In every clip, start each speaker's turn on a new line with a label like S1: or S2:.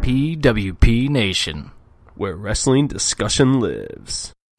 S1: PWP Nation.
S2: where wrestling discussion lives.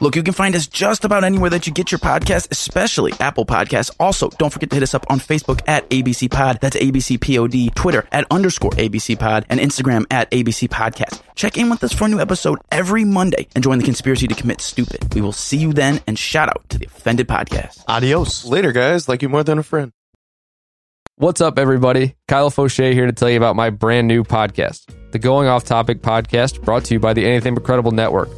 S3: Look, you can find us just about anywhere that you get your podcast, especially Apple Podcasts. Also, don't forget to hit us up on Facebook at ABC Pod. That's ABC Pod. Twitter at underscore ABC Pod and Instagram at ABC Podcast. Check in with us for a new episode every Monday and join the conspiracy to commit stupid. We will see you then and shout out to the Offended Podcast.
S4: Adios.
S5: Later, guys. Like you more than a friend.
S6: What's up, everybody? Kyle Fauché here to tell you about my brand new podcast, the Going Off Topic podcast, brought to you by the Anything But Credible Network.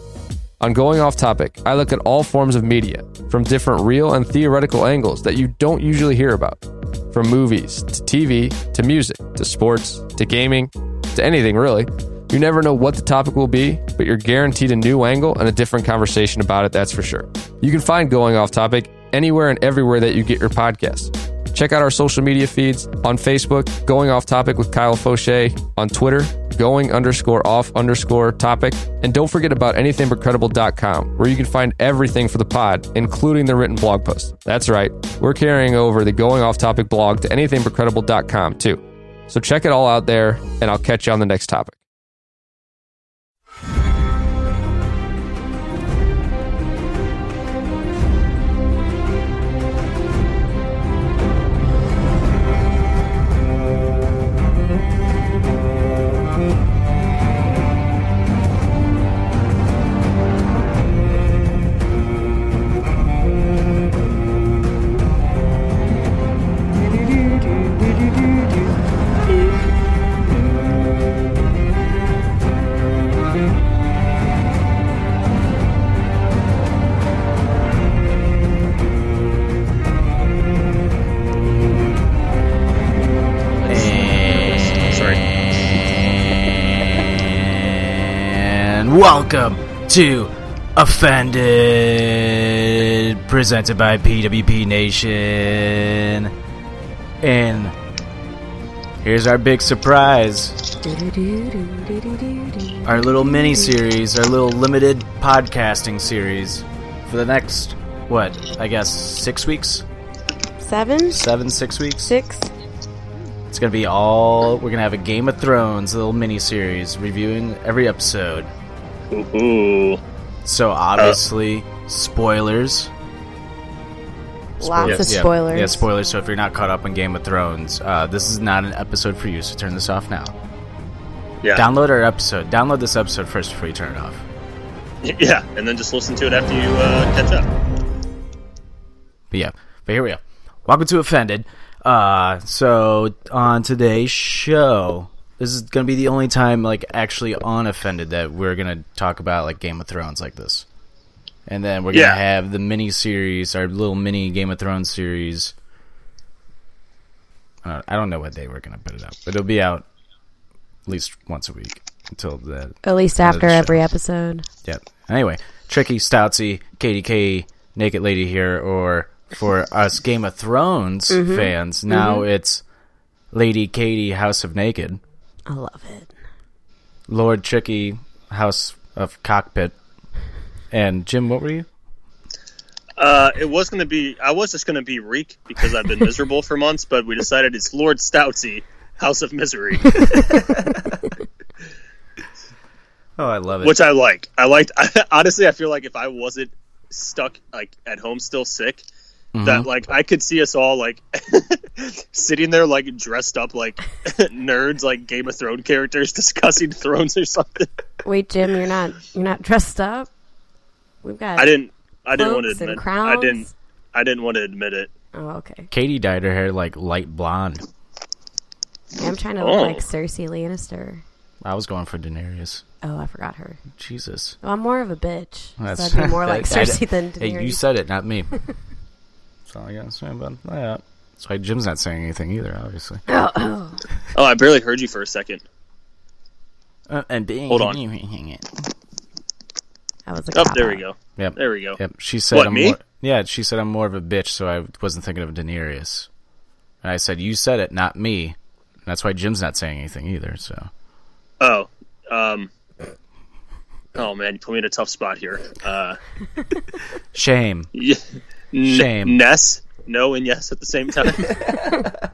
S6: On Going Off Topic, I look at all forms of media from different real and theoretical angles that you don't usually hear about. From movies to TV to music to sports to gaming to anything really. You never know what the topic will be, but you're guaranteed a new angle and a different conversation about it, that's for sure. You can find Going Off Topic anywhere and everywhere that you get your podcasts. Check out our social media feeds on Facebook, Going Off Topic with Kyle Fauché, on Twitter, going underscore off underscore topic. And don't forget about anythingbutcredible.com, where you can find everything for the pod, including the written blog post. That's right, we're carrying over the Going Off Topic blog to anythingbutcredible.com too. So check it all out there, and I'll catch you on the next topic.
S1: And welcome to Offended, presented by PWP Nation. And here's our big surprise our little mini series, our little limited podcasting series for the next, what, I guess, six weeks?
S7: Seven?
S1: Seven, six weeks?
S7: Six?
S1: It's gonna be all. We're gonna have a Game of Thrones little mini series reviewing every episode. So obviously, spoilers.
S7: Lots of
S1: Yeah,
S7: spoilers.
S1: Yeah, spoilers. So if you're not caught up on Game of Thrones, uh, this is not an episode for you. So turn this off now.
S8: Yeah.
S1: Download our episode. Download this episode first before you turn it off.
S8: Yeah, and then just listen to it after you uh, catch up.
S1: But yeah, but here we go. Welcome to Offended. Uh, so on today's show, this is gonna be the only time like actually on Offended that we're gonna talk about like Game of Thrones like this, and then we're gonna
S8: Yeah.
S1: have the mini series, our little mini Game of Thrones series. Uh, I don't know what day we're gonna put it up, but it'll be out at least once a week until the
S7: At least after every episode.
S1: Yep. Anyway, Tricky, Stoutsy, KDK, Naked Lady here, or for us Game of Thrones
S7: Mm-hmm.
S1: fans, now it's Lady Katie, House of Naked,
S7: I love it.
S1: Lord Tricky, House of Cockpit, and Jim, what were you?
S8: Uh, it was going to be, I was just going to be Reek because I've been miserable for months, but we decided it's Lord Stoutsy, House of Misery,
S1: Oh, I love it.
S8: which I like. I liked, I, honestly, I feel like if I wasn't stuck like at home still sick, that like I could see us all like sitting there like dressed up like nerds, like Game of Thrones characters discussing thrones or something.
S7: Wait, Jim, you're not you're not dressed up? We've got
S8: I didn't, I didn't want to
S7: cloaks and
S8: admit, I
S7: crowns.
S8: didn't, I didn't want to admit it.
S7: Oh, okay.
S1: Katie dyed her hair like light blonde.
S7: Yeah, I'm trying to look
S8: Oh.
S7: like Cersei Lannister.
S1: I was going for Daenerys.
S7: Oh, I forgot her.
S1: Jesus.
S7: Well, I'm more of a bitch.
S1: That's-
S7: so I'd be more like
S1: I- I-
S7: Cersei than
S1: Hey, you
S7: Daenerys.
S1: said it, not me. That's all I got to say about that. That's why Jim's not saying anything either, obviously.
S8: Oh, I barely heard you for a second.
S1: Uh, and being
S8: Hold on.
S1: Hang it.
S7: That was a
S8: Oh,
S7: cop
S8: there we
S7: out.
S8: go.
S1: Yep.
S8: There we go.
S1: Yep. She said
S8: What,
S1: I'm
S8: me?
S1: more Yeah, she said I'm more of a bitch, so I wasn't thinking of Daenerys. And I said, You said it, not me. And that's why Jim's not saying anything either, so
S8: Oh, um, oh man, you put me in a tough spot here. Uh,
S1: shame.
S8: yeah, N-
S1: Shame.
S8: Ness, no, and yes at the same time.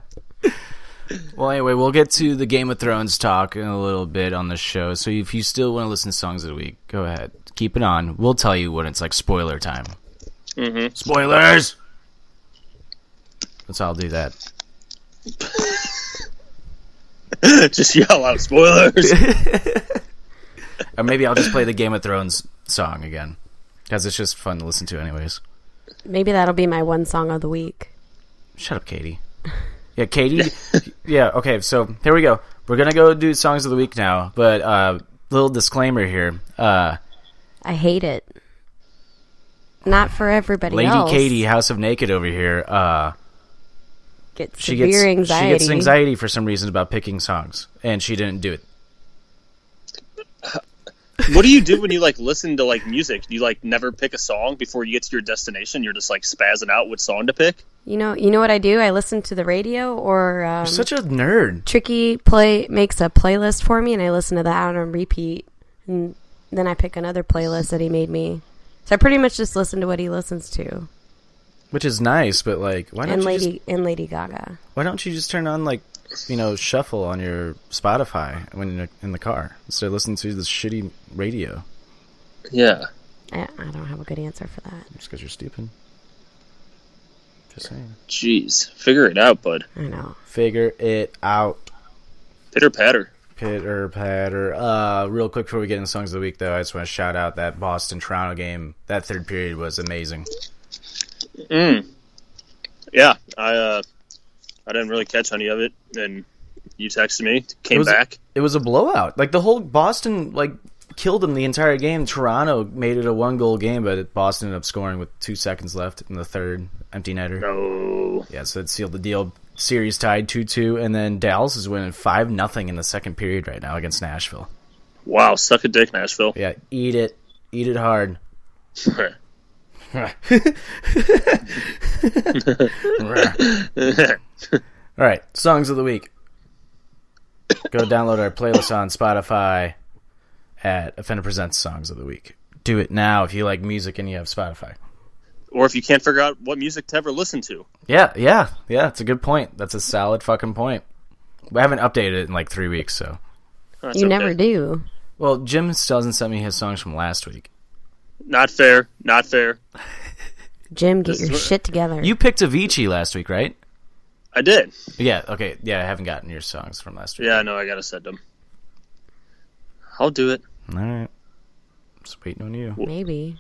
S1: Well, anyway, we'll get to the Game of Thrones talk in a little bit on the show. So if you still want to listen to songs of the week, go ahead, keep it on. We'll tell you when it's like spoiler time.
S8: Mhm.
S1: Spoilers. Let's all do that.
S8: Just yell out spoilers.
S1: Or maybe I'll just play the Game of Thrones song again because it's just fun to listen to, anyways.
S7: Maybe that'll be my one song of the week.
S1: Shut up, Katie. Yeah, Katie. yeah, okay, so here we go. We're going to go do songs of the week now, but uh little disclaimer here. Uh
S7: I hate it. Not for everybody
S1: Lady
S7: else.
S1: Katie, House of Naked over here. Uh
S7: gets
S1: she
S7: severe
S1: gets
S7: anxiety.
S1: she gets anxiety for some reason about picking songs, and she didn't do it.
S8: what do you do when you like listen to like music? Do you like never pick a song before you get to your destination? You're just like spazzing out what song to pick.
S7: You know, you know what I do? I listen to the radio, or um,
S1: Such a nerd.
S7: Tricky play makes a playlist for me, and I listen to that on repeat. And then I pick another playlist that he made me. So I pretty much just listen to what he listens to,
S1: Which is nice, but like why don't
S7: and
S1: you
S7: Lady
S1: just,
S7: and Lady Gaga.
S1: why don't you just turn on like you know shuffle on your Spotify when you're in the car instead of listening to this shitty radio
S8: Yeah.
S7: I, I don't have a good answer for that.
S1: just because you're stupid. Just saying.
S8: Jeez, figure it out, bud.
S7: I know.
S1: Figure it out.
S8: Pitter patter.
S1: Pitter patter. Uh, real quick before we get into songs of the week, though, I just want to shout out that Boston Toronto game. That third period was amazing.
S8: Mm. Yeah, I uh, I didn't really catch any of it, and you texted me,
S1: It
S8: came
S1: was-
S8: back.
S1: It was a blowout. Like the whole Boston like killed them the entire game. Toronto made it a one goal game, but Boston ended up scoring with two seconds left in the third empty netter.
S8: No,
S1: Yeah, so it sealed the deal. Series tied two two, and then Dallas is winning five nothing in the second period right now against Nashville.
S8: wow, suck a dick, Nashville.
S1: Yeah, eat it, eat it hard. All right, songs of the week. Go download our playlist on Spotify at Offender Presents Songs of the Week. Do it now if you like music and you have Spotify.
S8: or if you can't figure out what music to ever listen to.
S1: Yeah, yeah, yeah. It's a good point. That's a solid fucking point. We haven't updated it in like three weeks, so.
S8: That's
S7: You
S8: okay.
S7: never do.
S1: Well, Jim still hasn't sent me his songs from last week.
S8: Not fair. Not fair.
S7: Jim, get
S8: This
S7: your
S8: is what-
S7: shit together.
S1: You picked Avicii last week, right?
S8: I did.
S1: Yeah. Okay. Yeah, I haven't gotten your songs from last week.
S8: Yeah, I know. I gotta send them. I'll do it.
S1: All right. Just waiting on you.
S7: Maybe.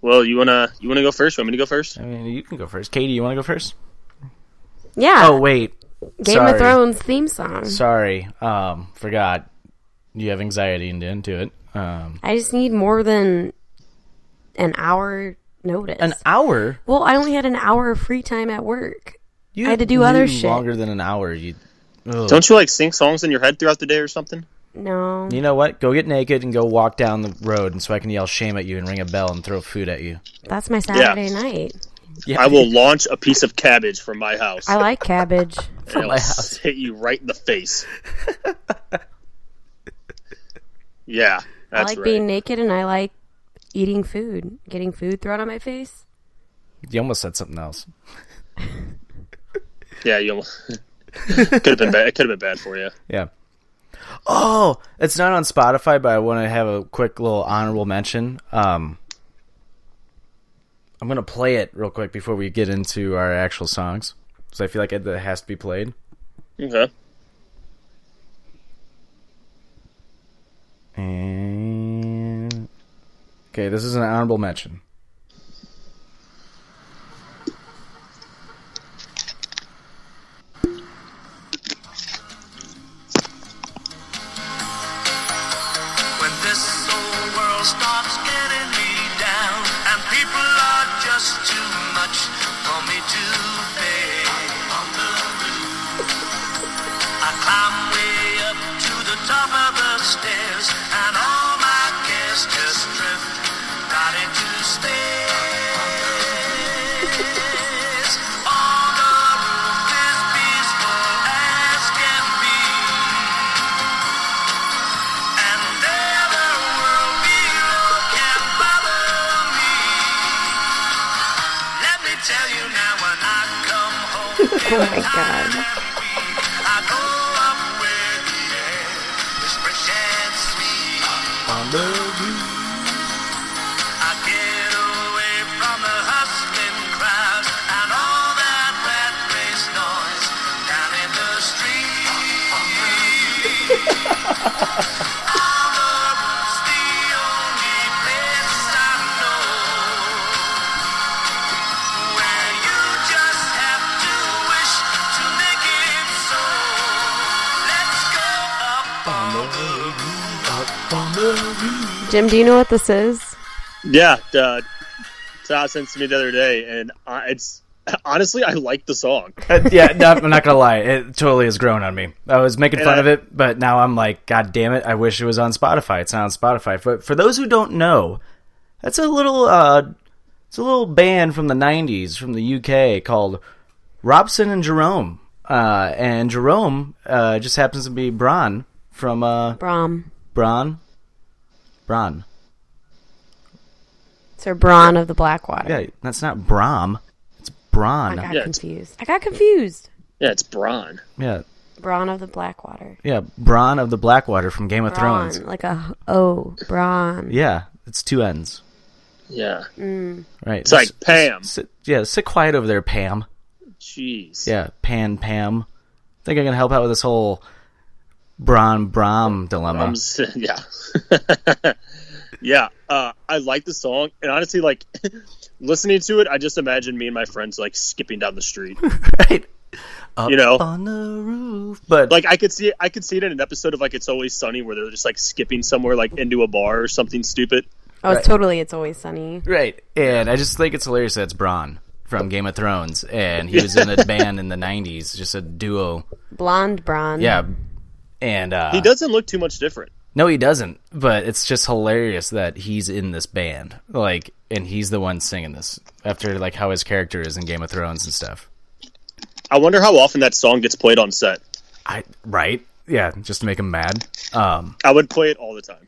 S8: Well, you wanna you wanna go first? You want me to go first?
S1: I mean, you can go first. Katie, you want to go first?
S7: Yeah.
S1: Oh wait,
S7: Game
S1: sorry.
S7: of Thrones theme song.
S1: Sorry, um, forgot. You have anxiety and didn't do it. Um,
S7: I just need more than an hour notice.
S1: an hour.
S7: well, I only had an hour of free time at work.
S1: You
S7: I had to do other
S1: knew
S7: shit.
S1: Longer than an hour. You. Ugh.
S8: Don't you like sing songs in your head throughout the day or something?
S7: No.
S1: You know what? Go get naked and go walk down the road, and so I can yell shame at you and ring a bell and throw food at you.
S7: That's my Saturday night.
S1: Yeah,
S8: I will launch a piece of cabbage from my house.
S7: I like cabbage.
S8: and it'll
S1: my house.
S8: hit you right in the face. yeah,
S7: I
S8: that's
S7: like
S8: right.
S7: being naked and I like eating food. Getting food thrown on my face.
S1: You almost said something else.
S8: Yeah, you could have been bad. It could have been bad for you.
S1: Yeah. Oh, it's not on Spotify, but I want to have a quick little honorable mention. Um, I'm gonna play it real quick before we get into our actual songs, because I feel like it that has to be played.
S8: Okay.
S1: And okay, this is an honorable mention.
S5: When this old world starts getting me down and people are just too much for me to bear. I climb way up to the top of the stairs and all my cares just drift down.
S7: Oh my god.
S5: I go up where the air is fresh and sweet. I get away from the hustling crowd and all that rat race noise down in the street. Hollywood's the only place I know where you just have to wish to make it so. Let's go up on the
S7: Jim, do you know what this is?
S8: Yeah, uh, Todd sent it to me the other day, and I, it's honestly I like the song.
S1: Uh, yeah, no, I'm not gonna lie. It totally has grown on me. I was making
S8: And
S1: fun
S8: I-
S1: of it, but now I'm like, God damn it! I wish it was on Spotify. It's not on Spotify. But for those who don't know, that's a little, uh, it's a little band from the '90s from the UK called Robson and Jerome. Uh, and Jerome uh, just happens to be Bron from uh,
S7: Brom.
S1: Bron, Bron.
S7: It's her Braun of the Blackwater.
S1: Yeah, that's not Brom. It's Bron.
S7: I got
S8: Yeah, it's-
S7: confused. I got confused.
S8: Yeah, it's Braun.
S1: Yeah,
S7: Braun of the Blackwater.
S1: yeah, Bron of the Blackwater from Game of
S7: Braun,
S1: Thrones.
S7: like a oh, Braun.
S1: Yeah, it's two ends.
S8: Yeah,
S1: Right.
S8: It's like,
S1: S-
S8: "Pam."
S1: s- sit- yeah, sit quiet over there, Pam.
S8: jeez.
S1: Yeah, Pan Pam. I think I can help out with this whole Bron Brom dilemma.
S8: I'm s- yeah, yeah. Uh, I like the song, and honestly, like listening to it, I just imagine me and my friends like skipping down the street.
S1: Right.
S8: you know,
S1: On the roof. But
S8: like I could see, I could see it in an episode of like It's Always Sunny where they're just like skipping somewhere like into a bar or something stupid.
S7: Oh, it's totally It's Always Sunny.
S1: right. And I just think it's hilarious that it's Bron from Game of Thrones and he was in a band in the nineties, just a duo.
S7: Blonde Braun.
S1: Yeah. And uh
S8: He doesn't look too much different.
S1: No, he doesn't. But it's just hilarious that he's in this band, like, and he's the one singing this after like how his character is in Game of Thrones and stuff.
S8: I wonder how often that song gets played on set.
S1: I right, yeah, just to make him mad. Um,
S8: I would play it all the time.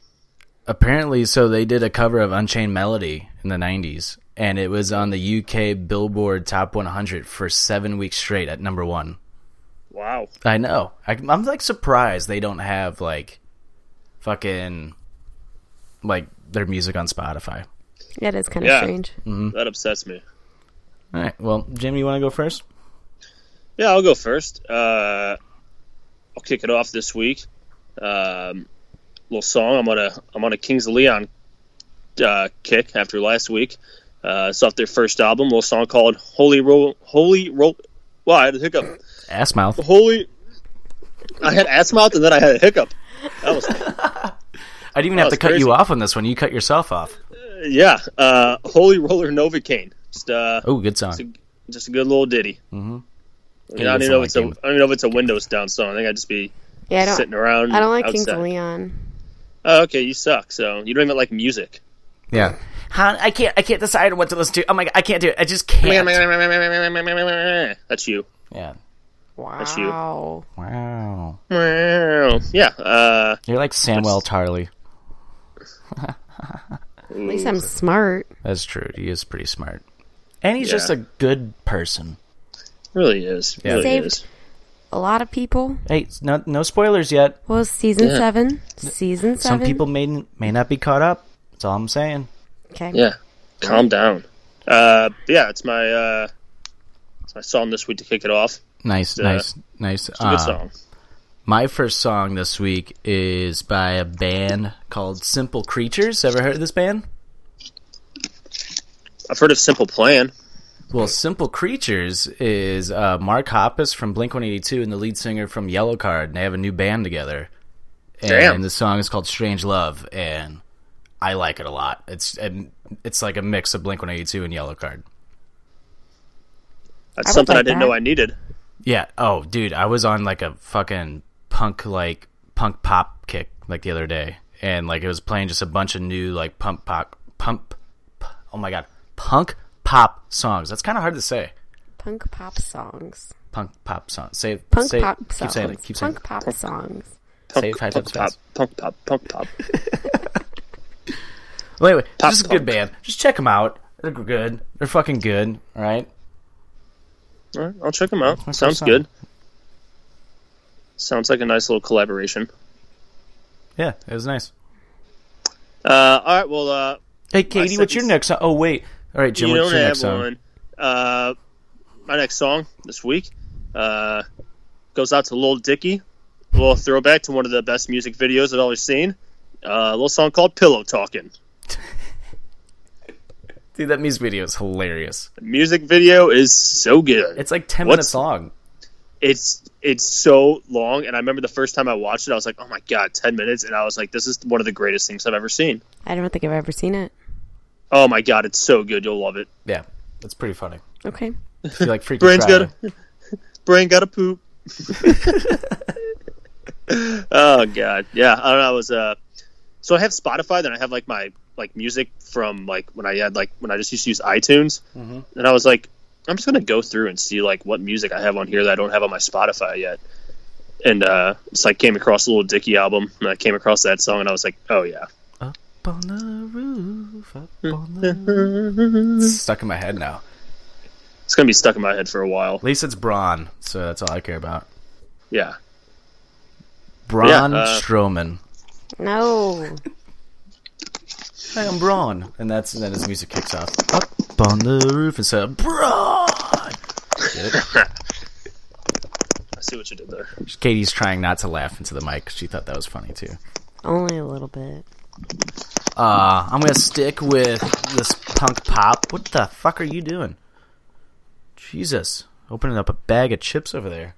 S1: apparently, so they did a cover of Unchained Melody in the '90s, and it was on the UK Billboard Top 100 for seven weeks straight at number one.
S8: Wow.
S1: I know. I, I'm like surprised they don't have like fucking like their music on Spotify.
S7: Yeah, it is kind of
S8: Yeah. Mm.
S7: strange.
S8: That upsets me.
S1: All right. Well, Jim, you want to go first?
S8: Yeah, I'll go first. Uh, I'll kick it off this week. Um, little song. I'm on a I'm on a Kings of Leon uh, kick after last week. Uh, it's off their first album. Little song called Holy Roll. Holy Roll. Wow, I had a hiccup.
S1: Ass mouth.
S8: Holy. I had ass mouth and then I had a hiccup. That was
S1: I didn't even
S8: Oh,
S1: have to
S8: it's
S1: cut
S8: crazy.
S1: you off on this one. You cut yourself off.
S8: yeah. Uh, Holy Roller Novocaine. Just uh,
S1: Oh, good song.
S8: it's a, just a good little ditty. Mm-hmm. I don't
S1: it's
S8: even know
S1: not
S8: if it's a I
S1: like
S8: don't even know if it's a Windows down song. I think I'd just be
S7: Yeah, I don't.
S8: sitting around.
S7: I don't like Kings
S8: outside.
S7: of Leon.
S8: Oh, okay, you suck. So you don't even like music.
S1: Yeah. Han, I can't. I can't decide on what to listen to. Oh my! God, I can't do it. I just can't.
S8: That's you.
S1: Yeah.
S8: you.
S7: Wow.
S1: Wow.
S8: Yeah. Uh,
S1: You're like Samuel Tarly.
S7: At least I'm smart.
S1: That's true. He is pretty smart, and he's
S8: Yeah.
S1: just a good person.
S8: really is. Really
S7: Saved.
S8: is.
S7: A lot of people.
S1: Hey, s- no, no spoilers yet.
S7: Well, season seven. Season
S1: Some
S7: seven.
S1: people may may not be caught up. That's all I'm saying.
S7: Okay.
S8: Yeah. Calm down. Uh, yeah, it's my uh, it's my song this week to kick it off.
S1: Nice,
S8: Yeah.
S1: nice, nice. Uh,
S8: It's a good song.
S1: My first song this week is by a band called Simple Creatures. Ever heard of this band?
S8: I've heard of Simple Plan.
S1: Well, Simple Creatures is uh, Mark Hoppus from Blink 182 and the lead singer from Yellow Card, and they have a new band together. And
S8: Damn.
S1: the song is called Strange Love, and I like it a lot. It's and it's like a mix of Blink 182 and Yellow Card.
S8: That's
S7: I would
S8: something I
S7: like
S8: didn't
S7: that.
S8: know I needed.
S1: Yeah. Oh, dude, I was on like a fucking punk like punk pop kick like the other day, and like it was playing just a bunch of new like pump pop pump. p- Oh my god, punk pop songs. That's kind of hard to say.
S7: Punk pop songs.
S1: Punk pop songs. Say
S7: Punk
S1: say,
S7: pop
S1: Keep
S7: songs.
S1: saying it. Keep saying
S7: Punk
S1: it.
S7: pop songs.
S8: Punk,
S1: Say it five times
S8: punk
S1: fast.
S8: pop, punk pop, punk pop.
S1: Well, anyway,
S8: Pop
S1: this is a good
S8: punk.
S1: band. Just check them out. They're good. They're fucking good. All right.
S8: All right, I'll check them out.
S1: Hundred
S8: Sounds
S1: percent.
S8: good. Sounds like a nice little collaboration.
S1: Yeah, it was nice.
S8: Uh, all right, well, uh,
S1: Hey, Katie, what's your
S8: second-
S1: next song? Oh, wait. All right, Jim,
S8: you
S1: what's
S8: don't
S1: your
S8: have
S1: next song?
S8: one. Uh, my next song this week uh, goes out to Lil Dicky. A little throwback to one of the best music videos I've ever seen. Uh, a little song called Pillow Talking.
S1: Dude, that music video is hilarious.
S8: The music video is so good.
S1: It's like 10
S8: What's-
S1: minutes long.
S8: it's it's so long and i remember the first time i watched it i was like oh my god 10 minutes and i was like this is one of the greatest things i've ever seen
S7: I don't think I've ever seen it.
S8: oh my god it's so good you'll love it
S1: Yeah, it's pretty funny.
S7: Okay.
S1: If you like Freaky
S8: brain's
S1: Friday.
S8: got a brain got a poop oh god yeah i don't know i was uh so i have spotify then i have like my like music from like when i had like when i just used to use itunes and i was like i'm just gonna go through and see like what music i have on here that i don't have on my spotify yet and uh so i came across a little dicky album and i came across that song and i was like oh yeah
S1: Up on the roof, up on the roof. It's stuck in my head now.
S8: it's gonna be stuck in my head for a while
S1: At least it's Braun, so that's all I care about.
S8: yeah
S1: Braun
S8: uh,
S1: Strowman.
S7: No.
S1: Hey, I'm Braun. And that's and then his music kicks off. Up on the roof and said, Braun! Get it?
S8: i see what you did there
S1: Katie's trying not to laugh into the mic. 'cause She thought that was funny, too.
S7: Only a little bit.
S1: Uh, I'm gonna stick with this punk pop. What the fuck are you doing? Jesus, opening up a bag of chips over there.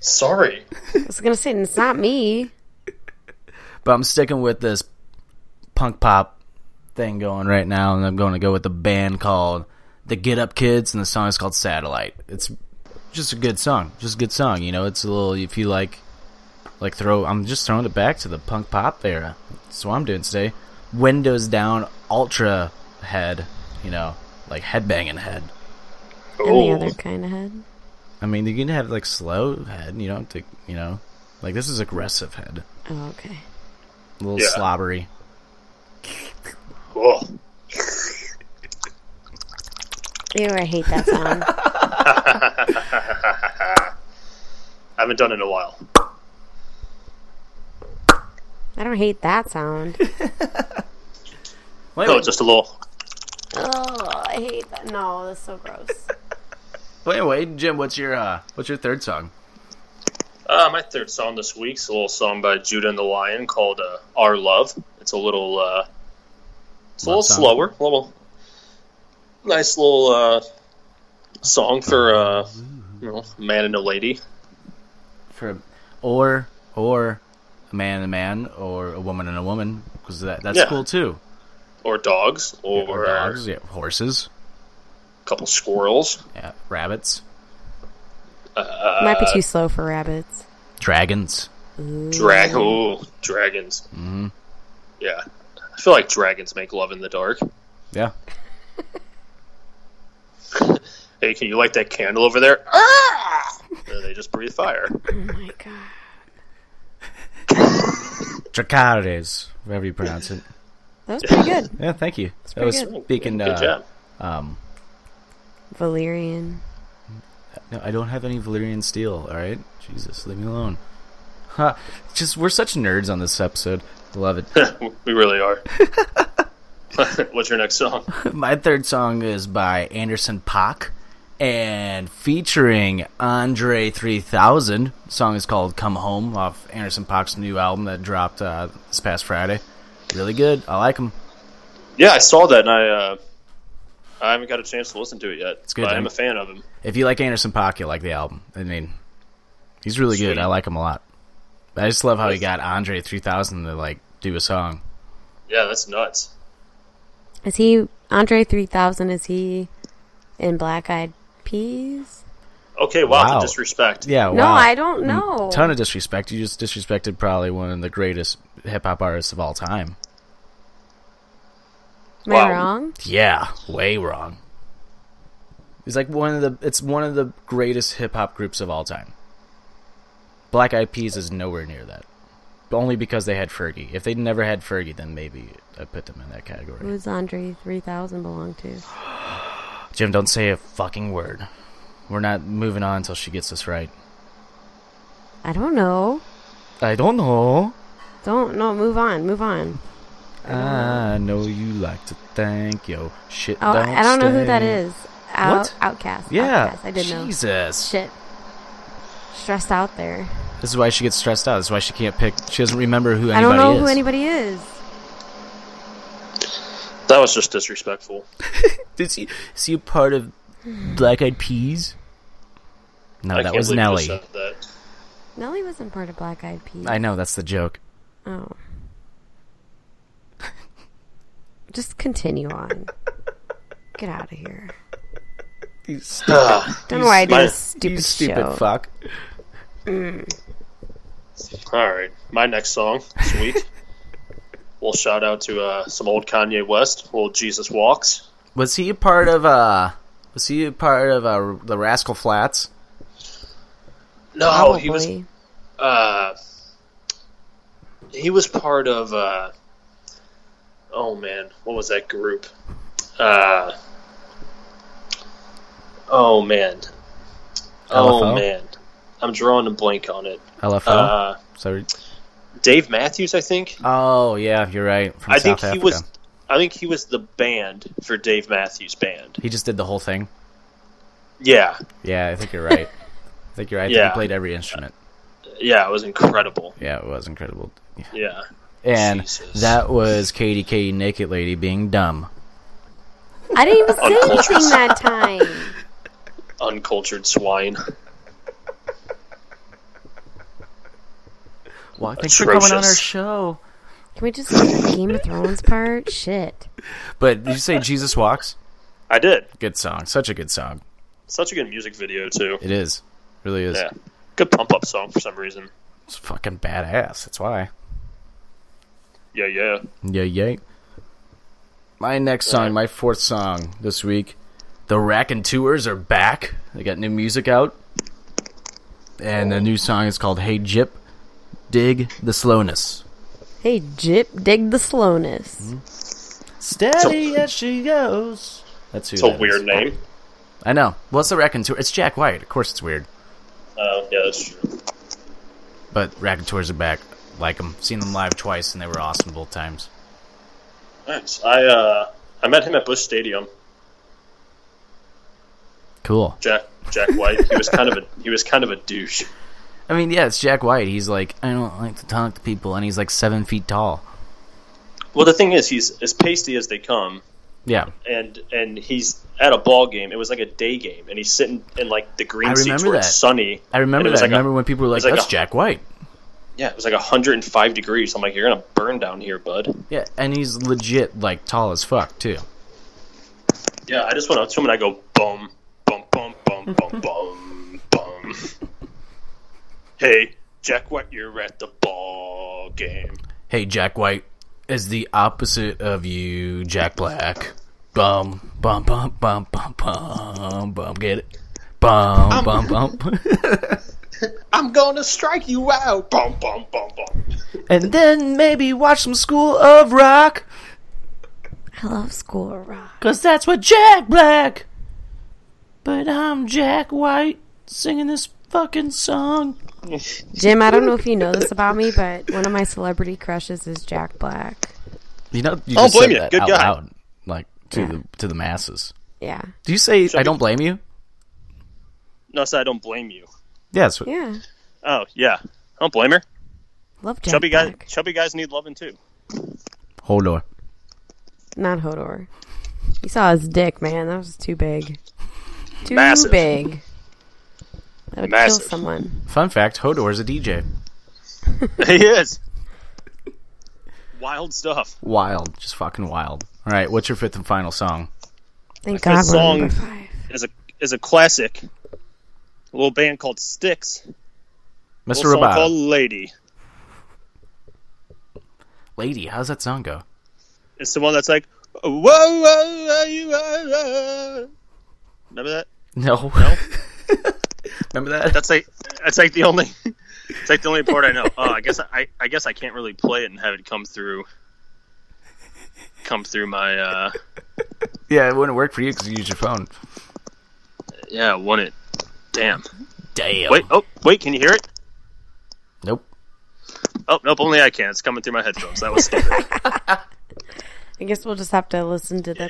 S8: sorry
S7: I was gonna say it's not me.
S1: But I'm sticking with this punk pop thing going right now, and I'm going to go with the band called the Get Up Kids, and the song is called Satellite. It's just a good song, just a good song. You know, it's a little if you like, like throw. I'm just throwing it back to the punk pop era. That's what I'm doing today. Windows down, ultra head. You know, like headbanging head.
S7: And the
S1: Oh.
S7: other kind of head.
S1: I mean, you can have like slow head. You don't have to, you know, like this is aggressive head,
S7: Oh, okay.
S1: a little
S8: Yeah.
S1: slobbery.
S8: oh
S7: Ew, I hate that song.
S8: i haven't done it in a while
S7: I don't hate that sound.
S1: Wait,
S8: no
S1: wait,
S8: just a little
S7: Oh, I hate that. No, that's so gross.
S1: wait, wait, Jim. What's your uh, what's your third song?
S8: Uh, my third song this week's a little song by Judah and the Lion called uh, "Our Love." It's a little, uh, it's a
S1: Love
S8: little
S1: song.
S8: slower, a little nice little uh, song for uh, you know, a man and a lady.
S1: For or or a man and a man or a woman and a woman because that that's
S8: Yeah.
S1: cool too.
S8: Or dogs, or,
S1: Or dogs, yeah, horses,
S8: a couple squirrels.
S1: yeah, rabbits,
S7: Might be too slow for rabbits.
S1: dragons.
S8: Drag, ooh, dragons. Mm-hmm. Yeah, I feel like dragons make love in the dark.
S1: Yeah,
S8: Hey, can you light that candle over there? Ah! And they just breathe fire.
S7: Oh my god.
S1: dracares, whatever you pronounce it.
S7: That was pretty good.
S1: Yeah, thank you. That
S7: pretty
S1: was
S7: good.
S1: speaking.
S8: Good
S1: Uh,
S8: job.
S1: um,
S7: Valerian.
S1: No, I don't have any Valyrian steel. All right, Jesus, leave me alone. Ha! Just we're such nerds on this episode. Love it.
S8: We really are. What's your next song?
S1: My third song is by Anderson Pock and featuring Andre 3000. The song is called "Come Home" off Anderson Pock's new album that dropped uh, this past Friday. Really good. I like him.
S8: Yeah, I saw that, and I uh, I haven't got a chance to listen to it yet. It's
S1: good,
S8: But
S1: huh?
S8: I'm a fan of him.
S1: If you like Anderson Pock, you like the album. I mean, he's really good.
S8: Sweet.
S1: I like him a lot. I just love how he got Andre 3000 to like do a song.
S8: Yeah, that's nuts.
S7: Is he Andre three thousand? Is he in Black Eyed Peas?
S8: Okay, wow,
S1: Wow.
S8: the disrespect.
S1: Yeah.
S7: No,
S1: wow.
S7: I don't know.
S1: Mm, ton of disrespect. You just disrespected probably one of the greatest hip hop artists of all time.
S7: Am I
S8: Wow.
S7: wrong?
S1: Yeah, way wrong. It's like one of the it's one of the greatest hip hop groups of all time. Black Eyed Peas is nowhere near that. Only because they had Fergie. If they never had Fergie, then maybe I put them in that category.
S7: Who's Andre three thousand belong to?
S1: Jim, don't say a fucking word. We're not moving on until she gets this right.
S7: I don't know.
S1: I don't know.
S7: Don't no. Move on. Move on.
S1: I know you like to thank yo shit.
S7: Oh,
S1: don't
S7: I don't know who that
S1: stay.
S7: is. Out,
S1: What?
S7: Outcast.
S1: Yeah,
S7: Outcast. I did not know.
S1: Jesus,
S7: Shit. Stressed out there.
S1: this is why she gets stressed out. This is why she can't pick. She doesn't remember who anybody
S7: I don't know
S1: is.
S7: who anybody is.
S8: That was just disrespectful.
S1: Oh, Is he, is he a part of Black Eyed Peas? No,
S8: I
S1: that
S8: can't
S1: was
S8: believe you just
S1: Nelly.
S8: said that.
S7: Nelly wasn't part of Black Eyed Peas.
S1: I know that's the joke.
S7: Oh. Just continue on. Get out of here.
S1: You stupid,
S7: Don't know why I do
S8: My-
S7: this stupid,
S1: you stupid
S7: show.
S1: fuck.
S8: All right, my next song this week. We'll shout out to uh, some old Kanye West, old Jesus Walks.
S1: Was he a part of uh? Was he a part of uh, the Rascal Flats?
S8: No,
S7: Probably.
S8: Oh, he was uh, he was part of uh, oh man, what was that group? Uh, oh man,
S1: LFO?
S8: oh man, I'm drawing a blank on it.
S1: LFO.
S8: Uh,
S1: Sorry.
S8: Dave Matthews, I think.
S1: Oh yeah, you're right. From
S8: I
S1: South
S8: think he
S1: Africa.
S8: was. I think he was the band for Dave Matthews Band.
S1: He just did the whole thing.
S8: Yeah,
S1: Yeah, I think you're right. I think you're right. I think
S8: Yeah.
S1: he played every instrument.
S8: yeah, it was incredible.
S1: Yeah, it was incredible.
S8: Yeah,
S1: And
S8: Jesus.
S1: that was Katie Katie Naked Lady being dumb.
S7: I didn't even say
S8: Uncultured.
S7: anything that time.
S8: uncultured swine.
S1: Well, thanks
S8: thanks for coming on
S1: for coming on
S8: Atrocious.
S1: our
S8: our
S1: show.
S7: Can we just get the Game of Thrones part? Shit.
S1: But did you say Jesus Walks?
S8: I did.
S1: Good song. Such a good song.
S8: Such a good music video too.
S1: It is. Really is.
S8: Yeah, good pump up song for some reason.
S1: It's fucking badass. That's why.
S8: Yeah, yeah.
S1: Yeah, yeah. My next song, my fourth song this week, the Rack and Tours are back. They got new music out, and
S8: Oh.
S1: the new song is called "Hey Jip, Dig the Slowness."
S7: Hey, Jip, dig the slowness.
S8: Mm-hmm.
S1: Steady as she goes. That's who.
S8: It's a
S1: that is.
S8: weird name.
S1: I know. Well, it's the Rack and Tour. It's Jack White. Of course, it's weird.
S8: Oh, yeah, that's true.
S1: But Rack and Tours are back. Like them. Seen them live twice, and they were awesome both times.
S8: Nice. I uh, I met him at Bush Stadium.
S1: Cool.
S8: Jack Jack White. he was kind of a he was kind of a douche.
S1: I mean, yeah, it's Jack White. He's like, I don't like to talk to people, and he's like seven feet tall.
S8: Well, the thing is, he's as pasty as they come,
S1: Yeah.
S8: and and he's at a ball game. It was like a day game, and he's sitting in like the
S1: I
S8: green seats
S1: remember
S8: where
S1: that.
S8: it's sunny.
S1: I remember
S8: and it was
S1: that. I
S8: like a-
S1: remember when people were like,
S8: was like
S1: "That's
S8: a-
S1: Jack White."
S8: yeah, it was like 105 degrees. I'm like, you're gonna burn down here, bud.
S1: Yeah, and he's legit like tall as fuck too.
S8: Yeah, I just went up to him and I go bum bum bum bum bum bum bum. Hey, Jack White, you're at the ball game.
S1: Hey, Jack White is the opposite of you, Jack Black. Bum bum bum bum bum bum bum. Get it? Bum bum bum.
S8: I'm gonna strike you out. Bum bum bum bum.
S1: and then maybe watch some School of Rock,
S7: I love School of Rock.
S1: cause that's what Jack Black. But I'm Jack White singing this fucking song.
S7: Jim, I don't know if you know this about me, but one of my celebrity crushes is Jack Black.
S1: You know, you
S8: I don't
S1: just
S8: blame
S1: said
S8: you.
S1: that
S8: Good
S1: out
S8: guy.
S1: loud, like to the to the masses.
S7: Yeah.
S1: Do you say I don't blame you?
S8: No, so I don't blame you.
S1: Yes.
S7: Yeah.
S8: Oh yeah, I don't blame her.
S7: Love Jack
S8: Chubby guys,
S7: Black.
S8: chubby guys need loving too.
S1: Hold on.
S7: Not Hodor. You saw his dick, man. That was too big. Too
S8: Massive.
S7: big. That would
S8: Massive.
S7: kill someone.
S1: Fun fact: Hodor is a DJ.
S8: he is. Wild stuff.
S1: Wild, just fucking wild. All right, what's your fifth and final song?
S7: Thank
S8: My
S7: God
S8: fifth
S7: we're on number
S8: song-
S7: five.
S8: Is a is a classic. A little band called Sticks.
S1: Mr.
S8: Little song
S1: Roboto.
S8: called Lady.
S1: Lady, how's that song go?
S8: It's the one that's like whoa whoa whoa you are, uh." Remember that?
S1: No. Remember that?
S8: That's like that's like the only. It's like the only part I know. Oh, I guess I I guess I can't really play it and have it come through. Come through my uh
S1: Yeah, it wouldn't work for you because you use your phone.
S8: Yeah, I won it. Damn.
S1: Damn.
S8: Wait, oh, wait, can you hear it?
S1: Nope.
S8: Oh, nope, only I can. It's coming through my headphones. That was stupid.
S7: I guess we'll just have to listen to the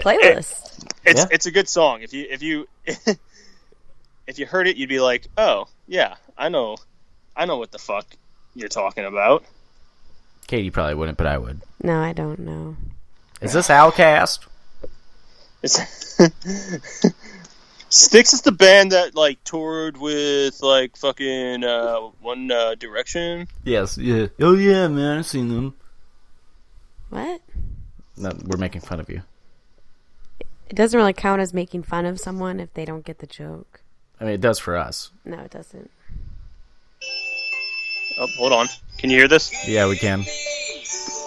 S7: playlist.
S8: it's
S1: Yeah.
S8: it's a good song. If you if you if you heard it, you'd be like, "Oh, yeah, I know. I know what the fuck you're talking about."
S1: Katie probably wouldn't, but I would.
S7: No, I don't know.
S1: Is this Outcast?
S8: It's Styx is the band that like toured with like fucking uh, One uh, Direction.
S1: Yes. Yeah. Oh yeah, man. I've seen them.
S7: What?
S1: No, we're making fun of you.
S7: It doesn't really count as making fun of someone if they don't get the joke.
S1: I mean, it does for us.
S7: No, it doesn't.
S8: Oh, hold on. Can you hear this?
S1: Yeah, we can. All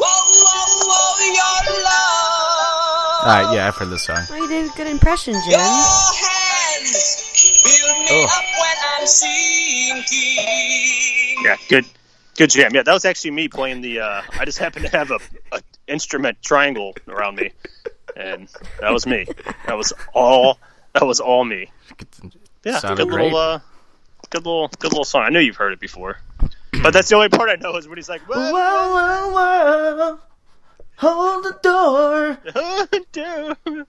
S1: right. Yeah, I've heard this song.
S7: Oh, you did a good impression, Jim.
S8: Yeah, good. Good jam. Yeah, that was actually me playing the. Uh, I just happened to have a, a instrument triangle around me, and that was me. That was all. That was all me. Yeah, it's a
S1: Sounded
S8: good
S1: great.
S8: little, uh, good little, good little song. I know you've heard it before, but that's the only part I know is when he's like, "What
S1: whoa, whoa. Hold the door.
S8: to do?"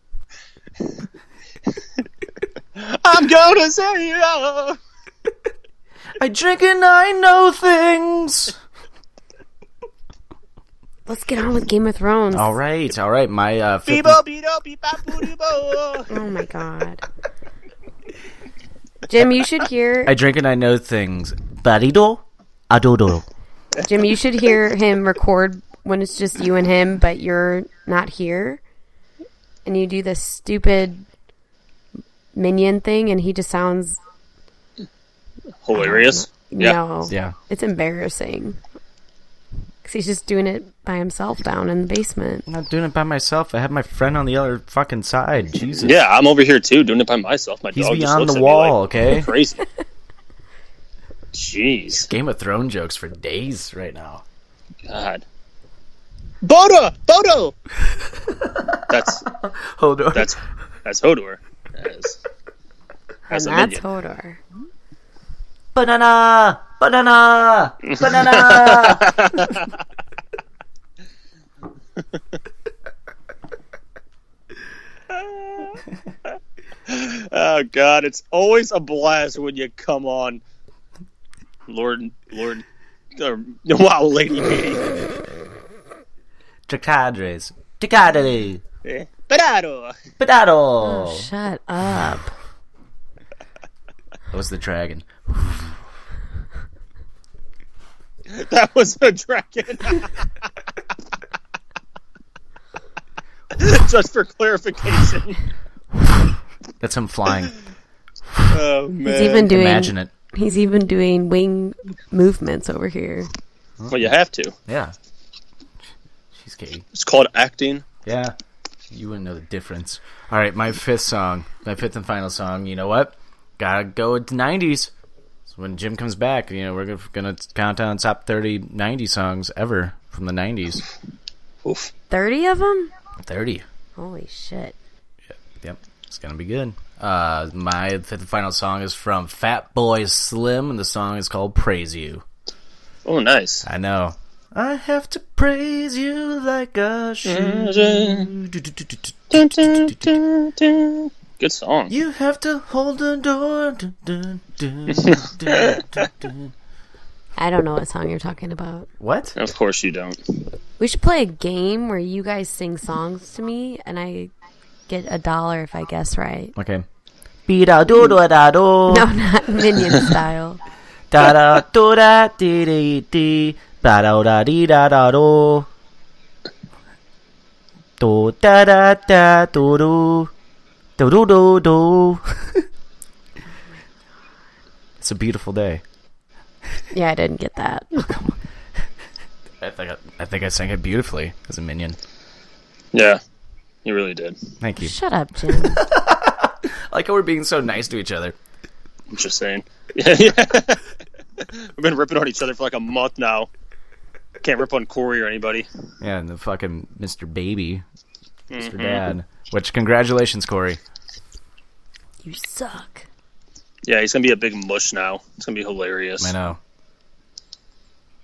S8: I'm gonna say oh.
S1: I drink and I know things.
S7: Let's get on with Game of Thrones.
S1: All right, all right. My uh, 50
S8: Bebo, beebo, beepop, boodoo-bo.
S7: Oh my god. Jim, you should hear
S1: I drink and I know things. Barido, adodo.
S7: Jim, you should hear him record when it's just you and him, but you're not here. And you do this stupid minion thing and he just sounds
S8: Hilarious.
S7: no.
S1: Yeah.
S7: It's embarrassing. Cuz he's just doing it by himself down in the basement.
S1: I'm not doing it by myself. I have my friend on the other fucking side. Jesus.
S8: Yeah, I'm over here too, doing it by myself. My
S1: He's
S8: dog just
S1: beyond
S8: looks
S1: the
S8: at me like,
S1: wall, okay?
S8: crazy. Jeez,
S1: Game of Thrones jokes for days right now.
S8: God. Bodo, Bodo. That's
S1: Hold on.
S8: that's that's Hodor. As, as a
S7: And that's
S8: minion.
S7: Hodor.
S1: banana, banana, banana.
S8: Oh God, it's always a blast when you come on, Lord, Lord, or, wow, Lady B.
S1: Chicadres. Chicadre.
S8: Eh, Bernardo.
S1: Potato.
S7: Shut up.
S1: that was the dragon.
S8: That was a dragon. Just for clarification.
S1: That's him flying.
S8: Oh man.
S7: He's even doing
S1: Imagine it.
S7: He's even doing wing movements over here.
S8: Well, you have to.
S1: Yeah. She's Katie.
S8: It's called acting.
S1: Yeah. You wouldn't know the difference. All right, my fifth song, my fifth and final song. You know what? Gotta go with the 90s. So when Jim comes back, you know, we're gonna- gonna count down top 30 90 songs ever from the 90s.
S7: 30 of them?
S1: 30.
S7: Holy shit.
S1: Yep. It's gonna be good. Uh, my fifth and final song is from Fat Boy Slim, and the song is called Praise You.
S8: Oh, nice.
S1: I know. I have to praise you like a shoe.
S8: Good song.
S1: You have to hold the door. Dun, dun, dun, dun, dun, dun.
S7: I don't know what song you're talking about.
S1: What?
S8: Of course you don't.
S7: We should play a game where you guys sing songs to me and I get a dollar if I guess right.
S1: Okay. Be da do do da do
S7: No, not minion style.
S1: da da do da dee dee dee da da da dee da da do do da da da do do do do do do. It's a beautiful day.
S7: Yeah, I didn't get that.
S1: I think I, I think I sang it beautifully as a minion.
S8: Yeah, you really did.
S1: Thank you.
S7: Oh, Shut up, Jim.
S1: I like how we're being so nice to each other.
S8: I'm just saying. Yeah, yeah. We've been ripping on each other for like a month now. Can't rip on Corey or anybody.
S1: Yeah, and the fucking Mr. Baby It's for dad. Which congratulations, Corey.
S7: You suck.
S8: Yeah, he's gonna be a big mush now. It's gonna be hilarious.
S1: I know.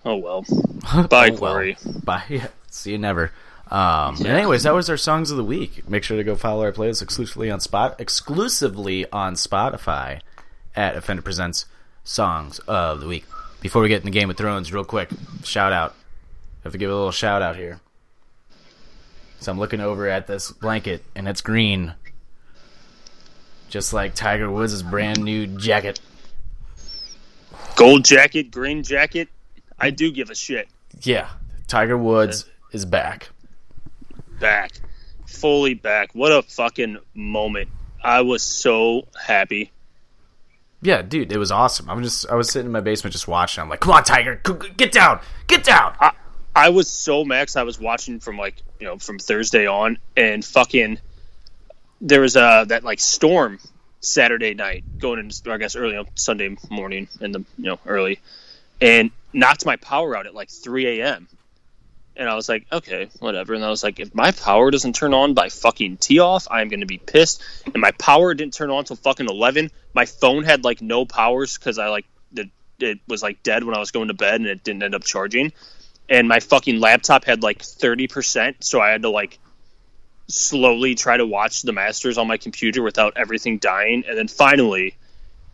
S8: Oh well. Bye,
S1: Oh, well.
S8: Corey.
S1: Bye. Yeah. See you never. Um, and anyways, that was our songs of the week. Make sure to go follow our playlist exclusively on Spot exclusively on Spotify at Offender Presents Songs of the Week. Before we get into Game of Thrones, real quick, shout out. Have to give a little shout out here. So I'm looking over at this blanket and it's green. Just like Tiger Woods' brand new jacket.
S8: Gold jacket, green jacket. I do give a shit.
S1: Yeah. Tiger Woods is back.
S8: Back, fully back. What a fucking moment. I was so happy.
S1: Yeah, dude, it was awesome. I'm just I was sitting in my basement just watching. I'm like, come on, Tiger, c- c- get down, get down.
S8: Ah, I was so max. I was watching from like you know from Thursday on, and fucking there was uh that like storm Saturday night going into I guess early on Sunday morning in the you know early, and knocked my power out at like 3 a.m. And I was like, okay, whatever. And I was like, if my power doesn't turn on by fucking tee off, I'm gonna be pissed. And my power didn't turn on till fucking 11. My phone had like no powers because I like the it was like dead when I was going to bed and it didn't end up charging and my fucking laptop had like 30% so i had to like slowly try to watch the masters on my computer without everything dying and then finally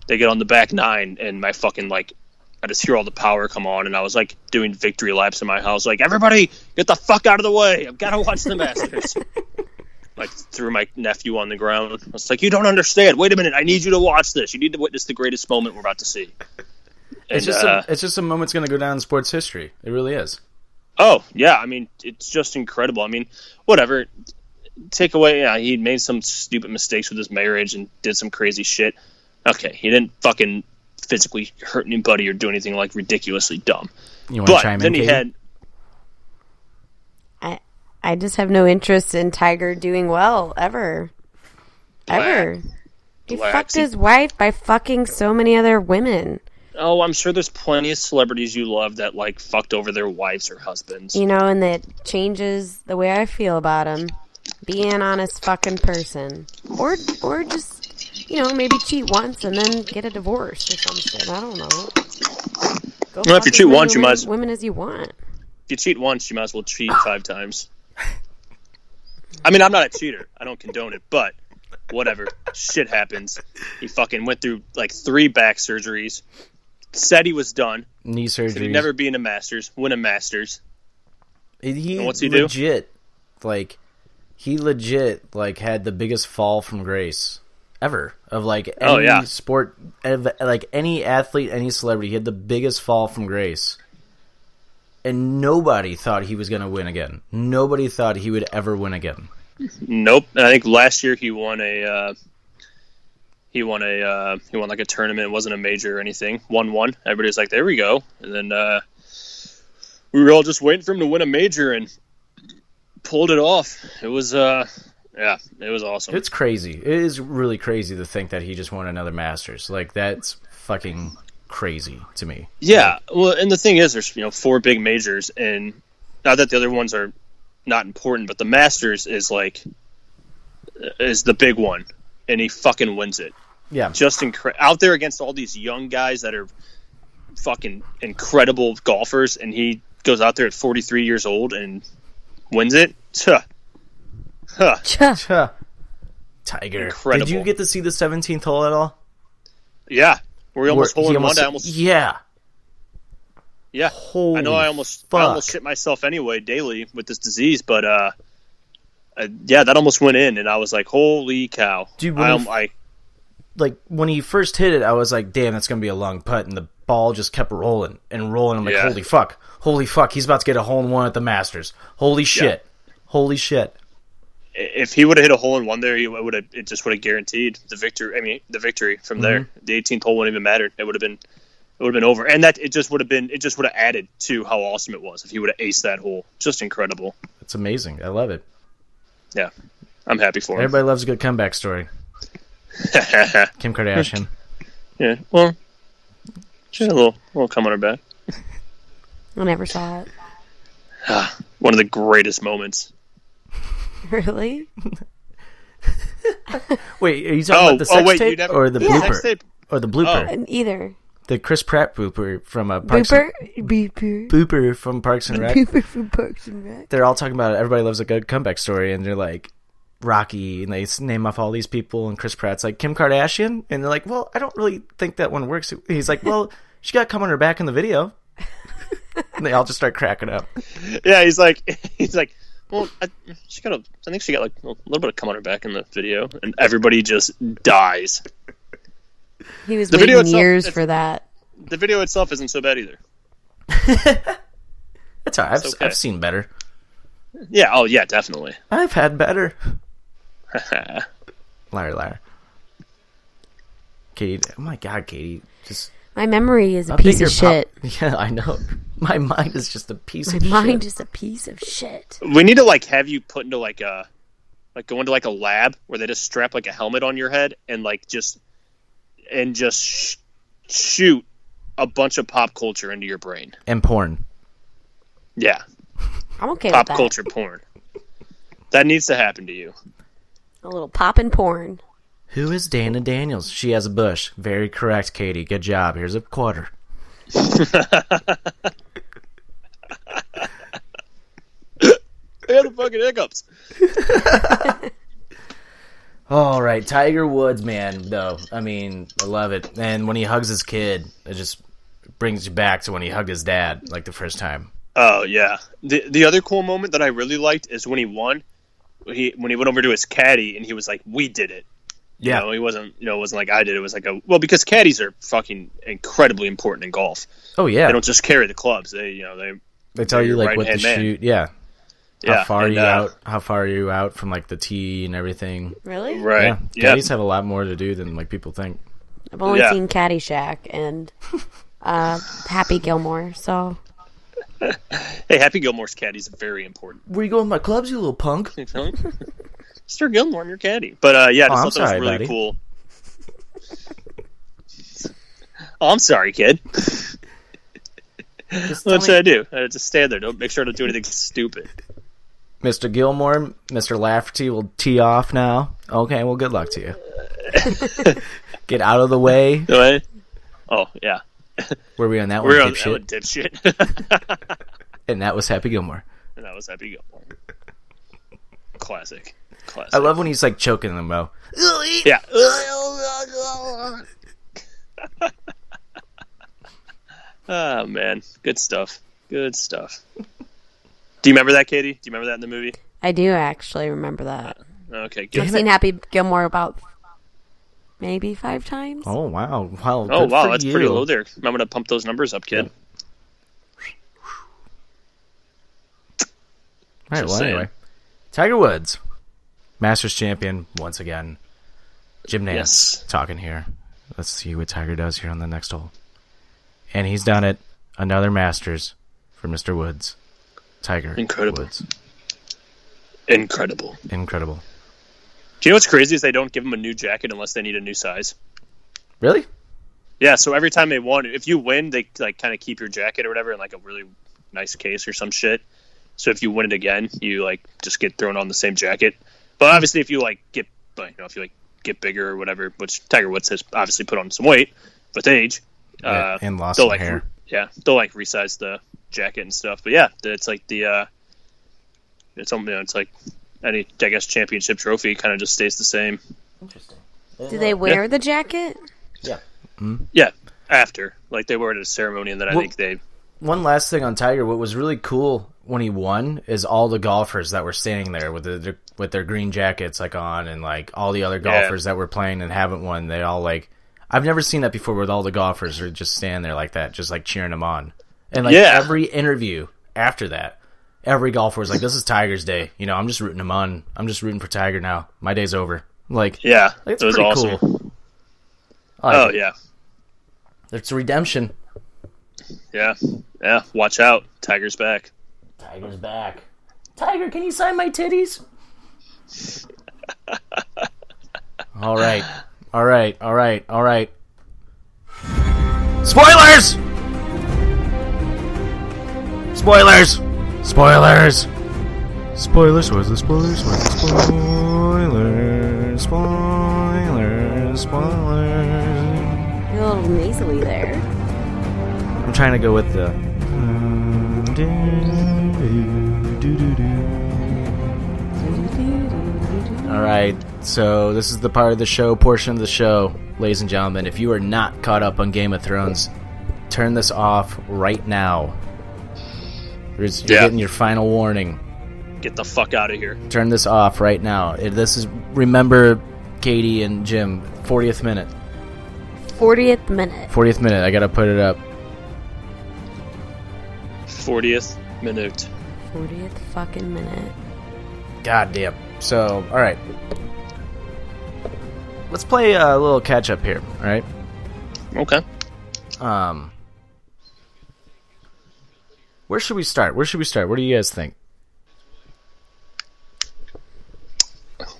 S8: they get on the back nine and my fucking like i just hear all the power come on and i was like doing victory laps in my house like everybody get the fuck out of the way i've got to watch the masters like threw my nephew on the ground i was like you don't understand wait a minute i need you to watch this you need to witness the greatest moment we're about to see
S1: It's
S8: And,
S1: just
S8: uh,
S1: a, it's just a moment's gonna go down in sports history. It really is.
S8: Oh yeah, I mean it's just incredible. I mean, whatever. Take away, yeah, he made some stupid mistakes with his marriage and did some crazy shit. Okay, he didn't fucking physically hurt anybody or do anything like ridiculously dumb.
S1: You want to
S8: But
S1: chime in?
S8: then he
S1: Katie?
S8: had
S7: I I just have no interest in Tiger doing well ever. Ever. He
S8: Black.
S7: fucked his wife by fucking so many other women.
S8: oh, I'm sure there's plenty of celebrities you love that like fucked over their wives or husbands.
S7: You know, and that changes the way I feel about him. Be an honest fucking person. Or or just you know, maybe cheat once and then get a divorce or some shit. I don't know. Go fuck
S8: Well, if you
S7: as
S8: cheat
S7: many
S8: once, you
S7: women-
S8: might as-
S7: women as you want.
S8: If you cheat once, you might as well cheat five times. I mean, I'm not a cheater. I don't condone it, but whatever. Shit happens. He fucking went through like three back surgeries. Said he was done.
S1: knee
S8: Said he'd
S1: surgery.
S8: never be in a Masters. Win a Masters.
S1: he
S8: And what's he do?
S1: legit like he legit like had the biggest fall from grace ever of like any
S8: Oh, yeah.
S1: sport of, like any athlete any celebrity he had the biggest fall from grace and nobody thought he was going to win again nobody thought he would ever win again
S8: Nope. I think last year he won a. Uh, he won a. Uh, he won like a tournament. It wasn't a major or anything. Won one. Everybody's like, there we go. And then uh, we were all just waiting for him to win a major and pulled it off. It was. Uh, yeah, it was awesome.
S1: It's crazy. It is really crazy to think that he just won another Masters. Like that's fucking crazy to me.
S8: Yeah, well, and the thing is, there's you know four big majors, and not that the other ones are not important, but the Masters is like is the big one, and he fucking wins it.
S1: Yeah.
S8: Just incre- out there against all these young guys that are fucking incredible golfers, and he goes out there at 43 years old and wins it. Huh. Huh.
S1: Huh. Tiger.
S8: Incredible.
S1: Did you get to see the 17th hole at all?
S8: Yeah, we almost
S1: Where he
S8: hole in one.
S1: almost-
S8: I almost
S1: Yeah.
S8: yeah.
S1: Holy
S8: I know I almost
S1: fuck.
S8: I almost shit myself anyway daily with this disease, but uh, uh, yeah, that almost went in, and I was like, "Holy cow!"
S1: Dude, when
S8: I,
S1: you-
S8: um, I
S1: like when he first hit it, I was like, "Damn, that's gonna be a long putt," and the ball just kept rolling and rolling. I'm like,
S8: Yeah.
S1: "Holy fuck! Holy fuck! He's about to get a hole in one at the Masters! Holy shit! Holy shit!"
S8: if he would have hit a hole in one there, he would have it just would have guaranteed the victory. I mean, the victory from there.
S1: Mm-hmm.
S8: The 18th hole wouldn't even matter. It would have been it would have been over, and that it just would have been it just would have added to how awesome it was if he would have aced that hole. Just incredible.
S1: It's amazing. I love it.
S8: Yeah, I'm happy for him.
S1: Everybody loves a good comeback story. Kim Kardashian.
S8: yeah, well, she had a little little come on her back.
S7: I never saw it.
S8: One of the greatest moments.
S7: Really?
S1: Wait, are you talking
S8: Oh,
S1: about the
S8: oh,
S1: sex
S8: wait,
S1: tape
S8: you never-
S1: or the
S8: Yeah.
S1: blooper?
S8: Sex tape. Oh.
S1: Or the blooper?
S7: And either.
S1: The Chris Pratt blooper from uh, Parks
S7: Booper? Booper.
S1: And, blooper from Parks and Rec.
S7: Booper from Parks and Rec.
S1: They're all talking about it. everybody loves a good comeback story, and they're like Rocky, and they s- name off all these people, and Chris Pratt's like Kim Kardashian, and they're like, well, I don't really think that one works. He's like, well, she got come on her back in the video. and they all just start cracking up.
S8: Yeah, he's like, he's like, well, I, she got a, I think she got like a little bit of cum on her back in the video, and everybody just dies.
S7: He was
S8: The
S7: waiting
S8: video itself-
S7: years
S8: it's-
S7: for that.
S8: The video itself isn't so bad either.
S1: That's all right. I've,
S8: It's okay.
S1: I've seen better.
S8: Yeah. Oh, yeah, definitely.
S1: I've had better. liar, liar. Katie, oh my God, Katie, just
S7: My memory is a
S1: update
S7: piece
S1: your
S7: of shit.
S1: pop- yeah, I know. My mind is just a piece
S7: My
S1: of shit.
S7: mind is a piece of shit.
S8: We need to like have you put into like a, like go into like a lab where they just strap like a helmet on your head and like just, and just sh- shoot a bunch of pop culture into your brain.
S1: and porn.
S8: Yeah,
S7: I'm okay
S8: pop
S7: with that.
S8: culture porn. That needs to happen to you.
S7: A little pop and porn.
S1: Who is Dana Daniels? She has a bush. Very correct, Katie. Good job. Here's a quarter.
S8: Yeah, the fucking hiccups.
S1: All right, Tiger Woods, man. Though I mean, I love it. And when he hugs his kid, it just brings you back to when he hugged his dad, like the first time.
S8: Oh yeah. The the other cool moment that I really liked is when he won. He when he went over to his caddy and he was like, "We did it." You
S1: Yeah.
S8: know, he wasn't. You know, it wasn't like I did. It It was like a well because caddies are fucking incredibly important in golf.
S1: Oh yeah.
S8: They don't just carry the clubs. They you know they
S1: They tell you
S8: your
S1: like what to
S8: right-hand man.
S1: shoot. Yeah.
S8: yeah.
S1: how far
S8: and,
S1: you
S8: uh,
S1: out? How far are you out from like the tee and everything?
S7: Really?
S8: Right.
S1: Yeah.
S8: Yeah.
S1: Caddies have a lot more to do than like people think.
S7: I've only
S8: Yeah.
S7: seen Caddyshack and uh, Happy Gilmore, so
S8: Hey, Happy Gilmore's caddy is very important.
S1: Where you going with my clubs, you little punk?
S8: You feel me? Mr. Gilmore, I'm your caddy. But uh, yeah, I
S1: Oh,
S8: just
S1: I'm
S8: thought that was
S1: sorry,
S8: really
S1: buddy.
S8: cool. oh, I'm sorry, kid. What should I do? I just stand there. Don't make sure to do anything stupid.
S1: Mr. Gilmore, Mr. Lafferty will tee off now. Okay, well, good luck to you. Get out of the way.
S8: Do I? Oh yeah,
S1: Were we on that
S8: we're
S1: one?
S8: on that
S1: dipshit?
S8: one dipshit.
S1: And that was Happy Gilmore.
S8: and that was Happy Gilmore. Classic. Classic.
S1: I love when he's like choking them though.
S8: Yeah. oh man, good stuff. Good stuff. Do you remember that, Katie? Do you remember that in the movie?
S7: I do actually remember that.
S8: Okay,
S7: I've
S8: good.
S7: seen Happy Gilmore about maybe five times.
S1: Oh wow, wow.
S8: Oh
S1: good
S8: wow,
S1: for
S8: that's
S1: you.
S8: pretty low there. I'm gonna pump those numbers up, kid.
S1: All right.
S8: Just
S1: Well,
S8: saying.
S1: anyway, Tiger Woods, Masters champion once again. Jim Nance
S8: Yes.
S1: talking here. Let's see what Tiger does here on the next hole. And he's done it. Another Masters for Mr. Woods. Tiger
S8: Incredible.
S1: Woods.
S8: Incredible.
S1: Incredible.
S8: Do you know what's crazy is they don't give him a new jacket unless they need a new size.
S1: Really?
S8: Yeah, so every time they won, if you win, they like kind of keep your jacket or whatever in like a really nice case or some shit. So if you win it again, you like just get thrown on the same jacket. But obviously, if you like get, like, you know, if you like get bigger or whatever, which Tiger Woods has obviously put on some weight with age, uh,
S1: and lost
S8: they'll
S1: some
S8: like,
S1: hair.
S8: re- yeah, they'll like resize the jacket and stuff. But yeah, it's like the, uh, it's something it's like any I guess championship trophy kind of just stays the same.
S7: Do they wear the jacket?
S8: Yeah, after like they were at a ceremony and then I
S1: Well-
S8: think they
S1: One last thing on Tiger. What was really cool when he won is all the golfers that were standing there with their, their with their green jackets like on, and like all the other
S8: Yeah.
S1: golfers that were playing and haven't won. They all like I've never seen that before. With all the golfers are just standing there like that, just like cheering him on. And like
S8: Yeah.
S1: every interview after that, every golfer was like, "This is Tiger's day." You know, I'm just rooting him on. I'm just rooting for Tiger now. My day's over. Like
S8: yeah,
S1: It's
S8: it was
S1: pretty
S8: awesome.
S1: cool. I like
S8: Oh
S1: it.
S8: yeah,
S1: it's redemption.
S8: yeah, yeah. Watch out, Tiger's back.
S1: Tiger's back. Tiger, can you sign my titties? all right. All right. All right. All right. Spoilers! Spoilers! Spoilers! Spoilers, spoilers, spoilers, spoilers, spoilers, spoilers, spoilers.
S7: You're a little nasally there.
S1: I'm trying to go with the. All right, so this is the part of the show, portion of the show, ladies and gentlemen. If you are not caught up on Game of Thrones, turn this off right now. There's- You're
S8: Yeah.
S1: getting your final warning.
S8: Get the fuck out of here.
S1: Turn this off right now. It- This is remember, Katie and Jim, 40th minute.
S7: 40th minute.
S1: 40th minute. I gotta put it up.
S8: 40th minute.
S7: 40th fucking minute.
S1: God damn. So, all right. Let's play a little catch up here. All right.
S8: Okay.
S1: Um, where should we start? Where should we start? What do you guys think?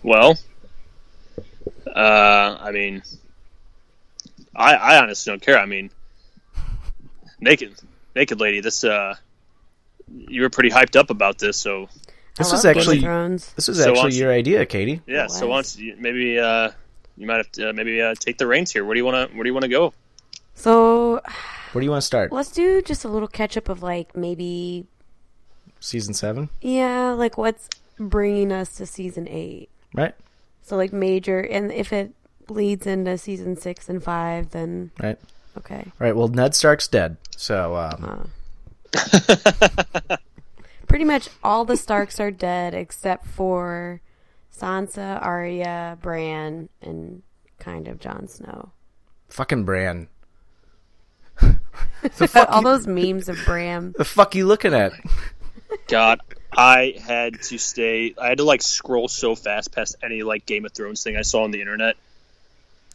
S8: Well, uh, I mean, I I honestly don't care. I mean, naked naked lady. This uh, you were pretty hyped up about this, so
S1: This
S7: I
S1: was
S7: love
S1: actually-
S7: Game of Thrones.
S1: This is
S8: So
S1: actually
S8: us-
S1: your idea, Katie.
S8: yeah. So
S7: was.
S8: once you- maybe uh, you might have to uh, maybe uh, take the reins here. Where do you want to Where do you want to go?
S7: So
S1: Where do you want to start?
S7: let's do just a little catch up of like maybe
S1: Season seven,
S7: yeah, like what's bringing us to season eight.
S1: right?
S7: So like major, and if it bleeds into season six and five, then
S1: Right.
S7: okay,
S1: All right. Well, Ned Stark's dead. So, um,
S7: pretty much all the Starks are dead except for Sansa, Arya, Bran, and kind of Jon Snow.
S1: fucking Bran.
S7: all those memes of Bran.
S1: The fuck you looking at?
S8: God, I had to stay. I had to like scroll so fast past any like Game of Thrones thing I saw on the internet.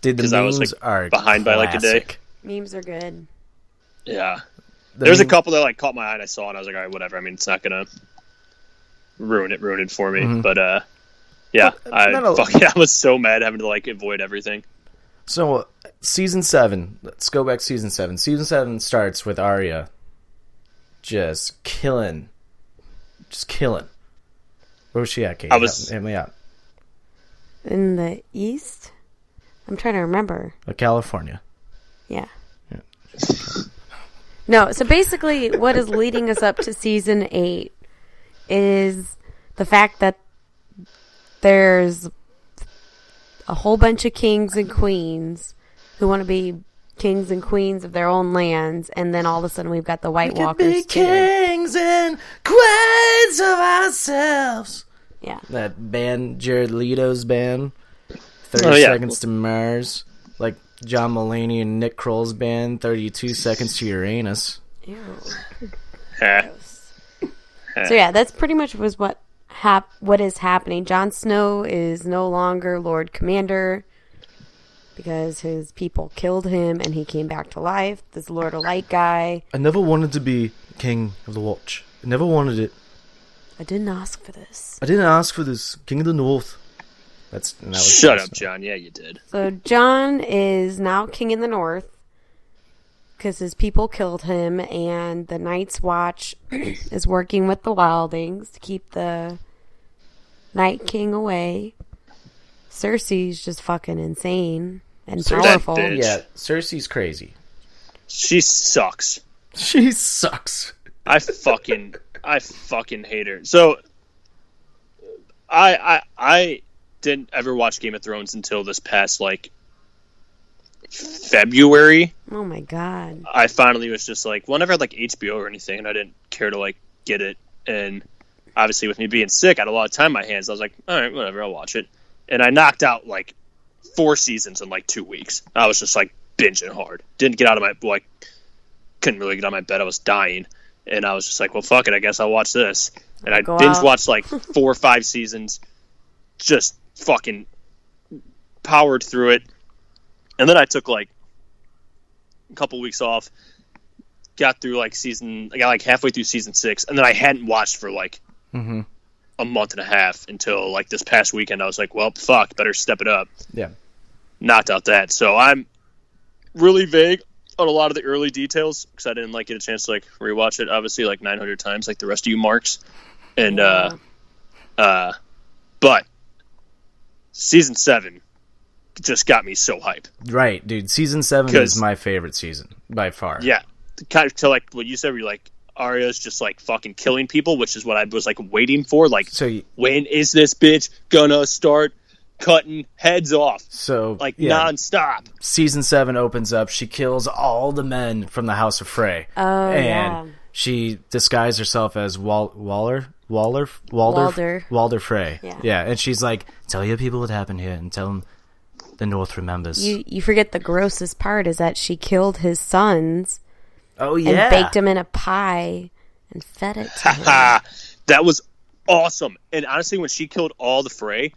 S1: Dude, the
S8: 'Cause I was,
S1: memes
S8: like,
S1: are
S8: behind by, like, a day.
S1: classic.
S7: Memes are good.
S8: Yeah,
S1: The
S8: there's a
S1: meme-
S8: couple that like caught my eye and I saw it. And I was like, all right, whatever. I mean, it's not gonna ruin it, ruin it for me. But uh, yeah, I
S1: Mm-hmm. uh, not a-
S8: fuck yeah, I was so mad having to like avoid everything.
S1: So, uh, season seven. Let's go back. to Season seven. Season seven starts with Arya just killing, just killing. Where was she at, Katie?
S8: I was-
S1: Help- help me out.
S7: In the East, I'm trying to remember.
S1: Uh, California.
S7: Yeah. No, so basically, what is leading us up to season eight is the fact that there's a whole bunch of kings and queens who want to be kings and queens of their own lands, and then all of a sudden we've got the White Walkers too.
S1: kings and queens of ourselves.
S7: Yeah,
S1: That band, Jared Leto's band. Thirty
S8: Oh, yeah.
S1: seconds to Mars, like John Mulaney and Nick Kroll's band. Thirty-two seconds to Uranus.
S7: Ew.
S8: Eh.
S7: so yeah, that's pretty much was what hap- what is happening. Jon Snow is no longer Lord Commander because his people killed him and he came back to life. This Lord of Light guy.
S1: I never wanted to be king of the watch. I never wanted it.
S7: I didn't ask for this.
S1: I didn't ask for this. King of the North. That's and that was
S8: Shut up, John. Yeah, you did.
S7: So John is now king in the north because his people killed him, and the Night's Watch is working with the Wildings to keep the Night King away. Cersei's just fucking insane and
S8: Cersei,
S7: powerful.
S8: bitch.
S1: Yeah, Cersei's crazy.
S8: She sucks.
S1: She sucks.
S8: I fucking I fucking hate her. So I I I didn't ever watch Game of Thrones until this past like February.
S7: Oh my god.
S8: I finally was just like, well, I never had like HBO or anything, and I didn't care to like get it. And obviously, with me being sick, I had a lot of time on my hands. I was like, all right, whatever, I'll watch it. And I knocked out like four seasons in like two weeks. I was just like binging hard. Didn't get out of my like, couldn't really get out of my bed. I was dying, and I was just like, well, fuck it, I guess I'll watch this. And I
S7: Go
S8: binge
S7: out.
S8: watched like four or five seasons, just fucking powered through it. And then I took like a couple weeks off, got through like season, I got like halfway through season six, and then I hadn't watched for like a month and a half until like this past weekend. I was like, well, fuck, better step it up.
S1: Yeah.
S8: Knocked out that. So I'm really vague on a lot of the early details because I didn't like get a chance to like rewatch it, obviously, like 900 times, like the rest of you marks. And, uh, Uh, but season seven just got me so hype.
S1: Right, dude. Season seven
S8: 'Cause-
S1: is my favorite season by far.
S8: Yeah, kind of to like what you said. Where you're like Arya's just like fucking killing people, which is what I was like waiting for. Like,
S1: So y-
S8: when is this bitch gonna start cutting heads off
S1: so
S8: like
S1: yeah.
S8: nonstop?
S1: season seven opens up. She kills all the men from the House of Frey.
S7: Oh,
S1: and
S7: yeah.
S1: she disguised herself as Wal- Waller. Waller, Walder,
S7: Walder.
S1: Walder Frey.
S7: Yeah.
S1: and she's like, "Tell your people what happened here, and tell them the North remembers."
S7: You you forget the grossest part is that she killed his sons
S1: oh
S7: and
S1: yeah,
S7: baked him in a pie and fed it to him.
S8: Ah, that was awesome. And honestly, when she killed all the Frey,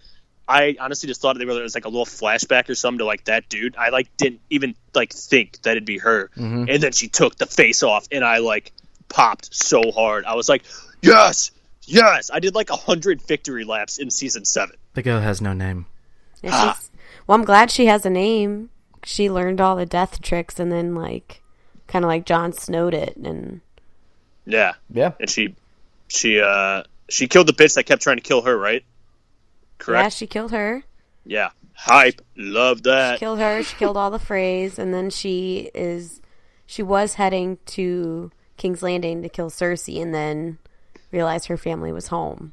S8: I honestly just thought they were it was like a little flashback or something to like that dude. I like didn't even like think that it'd be her. And then she took the face off, and I like popped so hard. I was like, yes, yes. I did like a hundred victory laps in season seven.
S1: the girl has no name.
S7: And
S8: Ah.
S7: she's- well, I'm glad she has a name. She learned all the death tricks and then like kind of like Jon Snowed it and
S8: Yeah,
S1: Yeah,
S8: and she, she, uh, she killed the bitch that kept trying to kill her, right?
S7: yeah,
S8: Correct.
S7: she killed her.
S8: Yeah. Hype. Love that.
S7: Killed her. She killed all the Freys and then she is she was heading to King's Landing to kill Cersei and then realized her family was home.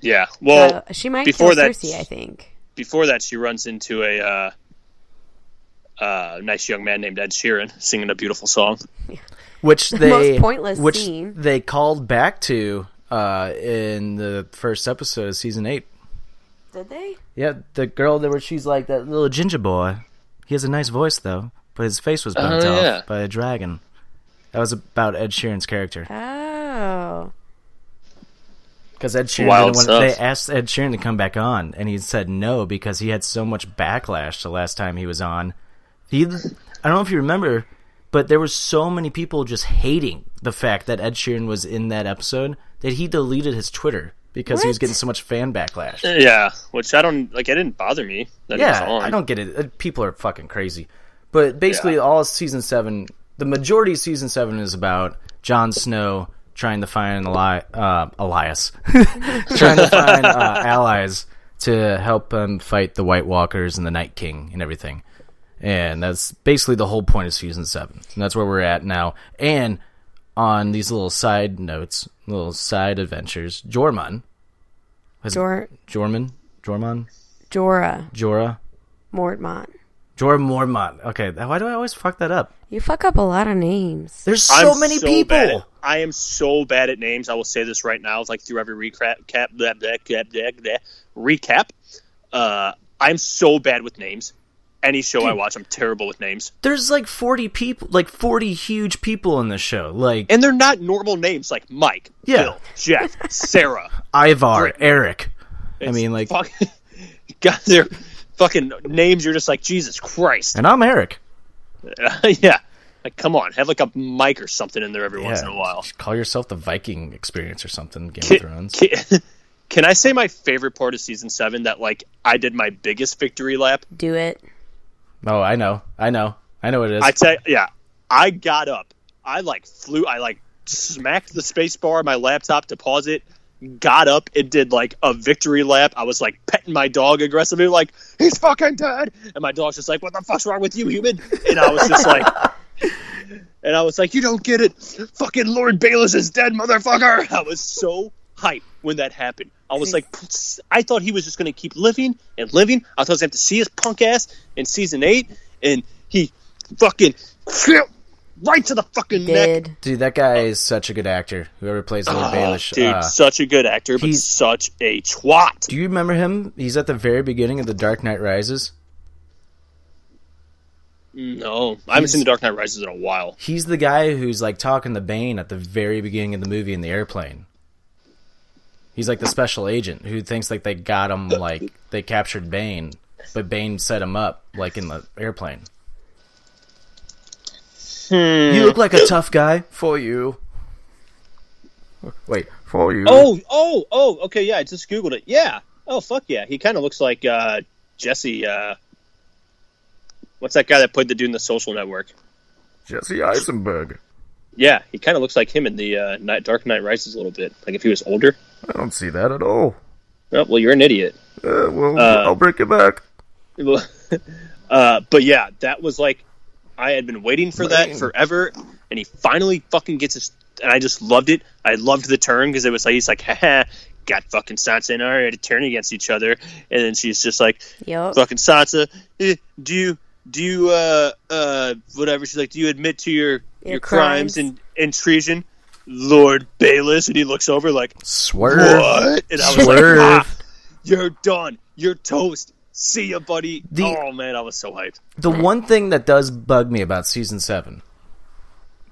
S8: Yeah. Well,
S7: So she might
S8: before
S7: kill
S8: that-
S7: Cersei, I think.
S8: before that, she runs into a uh, uh, nice young man named Ed Sheeran singing a beautiful song.
S1: which they
S7: most pointless
S1: which
S7: scene.
S1: they called back to uh, in the first episode of season eight.
S7: Did they?
S1: Yeah, the girl that where she's like that little ginger boy. He has a nice voice though, but his face was burnt
S8: Oh,
S1: off
S8: yeah.
S1: by a dragon. That was about Ed Sheeran's character
S7: Oh.
S1: because Ed Sheeran
S8: Wild
S1: didn't want, they
S8: stuff.
S1: asked Ed Sheeran to come back on, and he said no because he had so much backlash the last time he was on. He, I don't know if you remember, but there were so many people just hating the fact that Ed Sheeran was in that episode that he deleted his Twitter because he was
S7: What?
S1: getting so much fan backlash.
S8: Yeah, which I don't like. It didn't bother me. That he was
S1: Yeah,
S8: on.
S1: I don't get it. Uh, People are fucking crazy. But basically, all of season seven, the majority of season seven is about Jon Snow trying to find Eli- uh, Elias, trying to find uh, allies to help him fight the White Walkers and the Night King and everything. And that's basically the whole point of season seven. And that's where we're at now. And on these little side notes, little side adventures, Jormund,
S7: Jor-
S1: Jormund, Jormund,
S7: Jorah
S1: Jorah,
S7: Mortmont.
S1: Jorah Mormont. Okay, th- why do I always fuck that up?
S7: You fuck up a lot of names.
S1: There's so
S8: I'm
S1: many
S8: so
S1: people.
S8: bad at- I am so bad at names. I will say this right now. It's like through every recap, cap, blah, blah, blah, blah, blah, recap. Uh, I'm so bad with names. Any show I watch, I'm terrible with names,
S1: There's like 40 people, like 40 huge people in the show. Like
S8: and they're not normal names like Mike,
S1: Yeah.
S8: Bill, Jeff, Sarah.
S1: Ivar, Eric. I
S8: It's
S1: mean, like,
S8: fuck, God, their fucking names. You're just like Jesus Christ.
S1: and I'm Eric.
S8: yeah, like come on, have like a mic or something in there every once in
S1: Yeah,
S8: a while.
S1: just Call yourself the Viking experience or something, Game of
S8: Can,
S1: Thrones.
S8: can- can I say my favorite part of season seven? That like I did my biggest victory lap.
S7: Do it.
S1: oh, I know. I know. I know what it is.
S8: I tell yeah, I got up. I like flew. I like smacked the space bar on my laptop to pause it. Got up and did like a victory lap. I was like petting my dog aggressively, like he's fucking dead. And my dog's just like, "What the fuck's wrong with you, human?" And I was just like, and I was like, "You don't get it. Fucking Lord Bayless is dead, motherfucker." I was so hyped when that happened. I was like, "Psst." I thought he was just gonna keep living and living. I thought I was gonna have to see his punk ass in season eight, and he fucking right to the fucking neck. Ah,
S7: Did.
S1: dude, that guy is such a good actor. Whoever plays Lord Baelish.
S8: Dude,
S1: uh,
S8: such a good actor, but
S1: he's-
S8: such a twat.
S1: do you remember him? He's at the very beginning of The Dark Knight Rises.
S8: No, I haven't seen The Dark Knight Rises in a while.
S1: He's the guy who's like talking to Bane at the very beginning of the movie in the airplane. He's like the special agent who thinks like they got him, like they captured Bane, but Bane set him up like in the airplane. You look like a tough guy for you. Wait, for you?
S8: Oh, oh, oh. Okay, yeah, I just googled it. Yeah. Oh, fuck yeah. He kind of looks like uh, Jesse. Uh, what's that guy that played the dude in the Social Network?
S1: Jesse Eisenberg.
S8: Yeah, he kind of looks like him in the uh, Night, Dark Knight Rises a little bit. Like if he was older.
S1: I don't see that at all.
S8: Oh, well, you're an idiot.
S1: well, oh.
S8: Uh, I'll
S1: break it back.
S8: uh, but yeah, that was like I had been waiting for that forever, and he finally fucking gets his. And I just loved it. I loved the turn because it was like he's like, haha, got fucking Sansa and Arya to turn against each other, and then she's just like,
S7: Yup.
S8: fucking Sansa, eh, do you do you uh uh whatever? She's like, do you admit to your your,
S7: Your
S8: crimes.
S7: crimes.
S8: and and treason, Lord Bayless? And he looks over like,
S1: Swerve.
S8: what? And I was
S1: Swerve.
S8: like, ah, you're done. You're toast. See ya, buddy.
S1: The-
S8: oh man, I was so hyped.
S1: The one thing that does bug me about season seven,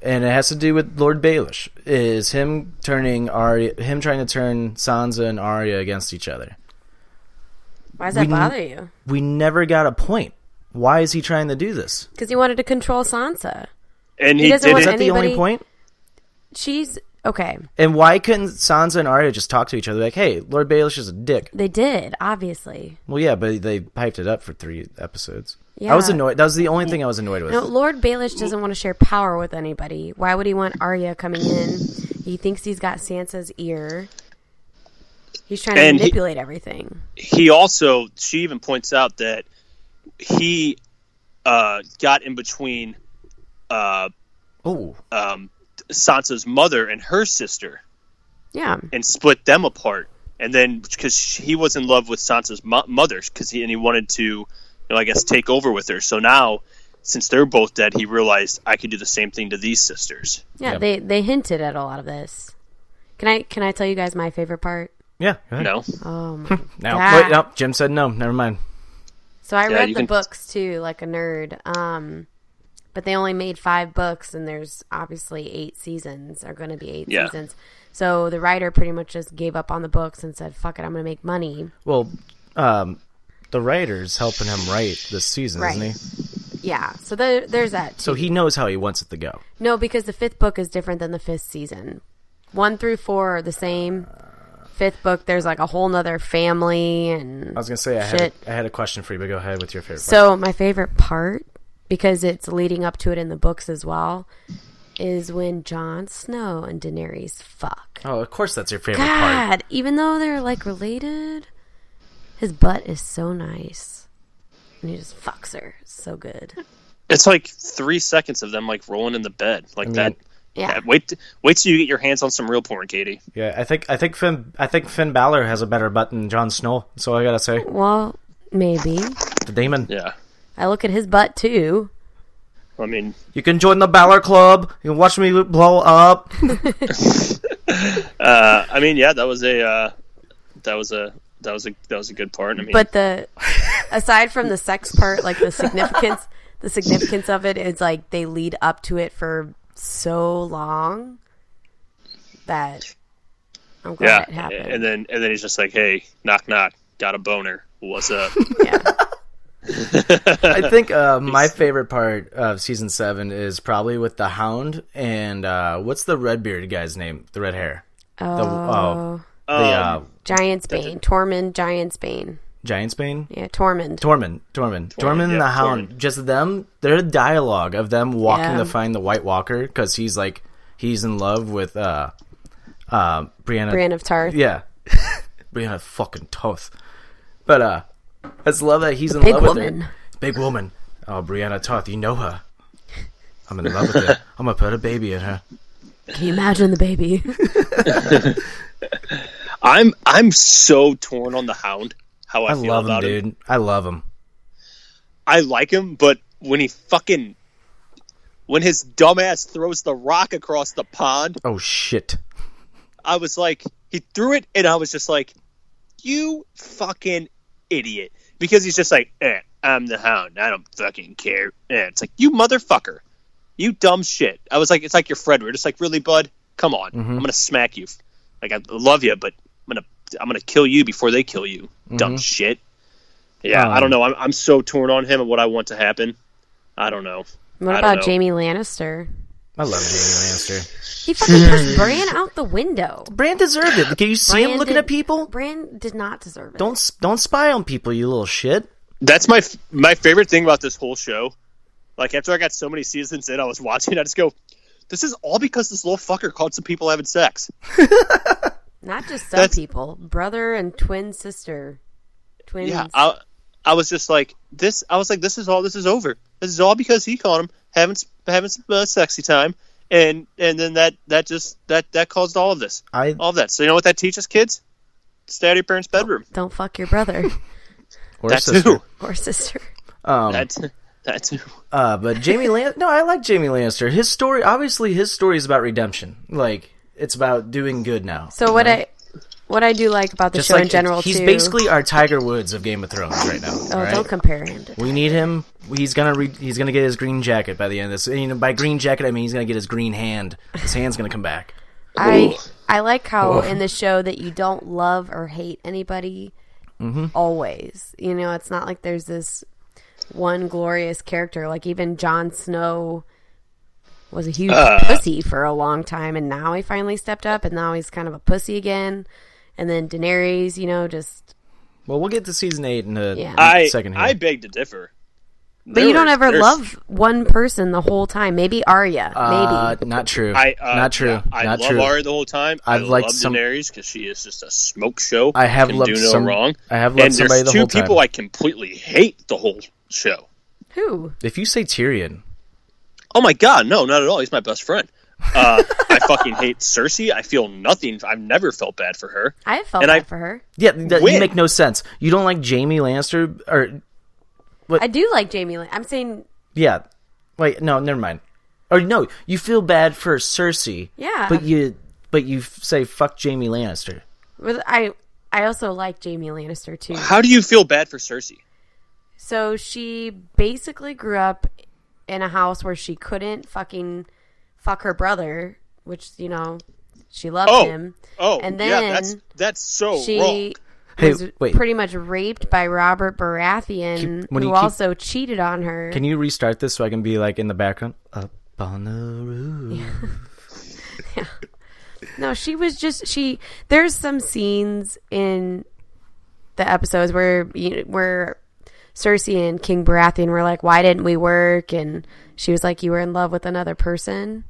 S1: and it has to do with Lord Baelish, is him turning Arya, him trying to turn Sansa and Arya against each other.
S7: Why does that
S1: we-
S7: bother you?
S1: We never got a point. Why is he trying to do this?
S7: Because he wanted to control Sansa.
S8: And he,
S7: He doesn't
S8: did
S7: want
S8: it.
S1: Is that the only
S7: Anybody-
S1: point?
S7: She's okay.
S1: And why couldn't Sansa and Arya just talk to each other like, "Hey, Lord Baelish is a dick."
S7: They did, obviously.
S1: Well, yeah, but they piped it up for three episodes. I was
S7: Yeah.
S1: annoyed. That was the only thing I was annoyed with.
S7: No, Lord Baelish doesn't want to share power with anybody. Why would he want Arya coming in? He thinks he's got Sansa's ear. He's trying
S8: And
S7: to
S8: he-
S7: manipulate everything.
S8: He also, she even points out that he uh, got in between uh,
S1: Oh,
S8: um, Sansa's mother and her sister
S7: Yeah.
S8: and split them apart. And then because he was in love with Sansa's mo- mother, because he and he wanted to, you know, I guess, take over with her. So now, since they're both dead, he realized I could do the same thing to these sisters.
S7: Yeah, they they hinted at a lot of this. Can I can I tell you guys my favorite part?
S1: yeah. go ahead.
S8: No,
S7: Oh my
S1: No.
S7: God.
S1: Wait, no. Jim said no. Never mind.
S7: So I
S8: Yeah,
S7: read
S8: you
S7: the
S8: can-
S7: books too, like a nerd. Um, but they only made five books, and there's obviously eight seasons. Are going to be eight
S8: Yeah.
S7: seasons. So the writer pretty much just gave up on the books and said, "Fuck it, I'm going to make money."
S1: Well, um, the writer's helping him write this season,
S7: Right.
S1: isn't he?
S7: Yeah. So there, there's that.
S1: So he knows how he wants it to go.
S7: No, because the fifth book is different than the fifth season. One through four are the same. Fifth book, there's like a whole nother family and
S1: I was gonna say I had
S7: Shit.
S1: a, I had a question for you, but go ahead with your favorite. part.
S7: So my favorite part, because it's leading up to it in the books as well, is when Jon Snow and Daenerys fuck.
S1: Oh, of course, that's your favorite part.
S7: God, even though they're like related, his butt is so nice, and he just fucks her It's so good.
S8: it's like three seconds of them like rolling in the bed like that.
S7: Yeah,
S8: Wait, wait till you get your hands on some real porn, Katie.
S1: Yeah, I think I think Finn I think Finn Balor has a better butt than Jon Snow. So I gotta say,
S7: well, maybe
S1: the demon.
S8: Yeah,
S7: I look at his butt too.
S8: I mean,
S1: You can join the Balor Club. You can watch me blow up.
S8: uh, I mean, yeah, that was a, uh, that was a, that was a, that was a good part. I mean,
S7: But the aside from the sex part, like the significance, the significance of it is like they lead up to it for so long that I'm glad
S8: yeah,
S7: it happened.
S8: and then and then he's just like, hey, knock knock, got a boner. What's up?
S7: yeah.
S1: I think uh, my favorite part of season seven is probably with the Hound and uh, what's the red beard guy's name? The red hair.
S7: Oh,
S1: The, oh, the uh,
S7: Giant's Bane, Tormund, Giant's Bane.
S1: Giant's Bane.
S7: Yeah, Tormund.
S1: Tormund, Tormund, Tormund, and
S8: yeah,
S1: the Hound. Just them, their dialogue of them walking
S7: Yeah.
S1: to find the White Walker because he's like he's in love with uh, uh, Brianna.
S7: Brienne of Tarth.
S1: Yeah, Brianna fucking Toth. But uh, I just love that he's in
S7: big
S1: love with
S7: woman.
S1: her. Big woman. Oh, Brianna Toth, you know her. I'm in love with her. I'm gonna put a baby in her.
S7: Can you imagine the baby?
S8: I'm I'm so torn on the Hound. How I,
S1: I
S8: feel
S1: love him,
S8: about
S1: dude. I love him.
S8: I like him, but when he fucking when his dumbass throws the rock across the pond,
S1: Oh shit.
S8: I was like, he threw it, and I was just like, you fucking idiot, because he's just like, eh, I'm the Hound. I don't fucking care. Eh. It's like you motherfucker, you dumb shit. I was like, it's like your Fred. We're just like, really, bud? Come on, I'm gonna smack you. Like I love you, but I'm gonna I'm gonna kill you before they kill you. Dumb shit. Yeah, I don't know. I'm I'm so torn on him and what I want to happen. I don't know.
S7: what
S8: I don't
S7: about
S8: know.
S7: Jamie Lannister?
S1: I love Jamie Lannister.
S7: He fucking pushed Bran out the window.
S1: Bran deserved it. Can you see him
S7: Bran
S1: looking
S7: did-
S1: at people?
S7: Bran did not deserve it.
S1: Don't s- don't spy on people, you little shit.
S8: That's my f- my favorite thing about this whole show. Like after I got so many seasons in, I was watching. I just go, "This is all because this little fucker called some people having sex."
S7: Not just some
S8: That's-
S7: people, brother and twin sister, twins.
S8: Yeah, Mm-hmm. I, I was just like this. I was like, this is all. This is over. This is all because he caught him having s- having some uh, sexy time, and and then that that just that that caused all of this,
S1: I
S8: all of that. So you know what that teaches kids? Stay out of your parents' bedroom.
S7: Don't fuck your brother
S1: or
S8: That
S1: sister.
S8: too.
S7: or sister.
S1: Um,
S8: That that too.
S1: Uh, but Jamie Lan no, I like Jamie Lannister. His story, obviously, his story is about redemption. Like it's about doing good now.
S7: So what I what I do like about the
S1: Just
S7: show
S1: like
S7: in general
S1: he's
S7: too.
S1: basically our Tiger Woods of Game of Thrones right now.
S7: oh,
S1: right?
S7: don't compare him. To,
S1: we need him. He's gonna re- he's gonna get his green jacket by the end of this. And, you know, by green jacket, I mean he's gonna get his green hand. His hand's gonna come back.
S7: I I like how in the show that you don't love or hate anybody
S8: Mm-hmm.
S7: always. You know, it's not like there's this one glorious character. Like even Jon Snow was a huge pussy for a long time, and now he finally stepped up, and now he's kind of a pussy again. And then Daenerys, you know, just
S1: Well, we'll get to season eight in a
S7: Yeah.
S8: I
S1: second. Here.
S8: I beg to differ.
S7: but you don't ever love one person the whole time. Maybe Arya,
S1: uh,
S7: maybe.
S1: not true.
S8: I uh,
S1: not true.
S8: yeah, I
S1: not
S8: love
S1: true.
S8: Arya the whole time. i
S1: I've liked
S8: love
S1: some-
S8: Daenerys because she is just a smoke show.
S1: I have
S8: can
S1: loved
S8: do no
S1: some-
S8: wrong.
S1: I have loved
S8: and
S1: somebody
S8: there's
S1: the
S8: two
S1: whole
S8: people
S1: time.
S8: I completely hate the whole show.
S7: Who?
S1: If you say Tyrion,
S8: Oh my god, no, not at all. He's my best friend. Uh, I fucking hate Cersei. I feel nothing. I've never felt bad for her.
S7: I felt
S8: And
S7: bad
S8: I-
S7: for her.
S1: yeah, that you
S8: Win.
S1: make no sense. You don't like Jamie Lannister, or
S7: I do like Jamie. Lin- I'm saying
S1: Yeah. Wait, no, never mind. Or no, you feel bad for Cersei.
S7: Yeah.
S1: But you but you f- say fuck Jamie Lannister.
S7: with I I also like Jamie Lannister too.
S8: How do you feel bad for Cersei?
S7: So she basically grew up in a house where she couldn't fucking fuck her brother, which you know she loved
S8: Oh.
S7: him.
S8: Oh,
S7: And
S8: yeah,
S7: then
S8: that's that's so wrong.
S7: She
S1: Hey,
S7: was
S1: wait.
S7: pretty much raped by Robert Baratheon,
S1: Keep- when
S7: who
S1: you keep-
S7: also cheated on her.
S1: Can you restart this so I can be like in the background? Up on the roof.
S7: No, she was just she. There's some scenes in the episodes where you know, where Cersei and King Baratheon were like, "Why didn't we work?" And she was like, "You were in love with another person,"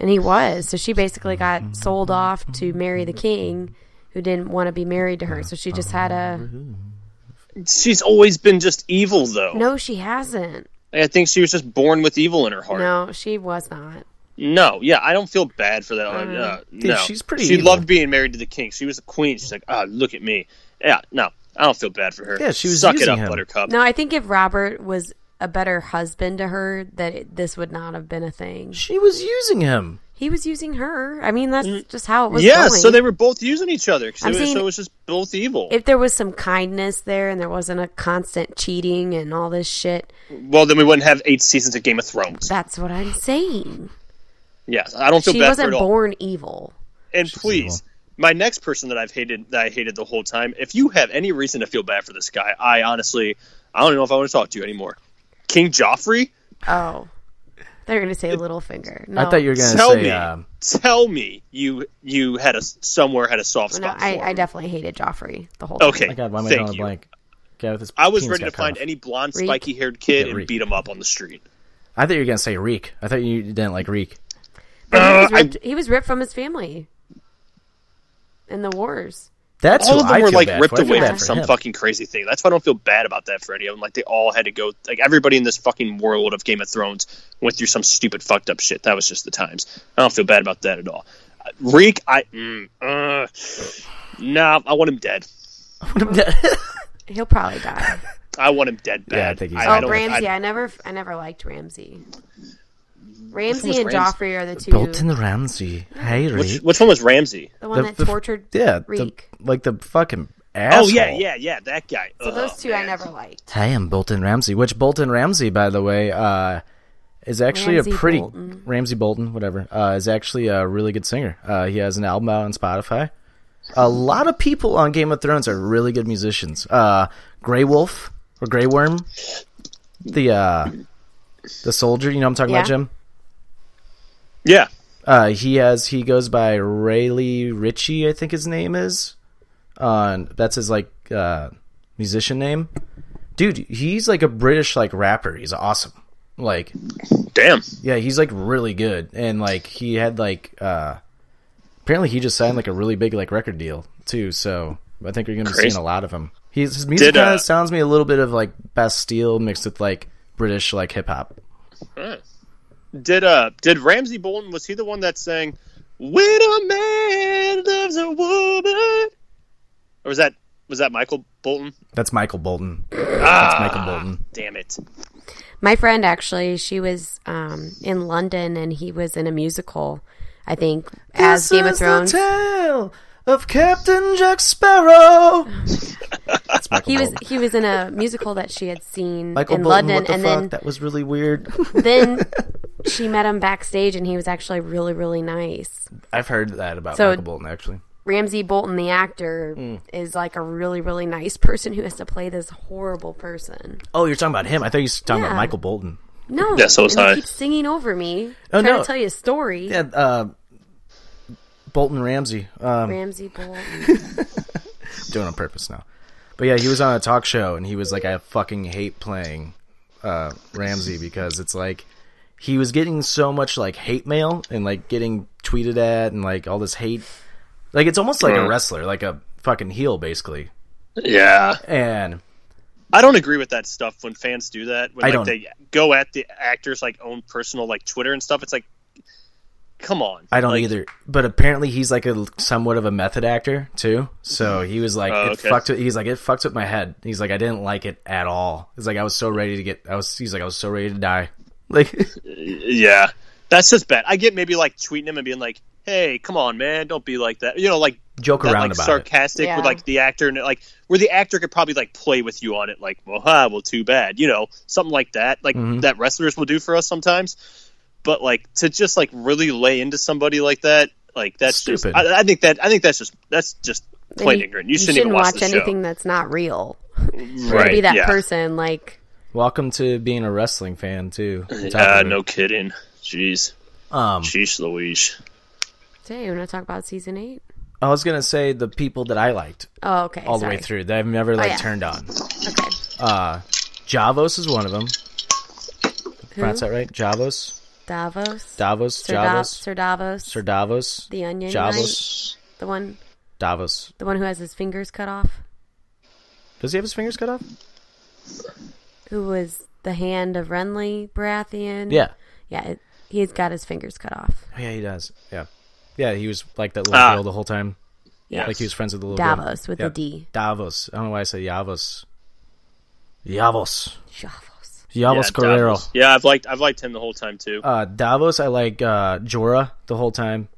S7: and he was. So she basically got sold off to marry the king, who didn't want to be married to her. So she just had a
S8: She's always been just evil, though.
S7: no. She hasn't.
S8: I think she was just born with evil in her heart.
S7: No, she was not.
S8: No, yeah, I don't feel bad for that. Uh, no,
S1: she's pretty
S8: She
S1: evil.
S8: loved being married to the king. She was a queen. She's like, ah, look at me. Yeah, no, I don't feel bad for her.
S1: Yeah, she was
S8: suck it
S1: using
S8: up,
S1: him.
S8: Buttercup.
S7: No, I think if Robert was a better husband to her, that it, this would not have been a thing.
S1: She was using him.
S7: He was using her. I mean, that's just how it was.
S8: Mm. yeah,
S7: going.
S8: so they were both using each other. 'cause
S7: I'm
S8: it was-
S7: saying-
S8: so it was just both evil.
S7: If there was some kindness there, and there wasn't a constant cheating and all this shit,
S8: well, then we wouldn't have eight seasons of Game of Thrones.
S7: that's what I'm saying.
S8: Yes, I don't feel
S7: She
S8: bad for it
S7: wasn't
S8: at all.
S7: born evil.
S8: And please, my next person that I've hated, that I hated the whole time. If you have any reason to feel bad for this guy, I honestly, I don't know if I want to talk to you anymore. King Joffrey,
S7: Oh, they're gonna say Littlefinger. No,
S1: I thought you were gonna
S8: tell
S1: say
S8: me,
S1: uh,
S8: tell me, you you had a somewhere had a soft
S7: No,
S8: spot.
S7: I,
S8: for
S7: I
S8: him.
S7: definitely hated Joffrey the whole time.
S8: okay.
S1: my god, why am I
S8: thank
S1: drawing a
S8: you.
S1: blank? Guy with his
S8: I was
S1: penis
S8: ready to
S1: got cut
S8: find
S1: off.
S8: any blonde,
S7: Reek.
S8: spiky haired kid
S1: Yeah,
S8: and
S1: Reek.
S8: beat him up on the street.
S1: I thought you were gonna say Reek. I thought you didn't like Reek.
S7: But he, was
S8: Uh, I-
S7: ripped, he was ripped from his family in the wars.
S1: That's
S8: all
S1: who
S8: of them
S1: I
S8: were
S1: feel
S8: like
S1: bad
S8: ripped
S1: for. I feel
S8: away
S1: bad
S8: from
S1: for
S8: some
S1: him.
S8: fucking crazy thing. That's why I don't feel bad about that for any of them. Like they all had to go. Like everybody in this fucking world of Game of Thrones went through some stupid fucked up shit. That was just the times. I don't feel bad about that at all. Uh, Reek, I mm, uh, nah, I want him dead.
S7: He'll probably die.
S8: I want him dead bad.
S1: Yeah, I think he's
S7: Oh,
S8: don't-
S7: Ramsey!
S8: I-
S7: I, never, I never liked Ramsey. Ramsey
S8: was
S7: and
S8: Ramsay?
S7: Joffrey are the two.
S1: Bolton Ramsey. Hey
S8: which,
S1: Reek.
S8: which one was Ramsey?
S7: The one
S1: The-
S7: that
S1: the-
S7: tortured
S1: Yeah, the-
S7: Reek.
S1: like the fucking
S8: Oh
S1: asshole.
S8: yeah, yeah, yeah. That guy.
S7: so those two I
S8: Oh, man.
S7: never liked.
S1: Hey, I'm Bolton Ramsey. Which Bolton Ramsey, by the way, uh, is actually
S7: Ramsey
S1: a pretty
S7: Bolton.
S1: Ramsey Bolton, whatever, uh, is actually a really good singer. Uh, he has an album out on Spotify. A lot of people on Game of Thrones are really good musicians. Uh, Grey Wolf or Grey Worm, the uh, the soldier. You know what I'm talking about,
S7: Yeah.
S1: Jim.
S8: Yeah.
S1: Uh, he has he goes by Rayleigh Ritchie, I think his name is. Uh, that's his like uh, musician name. Dude, he's like a British like rapper. He's awesome. Like
S8: Damn.
S1: yeah, he's like really good, and like he had like uh, Apparently, he just signed like a really big like record deal too. So I think you're gonna be
S8: Crazy.
S1: seeing a lot of him. He's, his music
S8: Did, uh,
S1: kind of sounds to me a little bit of like Bastille mixed with like British like hip hop.
S8: Did uh did Ramsey Bolton was he the one that sang When a man loves a woman? Or was that was that Michael Bolton?
S1: That's Michael Bolton.
S8: Ah.
S1: That's Michael Bolton.
S8: Damn it.
S7: My friend actually, she was um, in London and he was in a musical. I think as Game of Thrones.
S1: tale of Captain Jack Sparrow. That's Michael
S7: He was
S1: Bolton.
S7: he was in a musical that she had seen
S1: Michael
S7: in
S1: Bolton.
S7: London,
S1: what the
S7: and
S1: fuck?
S7: then
S1: that was really weird.
S7: then she met him backstage, and he was actually really really nice.
S1: I've heard that about
S7: So-
S1: Michael Bolton actually.
S7: Ramsey Bolton, the actor,
S1: Mm.
S7: is like a really really nice person who has to play this horrible person.
S1: Oh, you're talking about him. I thought you were talking
S7: Yeah.
S1: about Michael Bolton.
S7: No,
S8: Yeah, so was
S7: and he
S8: I.
S7: keeps singing over me,
S1: Oh,
S7: trying
S1: no.
S7: to tell you a story.
S1: Yeah, uh, Bolton Ramsey. Um,
S7: Ramsey Bolton.
S1: doing it on purpose now. But yeah, he was on a talk show and he was like, I fucking hate playing uh, Ramsey because it's like he was getting so much like hate mail and like getting tweeted at and like all this hate. Like it's almost like a
S8: Mm.
S1: wrestler, like a fucking heel basically.
S8: Yeah.
S1: And
S8: I don't agree with that stuff when fans do that. When
S1: I
S8: like
S1: don't.
S8: they go at the actors like own personal like Twitter and stuff, it's like come on.
S1: I don't
S8: Like,
S1: either. But apparently he's like a somewhat of a method actor too. So he was like,
S8: Oh,
S1: it
S8: okay.
S1: fucked. With, he's like, it fucked with my head. He's like, I didn't like it at all. He's like, I was so ready to get. I was. He's like, I was so ready to die. Like,
S8: Yeah. That's just bad. I get maybe like tweeting him and being like, Hey, come on, man, don't be like that. You know, like
S1: joke
S8: that
S1: around
S8: like
S1: about it.
S8: sarcastic
S7: Yeah.
S8: with like the actor and like where the actor could probably like play with you on it like well ha well too bad you know something like that like
S1: Mm-hmm.
S8: that wrestlers will do for us sometimes but like to just like really lay into somebody like that like that's
S1: Stupid.
S8: just I, I think that I think that's just that's just
S7: Then
S8: plain ignorant you, shouldn't, even watch, the
S7: anything that's not real.
S8: show
S7: To be that
S8: yeah.
S7: person, like
S1: Welcome to being a wrestling fan too. on top
S8: uh,
S1: of it.
S8: no kidding jeez
S1: Um,
S8: jeez Louise
S7: Hey, you want to talk about season eight?
S1: I was gonna say the people that I liked
S7: Oh, okay.
S1: all
S7: sorry. Oh,
S1: the way through that I've never like
S7: yeah.
S1: turned on.
S7: Okay.
S1: Uh, Javos is one of them. Pronounce that right? Javos,
S7: Davos.
S1: Davos,
S7: Sir, Da-
S1: Javos,
S7: Sir Davos.
S1: Sir Davos,
S7: the Onion. Knight,
S1: Javos,
S7: the one,
S1: Davos.
S7: the one who has his fingers cut off.
S1: Does he have his fingers cut off?
S7: Who was the hand of Renly Baratheon?
S1: Yeah,
S7: Yeah. It, he's got his fingers cut off.
S1: Oh, yeah, he does. Yeah, yeah, he was like that little
S8: Ah.
S1: girl the whole time.
S7: Yeah.
S1: like he was friends with the little girl.
S7: Davos with
S1: Yeah.
S7: a D.
S1: Davos. I don't know why I said Javos. Javos,
S7: Davos.
S1: Javos
S8: yeah,
S1: Guerrero.
S8: Davos. yeah I've liked I've liked him the whole time too
S1: Uh, Davos, I like uh, Jorah the whole time.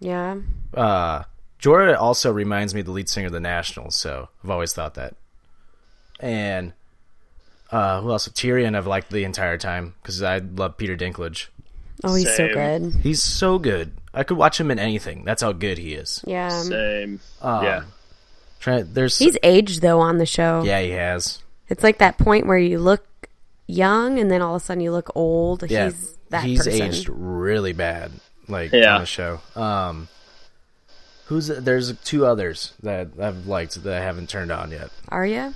S7: Yeah.
S1: uh Jorah also reminds me of the lead singer of the Nationals, so I've always thought that. And uh who else? Tyrion I've liked the entire time because I love Peter Dinklage.
S7: Oh, he's so
S8: Same.
S7: good.
S1: He's so good. I could watch him in anything. That's how good he is.
S7: Yeah.
S8: same
S1: uh.
S8: yeah
S1: Try- There's
S7: He's aged though on the show.
S1: yeah, he has.
S7: It's like that point where you look young and then all of a sudden you look old.
S1: Yeah,
S7: He's that
S1: he's
S7: person.
S1: aged really bad, like
S8: Yeah.
S1: on the show. Um, who's there's two others that I've liked that I haven't turned on yet.
S7: Are you?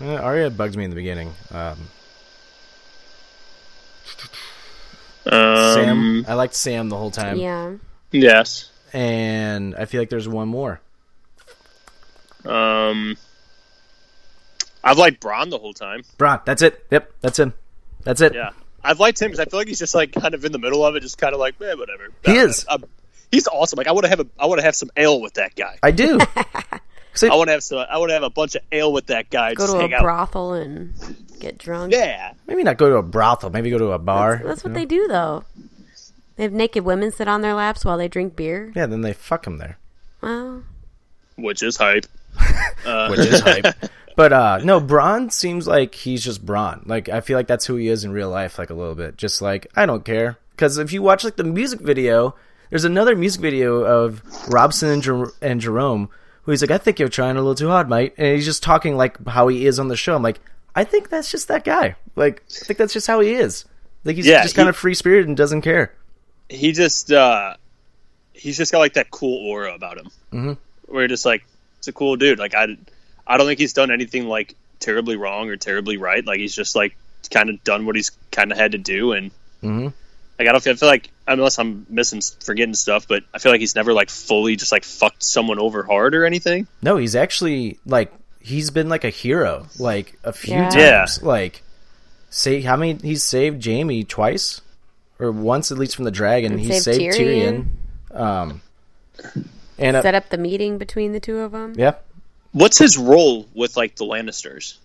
S1: Uh, Arya bugged me in the beginning. Um,
S8: Um,
S1: Sam, I liked Sam the whole time,
S7: Yeah.
S8: yes
S1: and I feel like there's one more.
S8: Um, I've liked Braun the whole time.
S1: Bron, that's it. Yep, that's him. That's it.
S8: Yeah, I've liked him because I feel like he's just like kind of in the middle of it, just kind of like eh, whatever.
S1: He
S8: Nah,
S1: is.
S8: I'm- he's awesome. Like I want to have a, I want to have some ale with that guy.
S1: I do.
S8: I want to have some, I want to have a bunch of ale with that guy.
S7: Go
S8: just
S7: to a
S8: hang out.
S7: brothel and get drunk.
S8: Yeah,
S1: maybe not go to a brothel. Maybe go to a bar.
S7: That's what they do though. They have naked women sit on their laps while they drink beer.
S1: yeah, then they fuck him there,
S7: Well,
S8: which is hype.
S1: which is hype. But uh, no, Braun seems like he's just Braun. Like I feel like that's who he is in real life, like a little bit. Just like I don't care because if you watch like the music video, there's another music video of Robson and, Jer- and Jerome who he's like, I think you're trying a little too hard, mate, and he's just talking like how he is on the show. I'm like, I think that's just that guy. Like I think that's just how he is. Like he's
S8: Yeah,
S1: just kind
S8: he-
S1: of free spirited and doesn't care.
S8: He just uh, he's just got like that cool aura about him. Mm-hmm. Where you're just like it's a cool dude. Like I, I don't think he's done anything like terribly wrong or terribly right. Like he's just like kind of done what he's kind of had to do and. Like I don't feel, I feel like unless I'm missing forgetting stuff, but I feel like he's never like fully just like fucked someone over hard or anything.
S1: No, he's actually like he's been like a hero like a few
S7: Yeah.
S8: Yeah.
S1: times. Like say how many he's saved Jamie twice or once at least from the dragon.
S7: And
S1: he
S7: saved
S1: saved, Tyrion. Um and uh,
S7: Set up the meeting between the two of them.
S1: yeah,
S8: What's his role with like the Lannisters?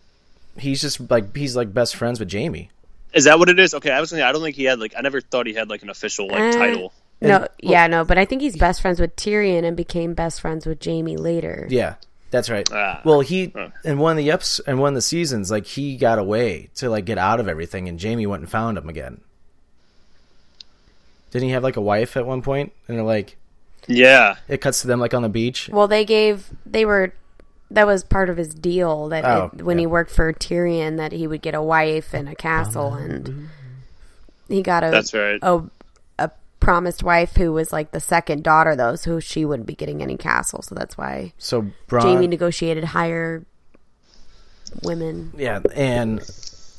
S1: he's just like he's like best friends with Jamie.
S8: Is that what it is? Okay, I was gonna. I don't think he had like. I never thought he had like an official like
S7: Uh,
S8: title.
S7: No, yeah, no, but I think he's best friends with Tyrion and became best friends with Jamie later.
S1: Yeah, that's right.
S8: Ah.
S1: well, he in one of the eps and one of the seasons, like he got away to like get out of everything, and Jamie went and found him again. Didn't he have like a wife at one point? And they're like,
S8: Yeah,
S1: it cuts to them like on the beach.
S7: Well, they gave they were that was part of his deal that
S1: Oh,
S7: it- when he
S1: yeah.
S7: worked for Tyrion that he would get a wife and a castle and he got a
S8: that's right.
S7: a a promised wife who was like the second daughter though, so she wouldn't be getting any castle, so that's why
S1: So Bron,
S7: Jamie negotiated higher women.
S1: yeah, and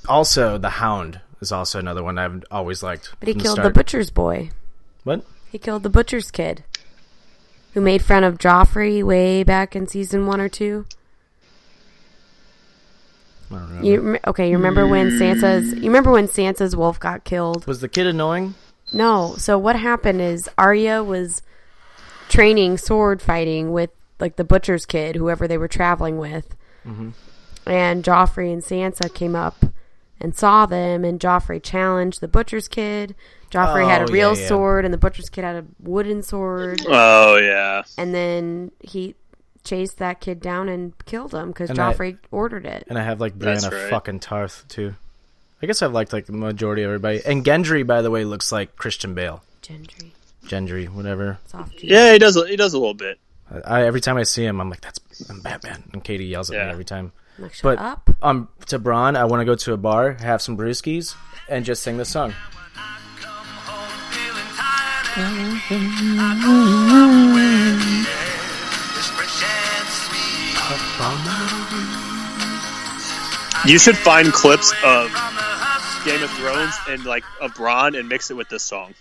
S1: also the Hound is also another one I've always liked.
S7: But he
S1: from
S7: killed the
S1: start.
S7: butcher's boy.
S1: What?
S7: He killed the butcher's kid, who made fun of Joffrey way back in season one or two.
S1: I don't know.
S7: You rem- okay? You remember when Sansa's? You remember when Sansa's wolf got killed?
S1: Was the kid annoying?
S7: No. So what happened is Arya was training sword fighting with like the butcher's kid, whoever they were traveling with,
S1: Mm-hmm.
S7: and Joffrey and Sansa came up and saw them, and Joffrey challenged the butcher's kid. Joffrey had
S1: Oh,
S7: a real
S1: yeah, yeah.
S7: sword, and the butcher's kid had a wooden sword.
S8: oh yeah,
S7: and then he chased that kid down and killed him because
S1: And I-
S7: Joffrey ordered it.
S1: And I have like
S8: That's
S1: Brianna
S8: right.
S1: fucking Tarth too. I guess I've liked like the majority of everybody. And Gendry, by the way, looks like Christian Bale.
S7: Gendry,
S1: Gendry, whatever.
S7: soft G.
S8: yeah. He does. He does a little bit.
S1: I, every time I see him, I'm like, "That's I'm Batman," and Katie yells at me
S8: Yeah.
S1: every time.
S7: I'm like, shut
S1: But
S7: up.
S1: um, to Braun, I want to go to a bar, have some brewskis, and just sing this song.
S5: Come home feeling tired and it's fresh and sweet.
S8: You should find clips of
S5: From the hustle
S8: Game of Thrones and like of Bronn and mix it with this song.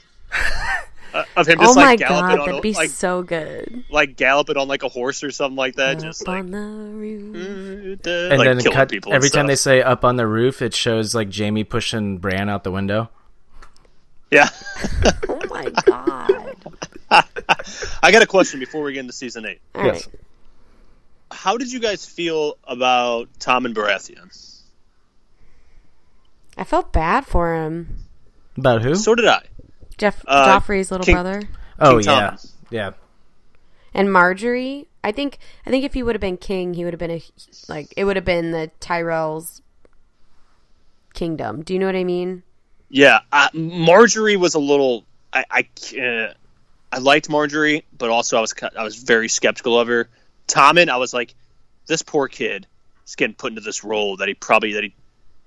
S8: Uh, of him
S7: Oh
S8: just
S7: my
S8: like galloping
S7: god,
S8: on
S7: that'd
S8: a,
S7: be
S8: like
S7: so good.
S8: like galloping on like a horse or something like that. Just
S7: Up
S8: like, Mm.
S7: on the roof.
S8: and
S1: And
S8: like
S1: then
S8: killing
S1: cut,
S8: people. and
S1: every time they
S8: stuff.
S1: say "up on the roof," it shows like Jamie pushing Bran out the window.
S8: yeah.
S7: Oh my god.
S8: I got a question before we get into season eight.
S7: All right.
S8: How did you guys feel about Tom and Baratheon?
S7: I felt bad for him.
S1: About who?
S8: So did I.
S7: Jeff
S8: Uh,
S7: Joffrey's little
S8: King-
S7: brother
S1: oh
S8: King
S1: yeah,
S8: Tom.
S1: yeah.
S7: and Marjorie. I think I think if he would have been king, he would have been a like it would have been the Tyrell's kingdom. Do you know what I mean?
S8: Yeah, I, Marjorie was a little. I I, can't- I liked Marjorie, but also I was ki- I was very skeptical of her. Tommen, I was like, this poor kid is getting put into this role that he probably that he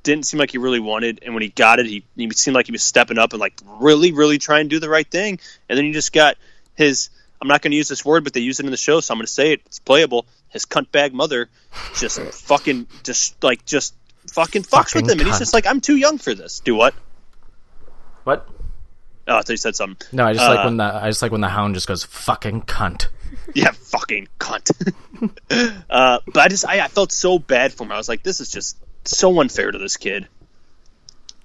S8: didn't seem like he really wanted, and when he got it, he, he seemed like he was stepping up and like really really trying to do the right thing, and then you just got his. I'm not going to use this word, but they use it in the show, so I'm going to say it. It's playable. His cuntbag mother just fucking just like just fucking fucks
S1: Fucking
S8: with him, and he's
S1: cunt.
S8: just like, I'm too young for this. Do what?
S1: What?
S8: Oh, I thought you said something.
S1: No, I just
S8: Uh,
S1: like when the I just like when the hound just goes fucking cunt.
S8: Yeah, fucking cunt. uh, but I just, I, I felt so bad for him. I was like, this is just so unfair to this kid.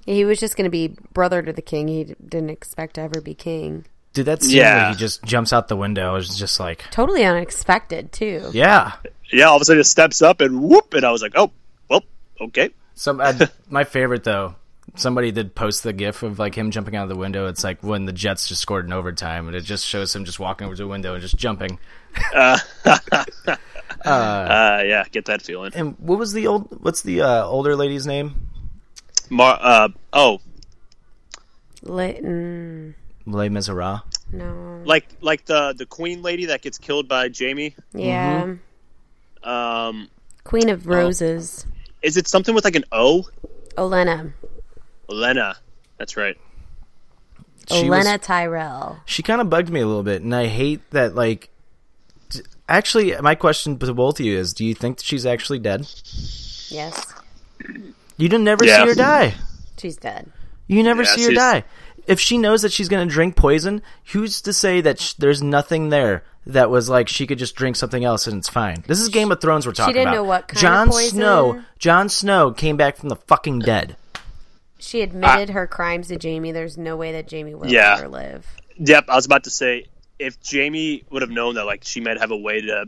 S7: He was just going to be brother to the king. He d- didn't expect to ever be king.
S1: Dude, that scene
S8: Yeah.
S1: where he just jumps out the window is just like,
S7: Totally unexpected, too.
S1: yeah.
S8: Yeah, all of a sudden he steps up and whoop, and I was like, oh, well, okay.
S1: Some I, uh, my favorite though. Somebody did post the gif of like him jumping out of the window. It's like when the Jets just scored in overtime, and it just shows him just walking over to a window and just jumping.
S8: Uh, yeah, get that feeling.
S1: And what was the old? What's the uh, older lady's name?
S8: Mar- uh, oh,
S7: Litton.
S1: Les Miserables.
S7: No.
S8: like like the the queen lady that gets killed by Jamie.
S7: Yeah.
S8: Um,
S7: Queen of Roses.
S8: is it something with like an O?
S7: Olenna.
S8: Lena. That's right.
S1: She was-
S7: Olenna Tyrell.
S1: she kind of bugged me a little bit, and I hate that. Like, d- actually, my question to both of you is: Do you think that she's actually dead?
S7: Yes.
S1: You didn't never
S8: Yeah.
S1: see her die.
S7: She's dead.
S1: You never
S8: Yeah,
S1: see her
S8: she's-
S1: die. if she knows that she's going to drink poison, who's to say that sh- there's nothing there that was like she could just drink something else and it's fine? This is Game of Thrones we're talking
S7: didn't
S1: about.
S7: know what kind of
S1: Jon
S7: poison.
S1: Snow, Jon Snow came back from the fucking dead.
S7: She admitted her crimes to Jamie. There's no way that Jamie will
S8: Yeah.
S7: let her live.
S8: Yep, I was about to say if Jamie would have known that like she might have a way to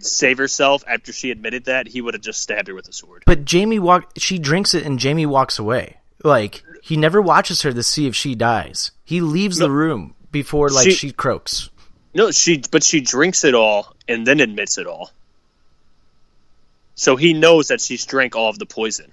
S8: save herself after she admitted that, he would have just stabbed her with a sword.
S1: But Jamie walk she drinks it and Jamie walks away. Like he never watches her to see if she dies. He leaves the room before like
S8: She-
S1: she croaks.
S8: No, she but she drinks it all and then admits it all. So he knows that she's drank all of the poison.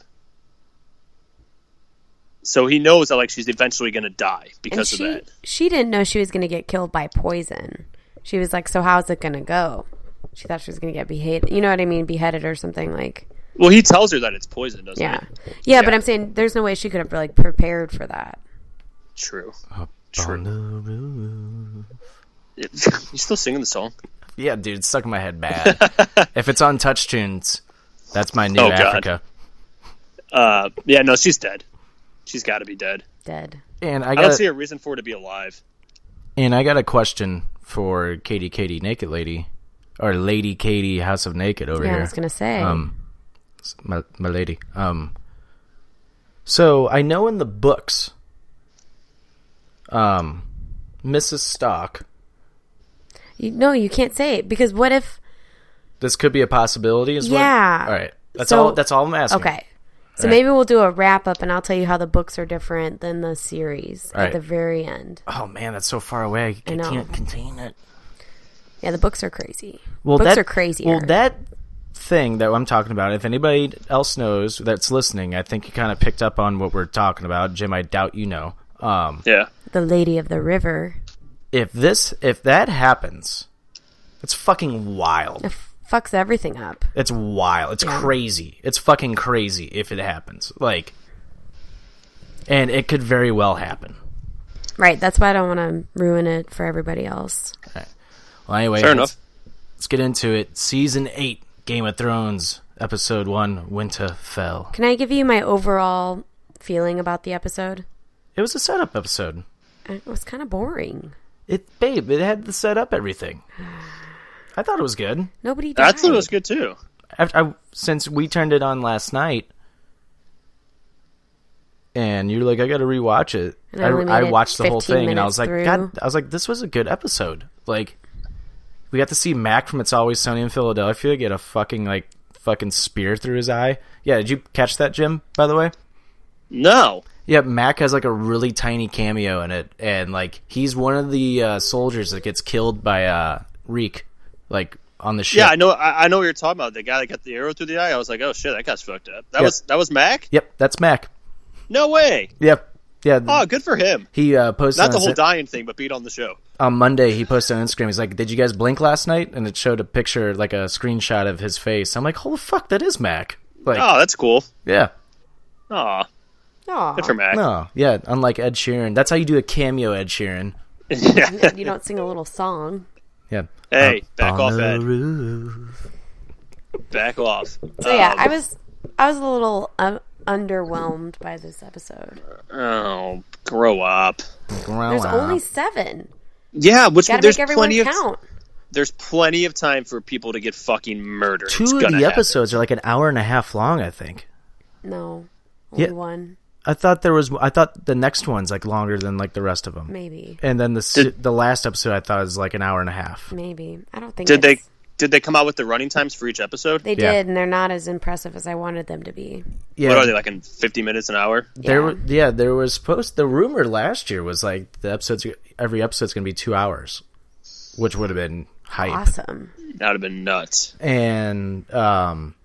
S8: So he knows that like she's eventually going to die
S7: And
S8: because of
S7: she
S8: that.
S7: she didn't know she was going to get killed by poison. She was like, "So how's it going to go?" She thought she was going to get beheaded. You know what I mean? Beheaded or something like.
S8: Well, he tells her that it's poison, doesn't
S7: Yeah.
S8: he?
S7: yeah, But I'm saying there's no way she could have like prepared for that.
S8: True. True. you still singing the song?
S1: Yeah, dude, it's stuck in my head bad. if it's on touch tunes, that's my new
S8: Oh, God.
S1: Africa.
S8: Uh, yeah, no, she's dead. She's got to be dead.
S7: Dead.
S1: And I
S8: I
S7: Uh,
S8: don't
S1: got
S8: see a reason for her to be alive.
S1: and I got a question for Katie Katie Naked Lady. Or Lady Katie House of Naked over
S7: Yeah,
S1: here. Um,
S7: I was going to say.
S1: my, my lady. Um, so I know in the books, um, Mrs. Stock.
S7: you, no, you can't say it because what if?
S1: This could be a possibility. Is what-
S7: Yeah.
S1: all right. That's
S7: So-
S1: all. That's all I'm asking.
S7: Okay. So maybe we'll do a wrap up and I'll tell you how the books are different than the series
S1: All right.
S7: at the very end.
S1: Oh man, that's so far away. I,
S7: I know.
S1: can't contain it.
S7: Yeah, the books are crazy.
S1: Well,
S7: books
S1: that,
S7: are crazy.
S1: Well, that thing that I'm talking about. If anybody else knows that's listening, I think you kind of picked up on what we're talking about, Jim. I doubt you know. Um,
S8: Yeah.
S7: the Lady of the River.
S1: if this, if that happens, it's fucking wild.
S7: It fucks everything up.
S1: It's wild. It's crazy. It's fucking crazy if it happens. Like, and it could very well happen.
S7: Right. That's why I don't want to ruin it for everybody else.
S1: Well, anyway,
S8: Fair
S1: let's,
S8: enough.
S1: let's get into it. Season eight, Game of Thrones, episode one, Winterfell.
S7: Can I give you my overall feeling about the episode?
S1: It was a setup episode.
S7: It was kind of boring.
S1: It, babe, it had to set up everything. I thought it was good.
S7: Nobody
S8: I
S7: died.
S8: thought it was good too.
S1: After I, since we turned it on last night, and you're like, I got to rewatch it.
S7: And I
S1: I,
S7: only made
S1: I
S7: it
S1: watched the whole
S7: 15
S1: thing, and I
S7: minutes
S1: was like,
S7: through.
S1: God, I was like, this was a good episode. Like, we got to see Mac from It's Always Sunny in Philadelphia get a fucking like fucking spear through his eye. Yeah, did you catch that, Jim? By the way.
S8: No.
S1: Yeah, Mac has like a really tiny cameo in it, and like he's one of the uh, soldiers that gets killed by uh, Reek, like on the ship.
S8: Yeah, I know. I, I know what you're talking about. The guy that got the arrow through the eye. I was like, oh shit, that guy's fucked up. That
S1: Yeah.
S8: was that was Mac.
S1: Yep, that's Mac.
S8: No way.
S1: Yep, yeah.
S8: Oh, good for him.
S1: he uh, posted
S8: Not
S1: on
S8: the whole
S1: Insta-
S8: dying thing, but beat on the show.
S1: on Monday he posted on Instagram. He's like, "Did you guys blink last night?" And it showed a picture, like a screenshot of his face. I'm like, "Holy fuck, that is Mac!" Like,
S8: Oh, that's cool.
S1: yeah,
S8: Aw,
S7: Aw,
S8: good for Mac.
S1: no, yeah. Unlike Ed Sheeran, that's how you do a cameo, Ed Sheeran.
S8: yeah.
S7: you don't sing a little song.
S1: Yeah.
S8: Hey, back
S1: On
S8: off,
S1: the
S8: Ed.
S1: roof.
S8: Back off.
S7: So yeah, I was I was a little uh, underwhelmed by this episode.
S8: Oh, grow up.
S7: There's
S1: Oh, Wow.
S7: only seven.
S8: Yeah, which
S7: Got to
S8: there's
S7: make everyone
S8: plenty of
S7: count.
S8: there's plenty of time for people to get fucking murdered. It's
S1: two of
S8: gonna
S1: the
S8: happen.
S1: episodes are like an hour and a half long. I think.
S7: No, only
S1: Yeah.
S7: one
S1: I thought there was. I thought the next one's like longer than like the rest of them.
S7: maybe.
S1: And then the se- the last episode I thought was like an hour and a half.
S7: Maybe I don't think
S8: Did they
S7: it's-
S8: did they come out with the running times for each episode?
S7: They
S1: Yeah.
S7: did, and they're not as impressive as I wanted them to be.
S1: Yeah.
S8: What are they like in fifty minutes an hour?
S1: There,
S7: Yeah.
S1: were- yeah, there was supposed the rumor last year was like the episodes every episode's gonna be two hours, which would have been hype.
S7: Awesome.
S8: That would have been nuts.
S1: And um,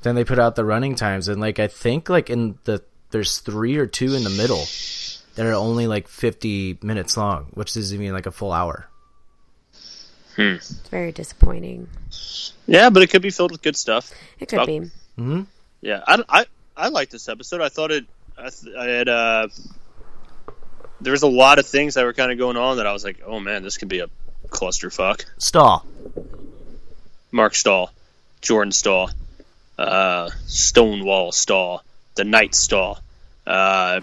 S1: then they put out the running times, and like I think like in the there's three or two in the middle that are only like 50 minutes long, which is even like a full hour.
S7: It's very disappointing.
S8: Yeah, but it could be filled with good stuff.
S7: It could
S8: Well,
S7: be.
S8: Yeah, I I, I liked this episode. I thought it. I, th- I had uh, there was a lot of things that were kind of going on that I was like, oh man, this could be a clusterfuck.
S1: Stall.
S8: Mark Stahl, Jordan Stahl, uh, Stonewall Stahl, the Night Stahl, uh,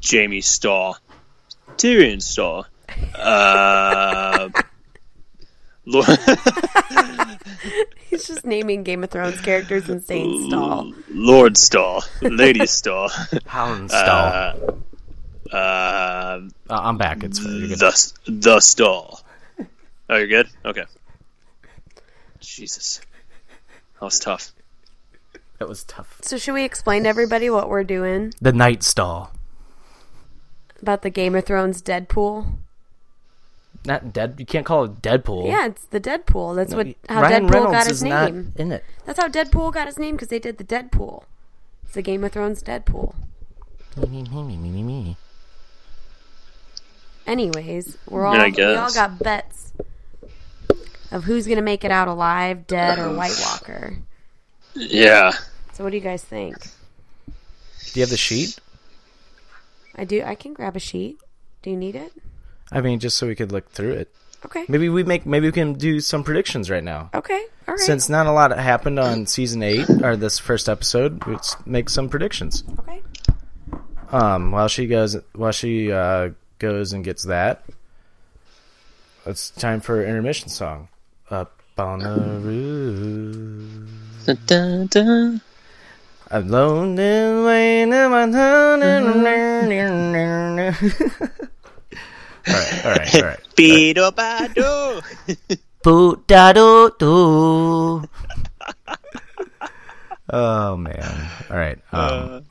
S8: Jamie Stahl, Tyrion Star. Uh, Lord,
S7: He's just naming Game of Thrones characters and saying stall.
S8: Lord Star, Lady Star,
S1: Hound
S8: uh, uh,
S1: Uh, I'm back. It's fine. You're good.
S8: the the Star. Oh, you're good. Okay. Jesus, that was tough.
S1: That was tough.
S7: So should we explain to everybody what we're doing
S1: The night stall,
S7: about the Game of Thrones Deadpool?
S1: not dead. You can't call it Deadpool.
S7: Yeah, it's the Deadpool. That's what how
S1: Ryan
S7: Deadpool
S1: Reynolds
S7: got his
S1: is
S7: name.
S1: not in it.
S7: That's how Deadpool got his name because they did the Deadpool. It's the Game of Thrones Deadpool. Anyways, we're all
S8: Yeah, I
S7: we all
S8: guess.
S7: got bets of who's gonna make it out alive, dead, or White Walker.
S8: Yeah.
S7: So what do you guys think?
S1: Do you have the sheet?
S7: I do. I can grab a sheet. Do you need it?
S1: I mean, just so we could look through it.
S7: Okay.
S1: Maybe we make. Maybe we can do some predictions right now.
S7: Okay. All right.
S1: Since not a lot happened on season eight or this first episode, let's make some predictions.
S7: okay.
S1: Um, while she goes, while she uh, goes and gets that, it's time for intermission song. Up on the roof, alone and laying in my All right, all right, all right.
S8: Beat up I do.
S1: Boo da do do. Oh man! All right, um,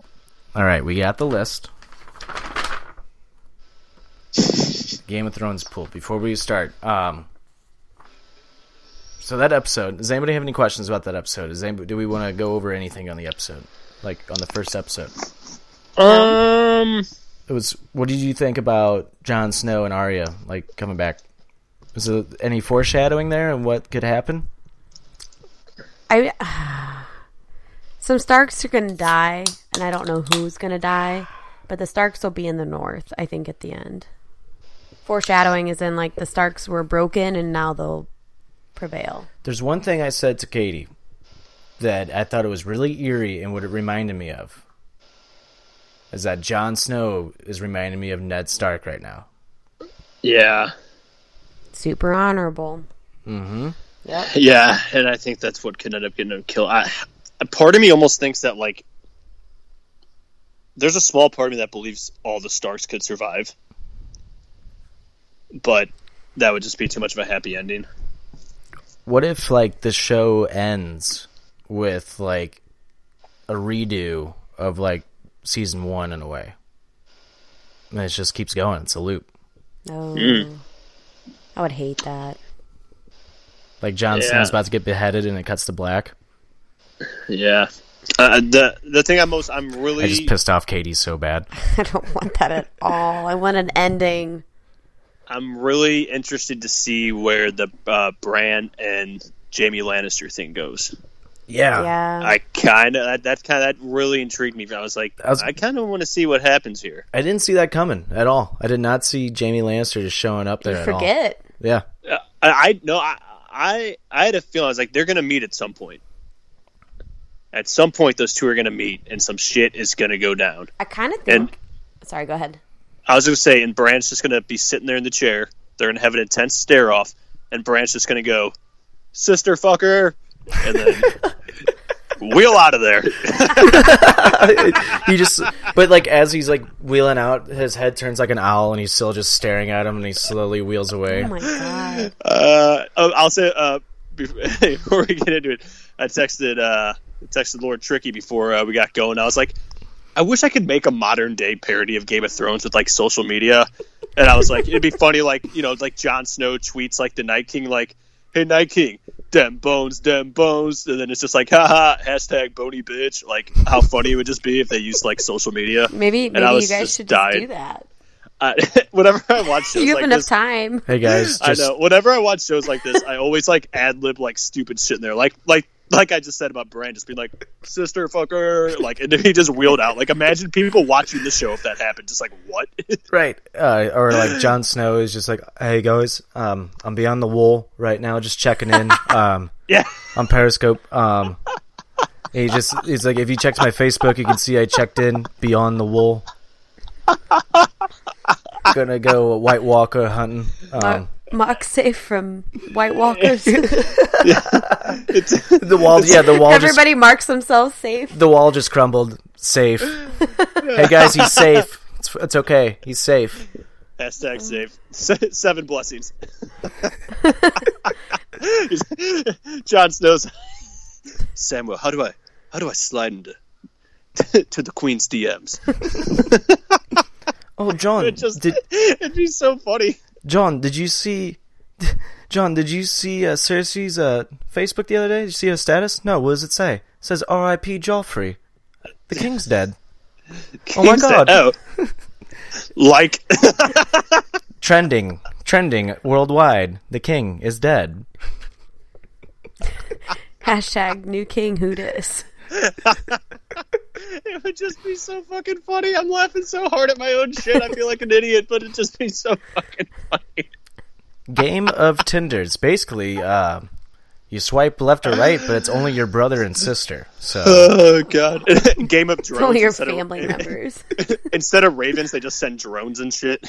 S1: all right. We got the list. Game of Thrones pool. Before we start, um, so that episode. Does anybody have any questions about that episode? Does anybody, do we want to go over anything on the episode, like on the first episode?
S8: Um.
S1: It was. What did you think about Jon Snow and Arya like coming back? Was there any foreshadowing there and what could happen?
S7: I some Starks are gonna die, and I don't know who's gonna die, but the Starks will be in the north. I think at the end. Foreshadowing is in like the Starks were broken, and now they'll prevail.
S1: There's one thing I said to Katie that I thought it was really eerie and what it reminded me of is that Jon Snow is reminding me of Ned Stark right now.
S8: Yeah.
S7: Super honorable.
S8: Yeah, and I think that's what could end up getting him killed. I, a part of me almost thinks that like there's a small part of me that believes all the Starks could survive, but that would just be too much of a happy ending.
S1: What if like the show ends with like a redo of like season 1 in a way? And it just keeps going. It's a loop.
S7: No, I would hate that.
S1: Like Jon
S8: Yeah.
S1: Snow's about to get beheaded and it cuts to black.
S8: Yeah. Uh, the the thing I'm most I'm
S1: I just
S8: really
S1: pissed off Katie so bad.
S7: I don't want that at all. I want an ending.
S8: I'm really interested to see where the uh, Bran and Jamie Lannister thing goes. Uh,
S7: Yeah.
S8: I kind of that, that kind of that really intrigued me. I was like,
S1: was-
S8: I kind of want to see what happens here.
S1: I didn't see that coming at all. I did not see Jamie Lannister just showing up there at all.
S7: Forget.
S1: Yeah.
S8: Uh, I, I no, I, I I had a feeling I was like they're gonna meet at some point. At some point, those two are gonna meet, and some shit is gonna go down.
S7: I kind of think.
S8: And-
S7: Sorry, go ahead.
S8: I was gonna say, and Bran's just gonna be sitting there in the chair. They're gonna have an intense stare off, and Bran's just gonna go, "Sister fucker," and then wheel out of there.
S1: he just but like as he's like wheeling out his head turns like an owl and he's still just staring at him and he slowly wheels away
S7: Oh my god.
S8: Uh, oh, I'll say uh, before we get into it, I texted uh, texted Lord Tricky before uh, we got going. I was like, I wish I could make a modern day parody of Game of Thrones with like social media. And I was like, it'd be funny, like you know, like Jon Snow tweets like the Night King, like, "Hey Night King, dem bones, dem bones," and then it's just like, haha, hashtag bony bitch. Like, how funny it would just be if they used like social media.
S7: Maybe
S8: I
S7: maybe you
S8: was
S7: guys
S8: just
S7: should just
S8: dying.
S7: do that.
S8: Uh, whenever I watch, shows
S7: you have
S8: like
S7: enough
S8: this,
S7: time.
S1: hey guys just,
S8: I know. Whenever I watch shows like this, I always like ad lib like stupid shit in there, like like like I just said about Brand, just being like "sister fucker," like, and then he just wheeled out. Like, imagine people watching the show if that happened, just like what?
S1: right uh, or like Jon Snow is just like hey guys um I'm beyond the wall right now just checking in um
S8: yeah,
S1: on Periscope um he just he's like if you checked my Facebook you can see I checked in beyond the wall gonna go White Walker hunting.
S7: Uh,
S1: Um,
S7: Mark safe from White Walkers.
S1: the wall, yeah, the wall just
S7: Everybody marks themselves safe.
S1: the wall just crumbled. Safe. hey guys, he's safe. It's, it's okay. He's safe.
S8: Hashtag save. Se- Seven blessings. John Snow's. Samuel, how do I, how do I slide into, to the Queen's DMs?
S1: Oh, John,
S8: Just,
S1: did
S8: it'd be so funny.
S1: John, did you see? John, did you see uh, Cersei's uh, Facebook the other day? Did you see her status? No. What does it say? It says R.I.P. Joffrey. The king's dead. oh my
S8: He said,
S1: god.
S8: Oh, like
S1: Trending, trending worldwide. The king is dead.
S7: Hashtag new king who dis.
S8: it would just be so fucking funny. I'm laughing so hard at my own shit. I feel like an idiot, but it'd just be so fucking funny.
S1: Game of Tinders. Basically, uh, you swipe left or right, but it's only your brother and sister. So
S8: Oh god, Game of Drones.
S7: All your
S8: instead of-
S7: family members.
S8: Instead of ravens, they just send drones and shit.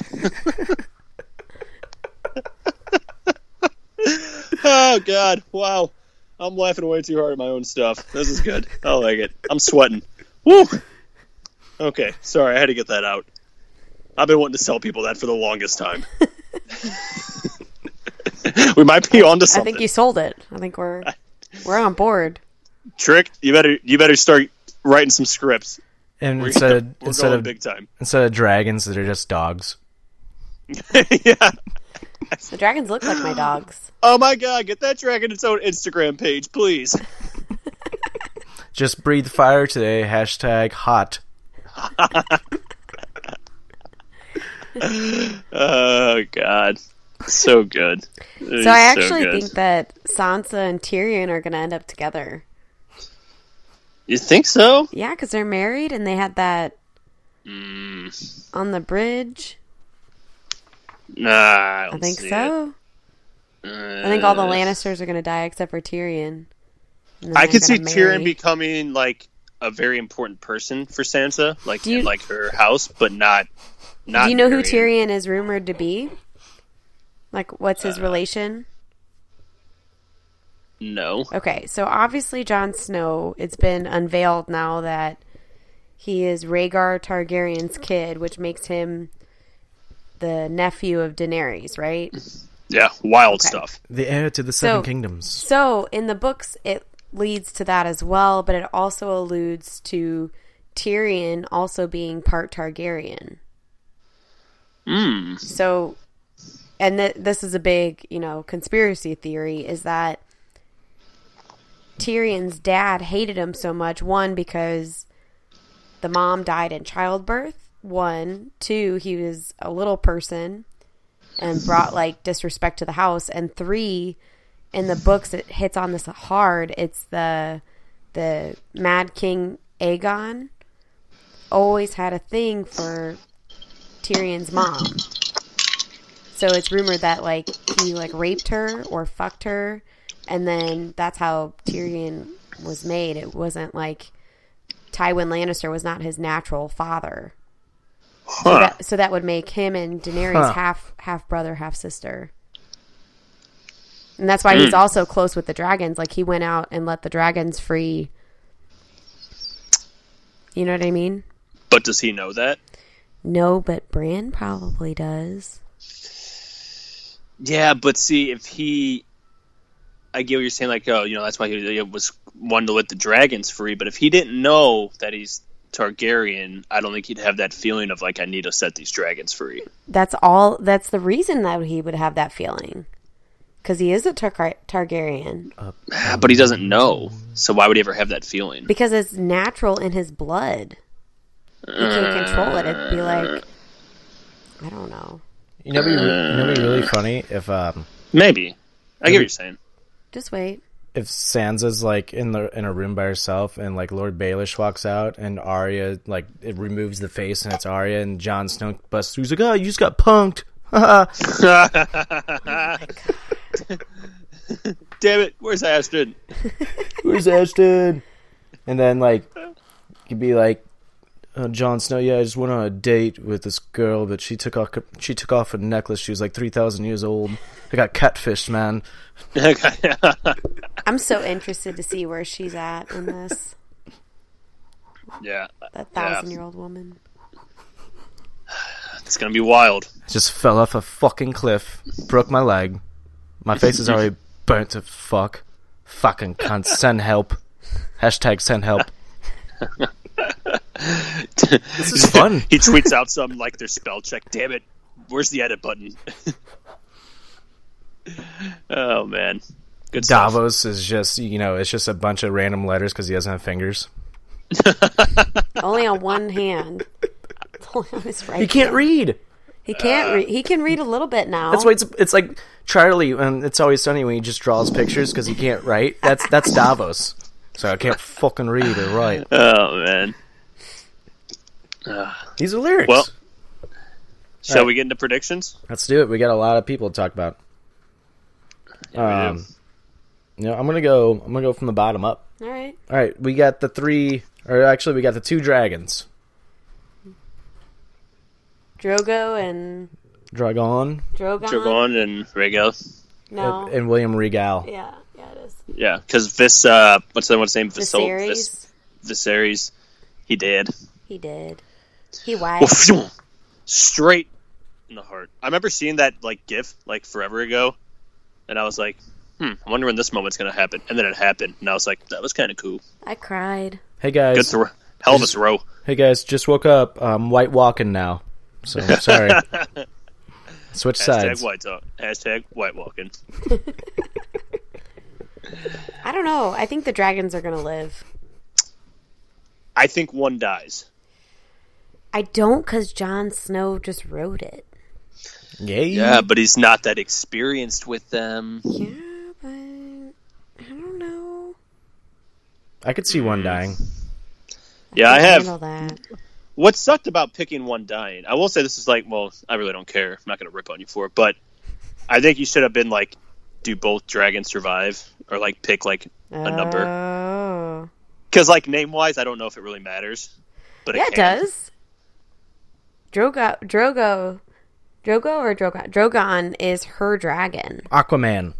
S8: oh god, wow. I'm laughing way too hard at my own stuff. This is good. I like it. I'm sweating. Woo! Okay, sorry, I had to get that out. I've been wanting to tell people that for the longest time. we might be on to
S7: I
S8: something.
S7: think you sold it. I think we're we're on board.
S8: Trick, you better you better start writing some scripts.
S1: and
S8: We're,
S1: instead of,
S8: we're
S1: instead
S8: going
S1: of
S8: big time.
S1: instead of dragons, they're just dogs.
S8: yeah.
S7: The dragons look like my dogs.
S8: Oh my god, get that dragon its own Instagram page, please.
S1: Just breathe fire today. Hashtag hot.
S8: Oh god, so good.
S7: So I actually think that Sansa and Tyrion are going to end up together.
S8: you think so.
S7: Yeah, because they're married and they had that
S8: Mm.
S7: on the bridge.
S8: Nah, I, don't
S7: I think
S8: see it.
S7: so. I think all the Lannisters are going to die except for Tyrion. And then
S8: I
S7: they're
S8: could see
S7: gonna
S8: Tyrion
S7: marry.
S8: becoming like a very important person for Sansa, like
S7: Do you-
S8: in, like her house, but not. Not
S7: Do you know who Tyrion is rumored to be? Like, what's his relation?
S8: No.
S7: Okay, so obviously Jon Snow, it's been unveiled now that he is Rhaegar Targaryen's kid, which makes him the nephew of Daenerys, right?
S8: Yeah, wild stuff.
S1: The heir to the Seven Kingdoms.
S7: So in the books, it leads to that as well, but it also alludes to Tyrion also being part Targaryen. So, and th- this is a big, you know, conspiracy theory is that Tyrion's dad hated him so much. One, because the mom died in childbirth. One, two, he was a little person and brought like disrespect to the house. And three, in the books it hits on this hard it's the the mad king aegon always had a thing for tyrion's mom so it's rumored that like he like raped her or fucked her and then that's how tyrion was made it wasn't like tywin lannister was not his natural father so, that, so that would make him and daenerys half half brother half sister and that's why he's also close with the dragons. Like he went out and let the dragons free. You know what I mean?
S8: But does he know that?
S7: No, but Bran probably does.
S8: Yeah, but see, if he, I get what you're saying. Like, oh, you know, that's why he, he was one to let the dragons free. But if he didn't know that he's Targaryen, I don't think he'd have that feeling of like, I need to set these dragons free.
S7: That's all. That's the reason that he would have that feeling, because he is a Tar- Targaryen.
S8: But he doesn't know, so why would he ever have that feeling?
S7: Because it's natural in his blood. He can't control it. It'd be like, I don't know.
S1: You know, what'd be, re- you know, what'd be really funny if um
S8: Maybe. I get what you're saying.
S7: Just wait.
S1: if Sansa's like in the in a room by herself and like Lord Baelish walks out and Arya like it removes the face and it's Arya and Jon Snow busts through. He's like, oh, you just got punked.
S8: Damn it! Where's Astrid?
S1: Where's Ashton? And then like, you'd be like, uh, Jon Snow, yeah, I just went on a date with this girl, but she took off she took off a necklace. She was like three thousand years old. I got catfished, man.
S7: I'm so interested to see where she's at in this.
S8: yeah,
S7: That thousand year old woman.
S8: it's gonna be wild.
S1: Just fell off a fucking cliff, broke my leg. My face is already burnt to fuck. Fucking cunt. Send help. Hashtag send help. this is fun.
S8: He tweets out some like their spell check. Damn it, where's the edit button? oh man, good stuff.
S1: Davos is just you know it's just a bunch of random letters because he doesn't have fingers.
S7: Only on one hand. It's only on his right.
S1: He can't read.
S7: He can't read. He can read a little bit now.
S1: That's why it's it's like Charlie and it's always sunny when he just draws pictures because he can't write. That's that's Davos. So I can't fucking read or write.
S8: Oh man,
S1: These are lyrics.
S8: Well- shall
S1: All right.
S8: we get into predictions?
S1: Let's do it. We got a lot of people to talk about. Um, you know, I'm gonna go. I'm gonna go from the bottom up.
S7: All right.
S1: All right, we got the three, or actually, we got the two dragons.
S7: Drogo and
S1: Dragon
S7: Drogon.
S8: Javon and Rhaego.
S7: No.
S1: and William Regal.
S7: yeah. Yeah. It is.
S8: Yeah, because Vis, uh, what's the what's his name?
S7: The
S8: Visil, Vis,
S7: series.
S8: Viserys, he did.
S7: He did. He wiped.
S8: Well, Straight in the heart. I remember seeing that like GIF like forever ago, and I was like, "Hmm, I wonder when this moment's gonna happen." And then it happened, and I was like, "That was kind of cool.
S7: I cried.
S1: Hey
S8: Good
S1: guys,
S8: throw, hell of a throw."
S1: hey guys, just woke up. I'm white walking now, so I'm sorry. Switch
S8: Hashtag
S1: sides.
S8: white talk. Hashtag white walking.
S7: I don't know. I think the dragons are gonna live.
S8: I think one dies.
S7: I don't, cause Jon Snow just wrote it.
S1: Yay.
S8: Yeah, but he's not that experienced with them.
S7: Yeah, but I don't know.
S1: I could see
S8: Mm.
S1: one dying.
S8: Yeah, I have
S7: Handle that.
S8: what sucked about picking one dying, I will say this is like, well, I really don't care. I'm not going to rip on you for it, but I think you should have been like, do both dragons survive or like pick like a
S7: Uh,
S8: number
S7: Oh.
S8: because like name wise, I don't know if it really matters, but
S7: Yeah,
S8: it,
S7: it
S8: can.
S7: does. Drogo, Drogo, Drogo or Drogon? Drogon is her dragon.
S1: Aquaman.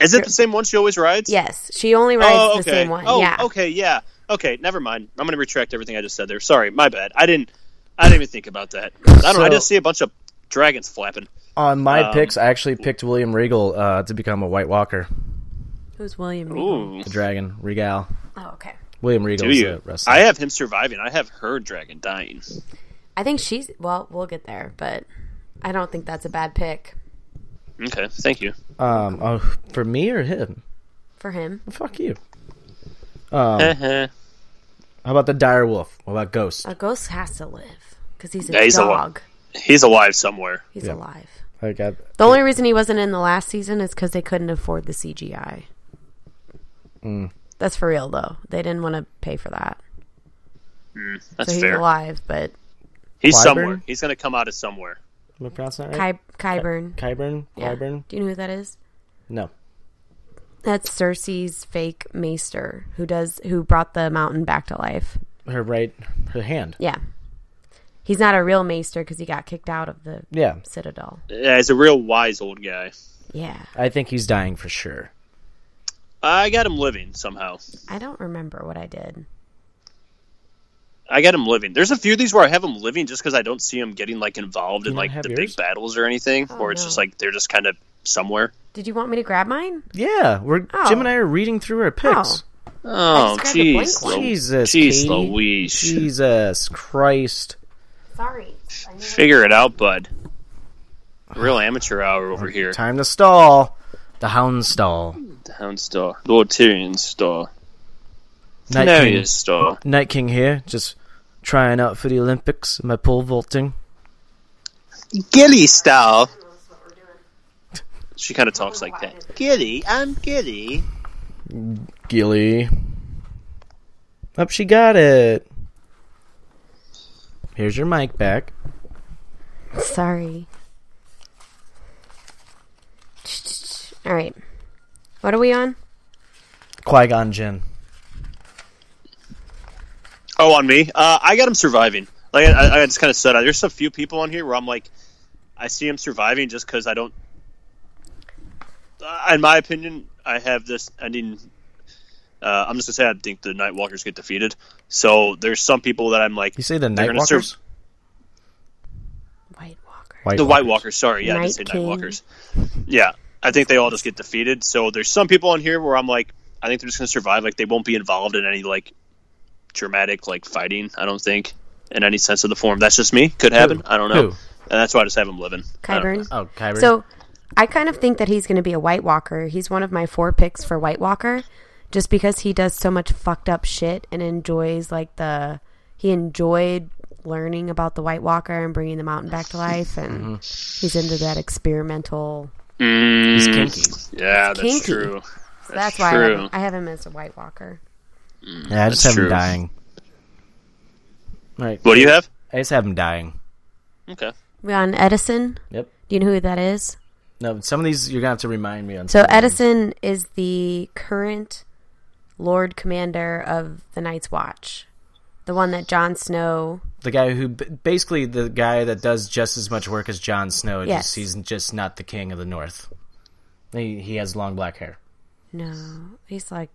S8: Is it the same one she always rides?
S7: Yes, she only rides
S8: Oh, okay.
S7: the same one.
S8: Oh,
S7: yeah.
S8: okay, yeah, okay. Never mind. I'm going to retract everything I just said there. Sorry, my bad. I didn't. I didn't even think about that. I don't. know.
S1: So-
S8: I just see a bunch of dragons flapping.
S1: On my
S8: Um,
S1: picks, I actually picked William Regal uh, to become a White Walker.
S7: Who's William?
S8: Ooh,
S1: The dragon, Regal.
S7: Oh, okay.
S1: William Regal
S8: do
S1: is
S8: you?
S1: a wrestler.
S8: I have him surviving. I have her dragon dying.
S7: I think she's. Well, we'll get there, but I don't think that's a bad pick
S8: Okay, thank you.
S1: um, oh, for me or him?
S7: for him.
S1: Fuck you.
S8: Uh-huh.
S1: Um, How about the dire wolf? What about ghost?
S7: A ghost has to live because he's a
S8: Yeah, he's a
S7: dog.
S8: He's alive somewhere.
S7: he's alive.
S1: I got
S7: The only reason he wasn't in the last season is because they couldn't afford the CGI.
S8: Mm.
S7: That's for real, though. They didn't want to pay for that.
S8: That's
S7: So he's
S8: fair.
S7: alive, but
S8: He's
S1: Clyburn?
S8: somewhere. He's gonna come out of somewhere.
S1: am I pronouncing that right?
S7: Ky- Kyburn.
S1: Kyburn?
S7: Yeah.
S1: Kyburn?
S7: Do you know who that is?
S1: No.
S7: That's Cersei's fake maester who does who brought the mountain back to life.
S1: Her right her hand.
S7: Yeah, he's not a real maester because he got kicked out of the
S1: Yeah.
S7: citadel.
S8: Yeah, he's a real wise old guy.
S7: Yeah,
S1: I think he's dying for sure.
S8: I got him living somehow.
S7: I don't remember what I did.
S8: I got him living. There's a few of these where I have him living just because I don't see him getting like involved in
S1: don't
S8: like
S1: have
S8: the
S1: yours?
S8: big battles or anything,
S7: Oh,
S8: or it's
S7: no.
S8: just like they're just kind of somewhere.
S7: Did you want me to grab mine?
S1: Yeah, we're
S7: Oh.
S1: Jim and I are reading through our picks.
S8: Oh,
S7: just grabbed a
S8: jeez,
S7: blank one.
S8: Lo-
S1: Jesus,
S8: jeez,
S1: Katie.
S8: Louise,
S1: Jesus Christ.
S7: Sorry. I knew-
S8: figure it out, bud. Real amateur hour over here.
S1: Time to stall. The hound stall.
S8: Hound star, Lord Tyrion star,
S1: Night King.
S8: Daenerys star.
S1: Night King here, just trying out for the Olympics, my pole vaulting.
S8: Gilly style. She kind of talks like that. Gilly, I'm Gilly.
S1: Gilly. Up she got it. Here's your mic back.
S7: Sorry. All right. What are we on?
S1: Qui Gon Jinn.
S8: Oh, on me. Uh, I got him surviving. Like I, I just kind of said, uh, there's a few people on here where I'm like, I see him surviving just because I don't. Uh, in my opinion, I have this ending. Uh, I'm just gonna say I think the Nightwalkers get defeated. So there's some people that I'm like
S1: You say the Night
S8: they're gonna sur-
S1: Walkers?
S7: White Walker.
S8: the White Walkers. Sorry, yeah, I did say
S7: Night
S8: Night
S7: King.
S8: Walkers. Yeah, I think they all just get defeated. So there's some people on here where I'm like, I think they're just gonna survive. Like they won't be involved in any like dramatic like fighting. I don't think in any sense of the form. That's just me. Could happen. I don't know.
S1: Who?
S8: And that's why I just have him living. I don't know.
S7: Kyburn.
S1: Oh, Kyber.
S8: Mm.
S7: So I kind of think that he's going to be a White Walker. He's one of my four picks for White Walker just because he does so much fucked up shit and enjoys like the he enjoyed learning about the White Walker and bringing the mountain back to life and he's into that experimental.
S1: he's kinky.
S8: Yeah, that's
S7: Kinky.
S8: true.
S7: So that's,
S8: That's
S7: why I have, him,
S8: true.
S7: I have him as a White Walker.
S1: Yeah, I just have
S8: true.
S1: him dying. All right.
S8: What do you have?
S1: I just have him dying.
S8: Okay.
S7: Ron Edison.
S1: Yep.
S7: Do you know who that is?
S1: No, some of these you're gonna have to remind me on.
S7: So Edison is the current Lord Commander of the Night's Watch, the one that Jon Snow
S1: the guy who b- basically the guy that does just as much work as Jon Snow.
S7: Yes.
S1: Just, he's just not the king of the North. He he has long black hair.
S7: No, he's like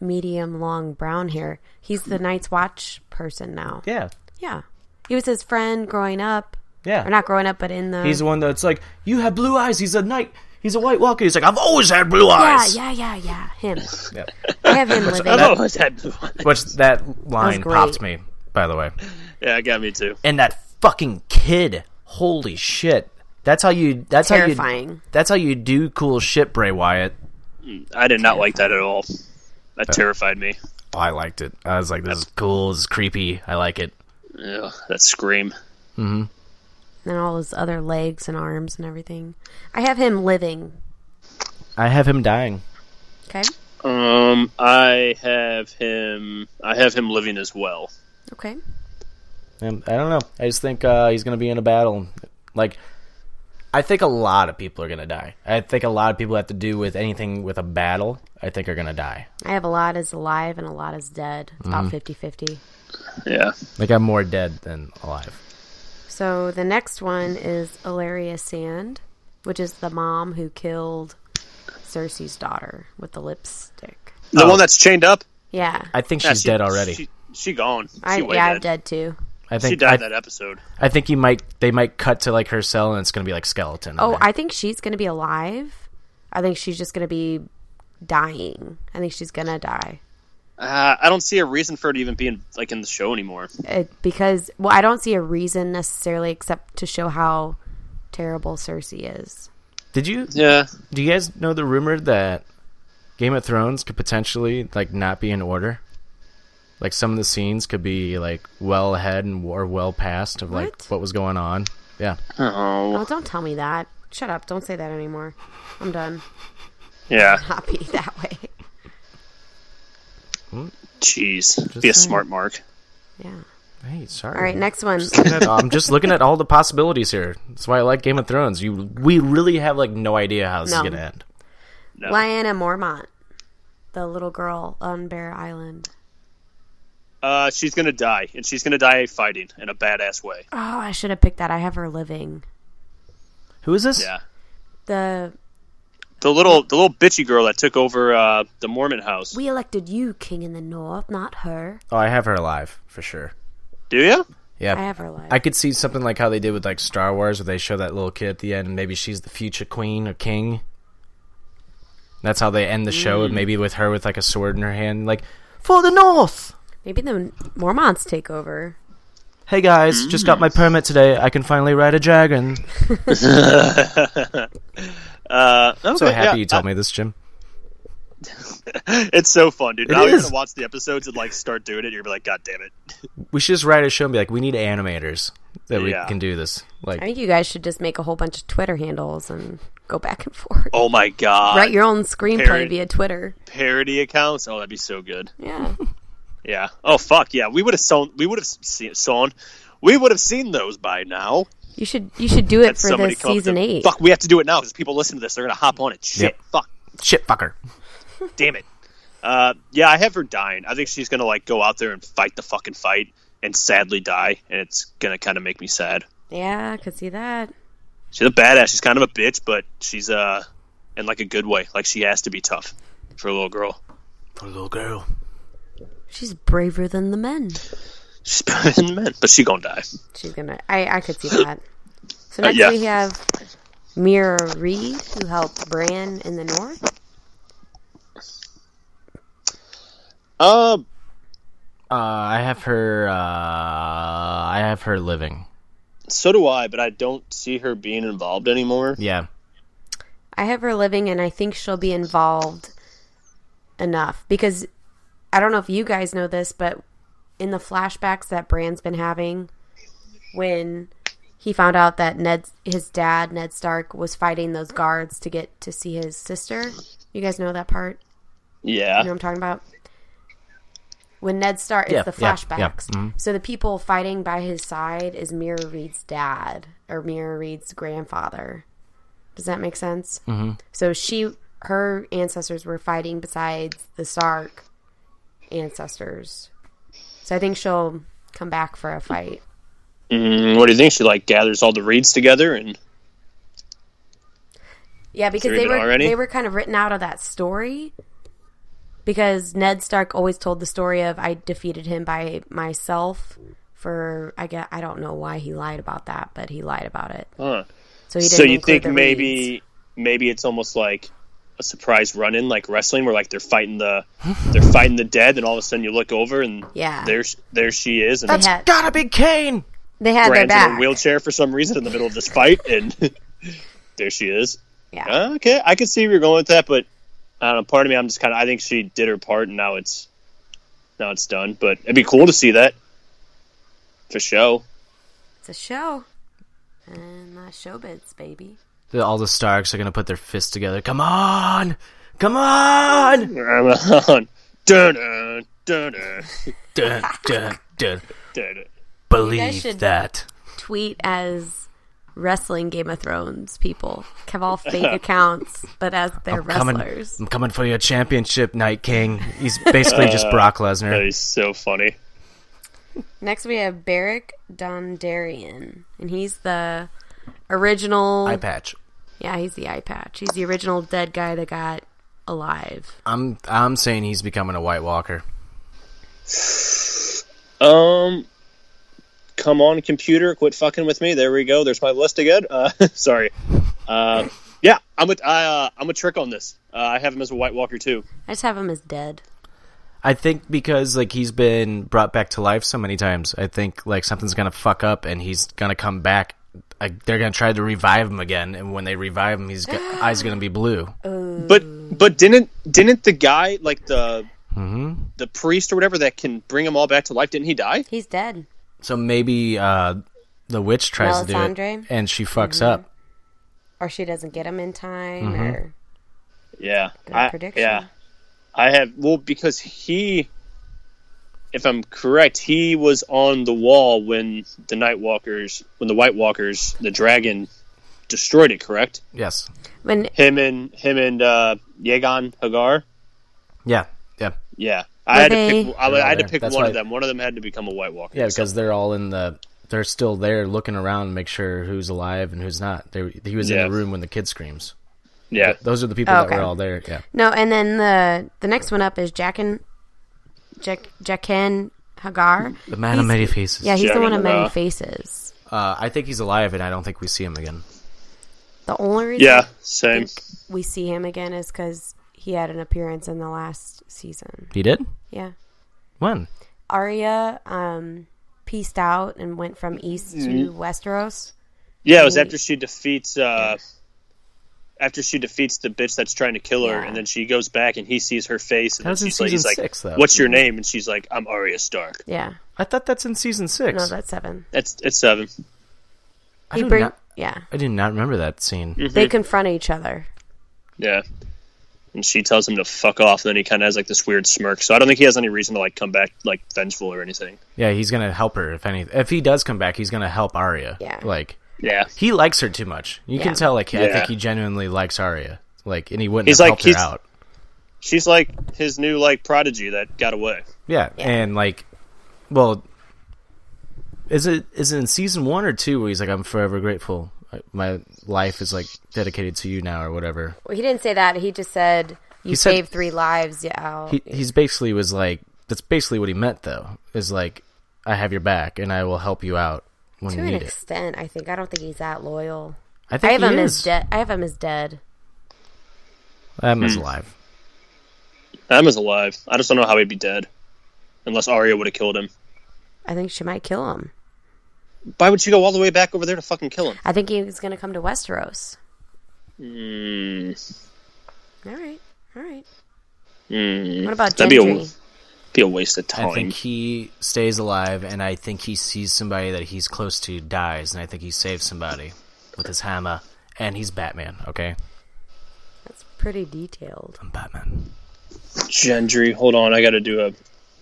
S7: medium long brown hair. He's the Night's Watch person now.
S1: Yeah.
S7: Yeah. He was his friend growing up.
S1: Yeah.
S7: Or not growing up, but in the.
S1: He's the one that's like, you have blue eyes. He's a knight. He's a White Walker. He's like, I've always had blue
S7: yeah,
S1: eyes.
S7: yeah, yeah, yeah. Him.
S1: Yeah.
S7: I have him living.
S8: Oh, it's had blue eyes.
S1: Which that line
S7: great.
S1: popped me, by the way.
S8: Yeah, it got me too.
S1: And that fucking kid. Holy shit. That's how you. That's How you,
S7: Terrifying.
S1: that's how you do cool shit, Bray Wyatt.
S8: I did not like that at all.
S7: Uh.
S8: That terrified me.
S1: Oh, I liked it. I was like, this is cool. This is creepy. I like it.
S8: Ugh, that scream.
S7: And all his other legs and arms and everything. I have him living.
S1: I have him dying.
S7: Okay.
S8: Um, I have him. I have him living as well.
S7: Okay.
S1: Um, I don't know. I just think uh, he's going to be in a battle. Like, I think a lot of people are going to die. I think a lot of people that have to do with anything with a battle. I think are going to die.
S7: I have a lot is alive and a lot is dead. It's
S1: Mm-hmm.
S7: about 50 50.
S8: Yeah.
S1: Like I'm more dead than alive.
S7: So the next one is Ilaria Sand, which is the mom who killed Cersei's daughter with the lipstick.
S8: The one that's chained up.
S7: Yeah.
S1: I think
S8: Yeah,
S1: Oh. she's
S8: she-
S1: dead already.
S8: She, she gone. She
S7: I,
S8: way
S7: yeah, I'm dead
S8: dead.
S7: too.
S1: I
S8: She
S1: think
S8: died
S1: I,
S8: that episode.
S1: I think you might they might cut to like her cell and it's gonna be like skeleton. in
S7: Oh,
S1: there.
S7: I think she's going to be alive. I think she's just going to be dying. I think she's going to die.
S8: Uh, I don't see a reason for it even being like in the show anymore.
S7: It, because, well, I don't see a reason necessarily except to show how terrible Cersei is.
S1: did you
S8: Yeah.
S1: do you guys know the rumor that Game of Thrones could potentially like not be in order? Like some of the scenes could be like well ahead and or well past of like
S7: What?
S1: what was going on. Yeah,
S8: Oh.
S7: Oh, don't tell me that. Shut up. Don't say that anymore. I'm done.
S8: Yeah.
S7: Happy that way.
S8: Jeez. be a
S1: saying.
S8: smart mark.
S7: Yeah.
S1: Hey, sorry.
S7: All right, next one.
S1: Looking at- I'm just looking at all the possibilities here. That's why I like Game of Thrones. You, we really have like no idea how this
S7: No.
S1: is gonna end.
S8: No.
S7: Lyanna Mormont, the little girl on Bear Island.
S8: Uh, she's gonna die, and she's gonna die fighting in a badass way.
S7: Oh, I should have picked that. I have her living.
S1: Who is this?
S8: Yeah.
S7: The
S8: The little the little bitchy girl that took over uh, the Mormon house.
S7: we elected you king in the north, not her.
S1: Oh, I have her alive for sure.
S8: Do you?
S1: Yeah,
S7: I have her alive.
S1: I could see something like how they did with like Star Wars, where they show that little kid at the end, and maybe she's the future queen or king. That's how they end the show, and maybe with her with like a sword in her hand, like for the North.
S7: Maybe the Mormonts take over.
S1: Hey guys, just got my permit today. I can finally ride a dragon.
S8: Uh, okay,
S1: So happy
S8: yeah.
S1: you told me this, Jim.
S8: It's so fun, dude. now you're
S1: is.
S8: gonna watch the episodes and like start doing it. You're gonna be like, God damn it!
S1: We should just write a show and be like, we need animators that we
S8: Yeah.
S1: can do this. Like,
S7: I think you guys should just make a whole bunch of Twitter handles and go back and forth.
S8: Oh my god!
S7: Write your own screenplay
S8: Parody.
S7: via Twitter.
S8: parody accounts. Oh, that'd be so good.
S7: Yeah.
S8: Yeah. Oh fuck yeah! We would have sown. We would have seen sown. We would have seen those by now.
S7: You should you should do it
S8: Had
S7: for
S8: somebody
S7: this
S8: come up with
S7: season
S8: a-
S7: eight.
S8: Fuck, we have to do it now because people listen to this. They're gonna hop on it. Shit.
S1: Yep.
S8: Fuck.
S1: shit, fucker.
S8: Damn it. Uh, yeah, I have her dying. I think she's gonna like go out there and fight the fucking fight and sadly die, and it's gonna kind of make me sad.
S7: Yeah, I could see that.
S8: She's a badass. She's kind of a bitch, but she's uh, in like a good way. Like she has to be tough for a little girl.
S1: For a little girl.
S7: She's braver than the men.
S8: She's better than men, but she gonna die.
S7: She's gonna. I I could see that. So next
S8: Uh, yeah.
S7: we have Mira Reed, who helped Bran in the North.
S8: Uh,
S1: Uh, I have her. Uh, I have her living.
S8: so do I, but I don't see her being involved anymore.
S1: Yeah.
S7: I have her living, and I think she'll be involved enough because I don't know if you guys know this, but in the flashbacks that Bran's been having, when he found out that Ned, his dad, Ned Stark, was fighting those guards to get to see his sister. You guys know that part.
S8: Yeah,
S7: You know what I'm talking about? When Ned Stark, it's
S1: Yeah,
S7: the
S1: yeah,
S7: flashbacks.
S1: yeah, mhm.
S7: So the people fighting by his side is Mira Reed's dad or Mira Reed's grandfather. Does that make sense? Mm-hmm. So she, her ancestors were fighting besides the Stark ancestors. So I think she'll come back for a fight.
S8: Mm, what do you think? She like gathers all the reeds together and
S7: Yeah, because
S8: Read
S7: they
S8: it
S7: were
S8: already?
S7: they were kind of written out of that story. Because Ned Stark always told the story of I defeated him by myself for I get I don't know why he lied about that, but he lied about it.
S8: Huh.
S7: So he didn't
S8: So you
S7: include
S8: think
S7: the
S8: maybe
S7: reeds.
S8: maybe it's almost like a surprise run in like wrestling where like they're fighting the they're fighting the dead and all of a sudden you look over and
S7: Yeah.
S8: there's there she is and
S7: they had,
S1: Gotta be Kane.
S7: they had their
S8: Bran's in a
S7: back.
S8: wheelchair for some reason in the middle of this fight and there she is.
S7: Yeah.
S8: Uh, okay, I can see where you're going with that, but I don't know, part of me I'm just kinda I think she did her part and now it's now it's done. But it'd be cool to see that. For show.
S7: It's a show. And uh, showbiz, baby.
S1: The- all the Starks are gonna put their fists together. Come on, come on.
S8: Dun, dun, dun, dun,
S1: Dun, dun, dun.
S8: dun.
S1: Believe
S7: should-
S1: that.
S7: Tweet as wrestling Game of Thrones people have all fake accounts, but as they're
S1: Coming,
S7: wrestlers.
S1: I'm coming for your championship, Night King. He's basically just Brock
S8: That
S1: Lesnar.
S8: is so funny.
S7: Next, we have Barrick Dondarian, and he's the original.
S1: Eye patch.
S7: yeah, he's the eye patch. He's the original dead guy that got alive.
S1: I'm I'm saying he's becoming a White Walker.
S8: Um, come on, computer, quit fucking with me. There we go. There's my list again. Uh, sorry. Uh, yeah, I'm a I, uh, I'm a trick on this. Uh, I have him as a White Walker too.
S7: I just have him as dead.
S1: I think because like he's been brought back to life so many times, I think like something's gonna fuck up and he's gonna come back. Like they're gonna try to revive him again, and when they revive him, his go- eyes gonna be blue.
S8: But but didn't didn't the guy like the the priest or whatever that can bring them all back to life? Didn't he die?
S7: He's dead.
S1: So maybe uh, the witch tries to do
S7: Melisandre? Mm-hmm.
S1: it, and she fucks up.
S7: Or she doesn't get him in time,
S1: Mm-hmm.
S7: or
S8: Yeah.
S7: Good
S8: I,
S7: prediction.
S8: yeah. I have well because he if I'm correct, he was on the wall when the Night Walkers when the White Walkers, the dragon destroyed it, correct?
S1: Yes.
S7: when
S8: Him and him and uh Yegon Hagar.
S1: Yeah. Yeah.
S8: Yeah. I had,
S7: Were
S8: to
S7: they-
S8: pick, I, I had to
S1: there.
S8: pick
S1: That's
S8: one
S1: why-
S8: of them. One of them had to become a White Walker.
S1: Yeah, because they're all in the. They're still there, looking around, to make sure who's alive and who's not. They, he was
S8: Yeah.
S1: in the room when the kid screams.
S8: Yeah.
S1: Those are the people
S7: Okay.
S1: that were all there. Yeah.
S7: no, and then the the next one up is Jaqen, Jack Jaqen Hagar.
S1: The man of many faces.
S7: Yeah, he's the one
S8: Jaqen
S7: of many
S8: Hagar.
S7: faces.
S1: Uh, I think he's alive, and I don't think we see him again.
S7: The only reason
S8: Yeah, same.
S7: we see him again is because he had an appearance in the last season.
S1: He did.
S7: Yeah.
S1: When?
S7: Arya um, pieced out and went from east to
S8: Mm-hmm.
S7: Westeros.
S8: Yeah, it was after she defeats uh after she defeats the bitch that's trying to kill her,
S7: Yeah.
S8: and then she goes back and he sees her face, and
S1: That
S8: then
S1: was in
S8: she's like, he's
S1: season
S8: like,
S1: six, though.
S8: "What's your name?" And she's like, "I'm Arya Stark."
S7: Yeah,
S1: I thought that's in season
S7: no,
S1: six.
S7: that's seven.
S8: That's it's seven.
S1: I,
S7: He
S1: do
S7: bring,
S1: not,
S7: yeah,
S1: I do not remember that scene.
S8: Mm-hmm.
S7: they confront each other.
S8: Yeah, and she tells him to fuck off. And then he kind of has like this weird smirk. So I don't think he has any reason to like come back like vengeful or anything.
S1: Yeah, he's gonna help her if any. If he does come back, he's gonna help Arya.
S7: Yeah.
S1: Like
S8: Yeah,
S1: he likes her too much. You
S7: Yeah.
S1: can tell. Like I
S8: Yeah.
S1: think he genuinely likes Arya. Like and he wouldn't
S8: He's
S1: have
S8: like-
S1: helped
S8: he's-
S1: her out.
S8: She's like his new like prodigy that got away.
S1: Yeah, and like, well, is it is it in season one or two where he's like, "I'm forever grateful. My life is like dedicated to you now," or whatever.
S7: Well, he didn't say that. He just said you
S1: He said-
S7: saved three lives. Yeah.
S1: He he's basically was like, that's basically what he meant though. Is like, I have your back and I will help you out when
S7: to
S1: you
S7: an
S1: need it.
S7: extent, I think. I don't think he's that loyal.
S1: I
S7: I
S1: think
S7: have
S1: he
S7: him
S1: is.
S7: as dead. I have him as dead.
S1: I'm as alive.
S8: Emma's alive. I just don't know how he'd be dead, unless Arya would have killed him.
S7: I think she might kill him.
S8: Why would she go all the way back over there to fucking kill him?
S7: I think he's going to come to Westeros.
S8: Mm,
S7: All right. All right.
S8: mm.
S7: What about
S8: That'd be a-
S7: Gendry?
S8: Be a waste of time.
S1: I think he stays alive, and I think he sees somebody that he's close to dies, and I think he saves somebody with his hammer. And he's Batman. Okay,
S7: That's pretty detailed.
S1: I'm Batman.
S8: Gendry, hold on, I got to do a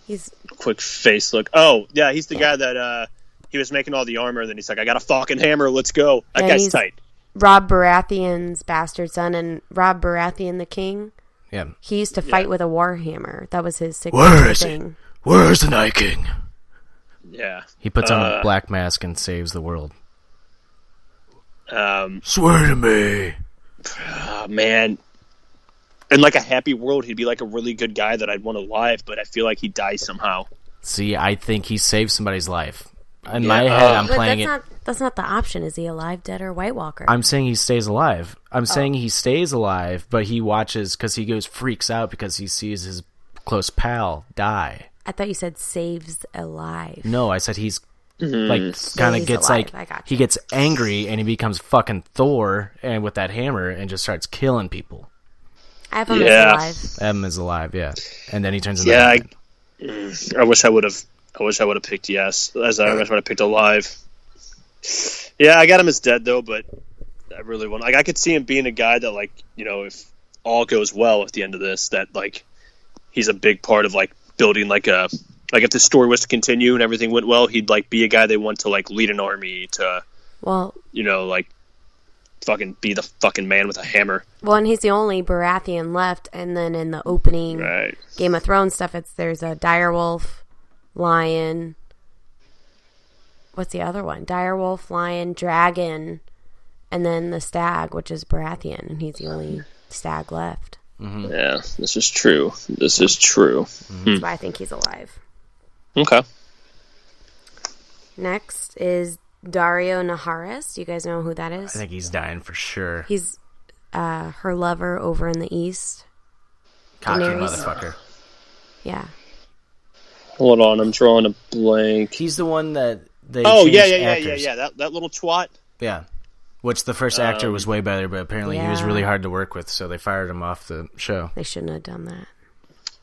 S7: He's
S8: quick face look. Oh, yeah, he's the guy that uh he was making all the armor, and then he's like, "I got a fucking hammer, let's go." That
S7: Yeah,
S8: guy's
S7: he's-
S8: tight.
S7: Rob Baratheon's bastard son and Rob Baratheon the king.
S1: Yeah.
S7: He used to fight with a war hammer. That was his signature
S1: Where is he?
S7: thing.
S1: Where's the Night King?
S8: Yeah.
S1: He puts on a
S8: Uh,
S1: black mask and saves the world.
S8: Um,
S1: Swear to me.
S8: oh, man. In like a happy world, he'd be like a really good guy that I'd want alive, but I feel like he dies somehow.
S1: See, I think he saved somebody's life. In my head,
S8: uh,
S1: I'm
S7: But
S1: playing it.
S7: that's not that's not the option. Is he alive, dead, or White Walker?
S1: I'm saying he stays alive. I'm
S7: Oh.
S1: saying he stays alive, but he watches because he goes freaks out because he sees his close pal die.
S7: I thought you said saves alive.
S1: No, I said he's
S8: Mm-hmm.
S1: like kind
S7: he's
S1: of gets
S7: alive. I
S1: like
S7: gotcha.
S1: he gets angry and he becomes fucking Thor and with that hammer and just starts killing people.
S7: I have him
S8: Yeah.
S7: as alive.
S1: M is alive, yeah, and then he turns into
S8: Yeah, I,
S1: Batman.
S8: Mm, I wish I would have. I wish I would have picked yes, as I wish I would have picked alive. Yeah, I got him as dead though, but I really want. Like, I could see him being a guy that, like, you know, if all goes well at the end of this, that like he's a big part of like building like a like if the story was to continue and everything went well, he'd like be a guy they want to like lead an army to,
S7: Well,
S8: you know, like fucking be the fucking man with a hammer.
S7: well, and he's the only Baratheon left. And then in the opening
S8: Right.
S7: Game of Thrones stuff, it's there's a direwolf, lion. What's the other one? Direwolf, lion, dragon, and then the stag, which is Baratheon, and he's the only stag left.
S8: Yeah, this is true. This is true.
S1: Hmm.
S7: That's why I think he's alive.
S8: Okay.
S7: Next is Dario Naharis. Do you guys know who that is?
S1: I think he's dying for sure.
S7: He's uh, her lover over in the east.
S1: Cocky
S7: Daenerys.
S1: motherfucker.
S7: Yeah.
S8: Hold on, I'm drawing a blank.
S1: He's the one that they.
S8: Oh yeah,
S1: changed
S8: yeah, yeah, yeah,
S1: actors.
S8: yeah. Um, That that little twat.
S1: Yeah. Which the first actor was way better, but apparently he was
S7: Yeah.
S1: really hard to work with, so they fired him off the show.
S7: They shouldn't have done that.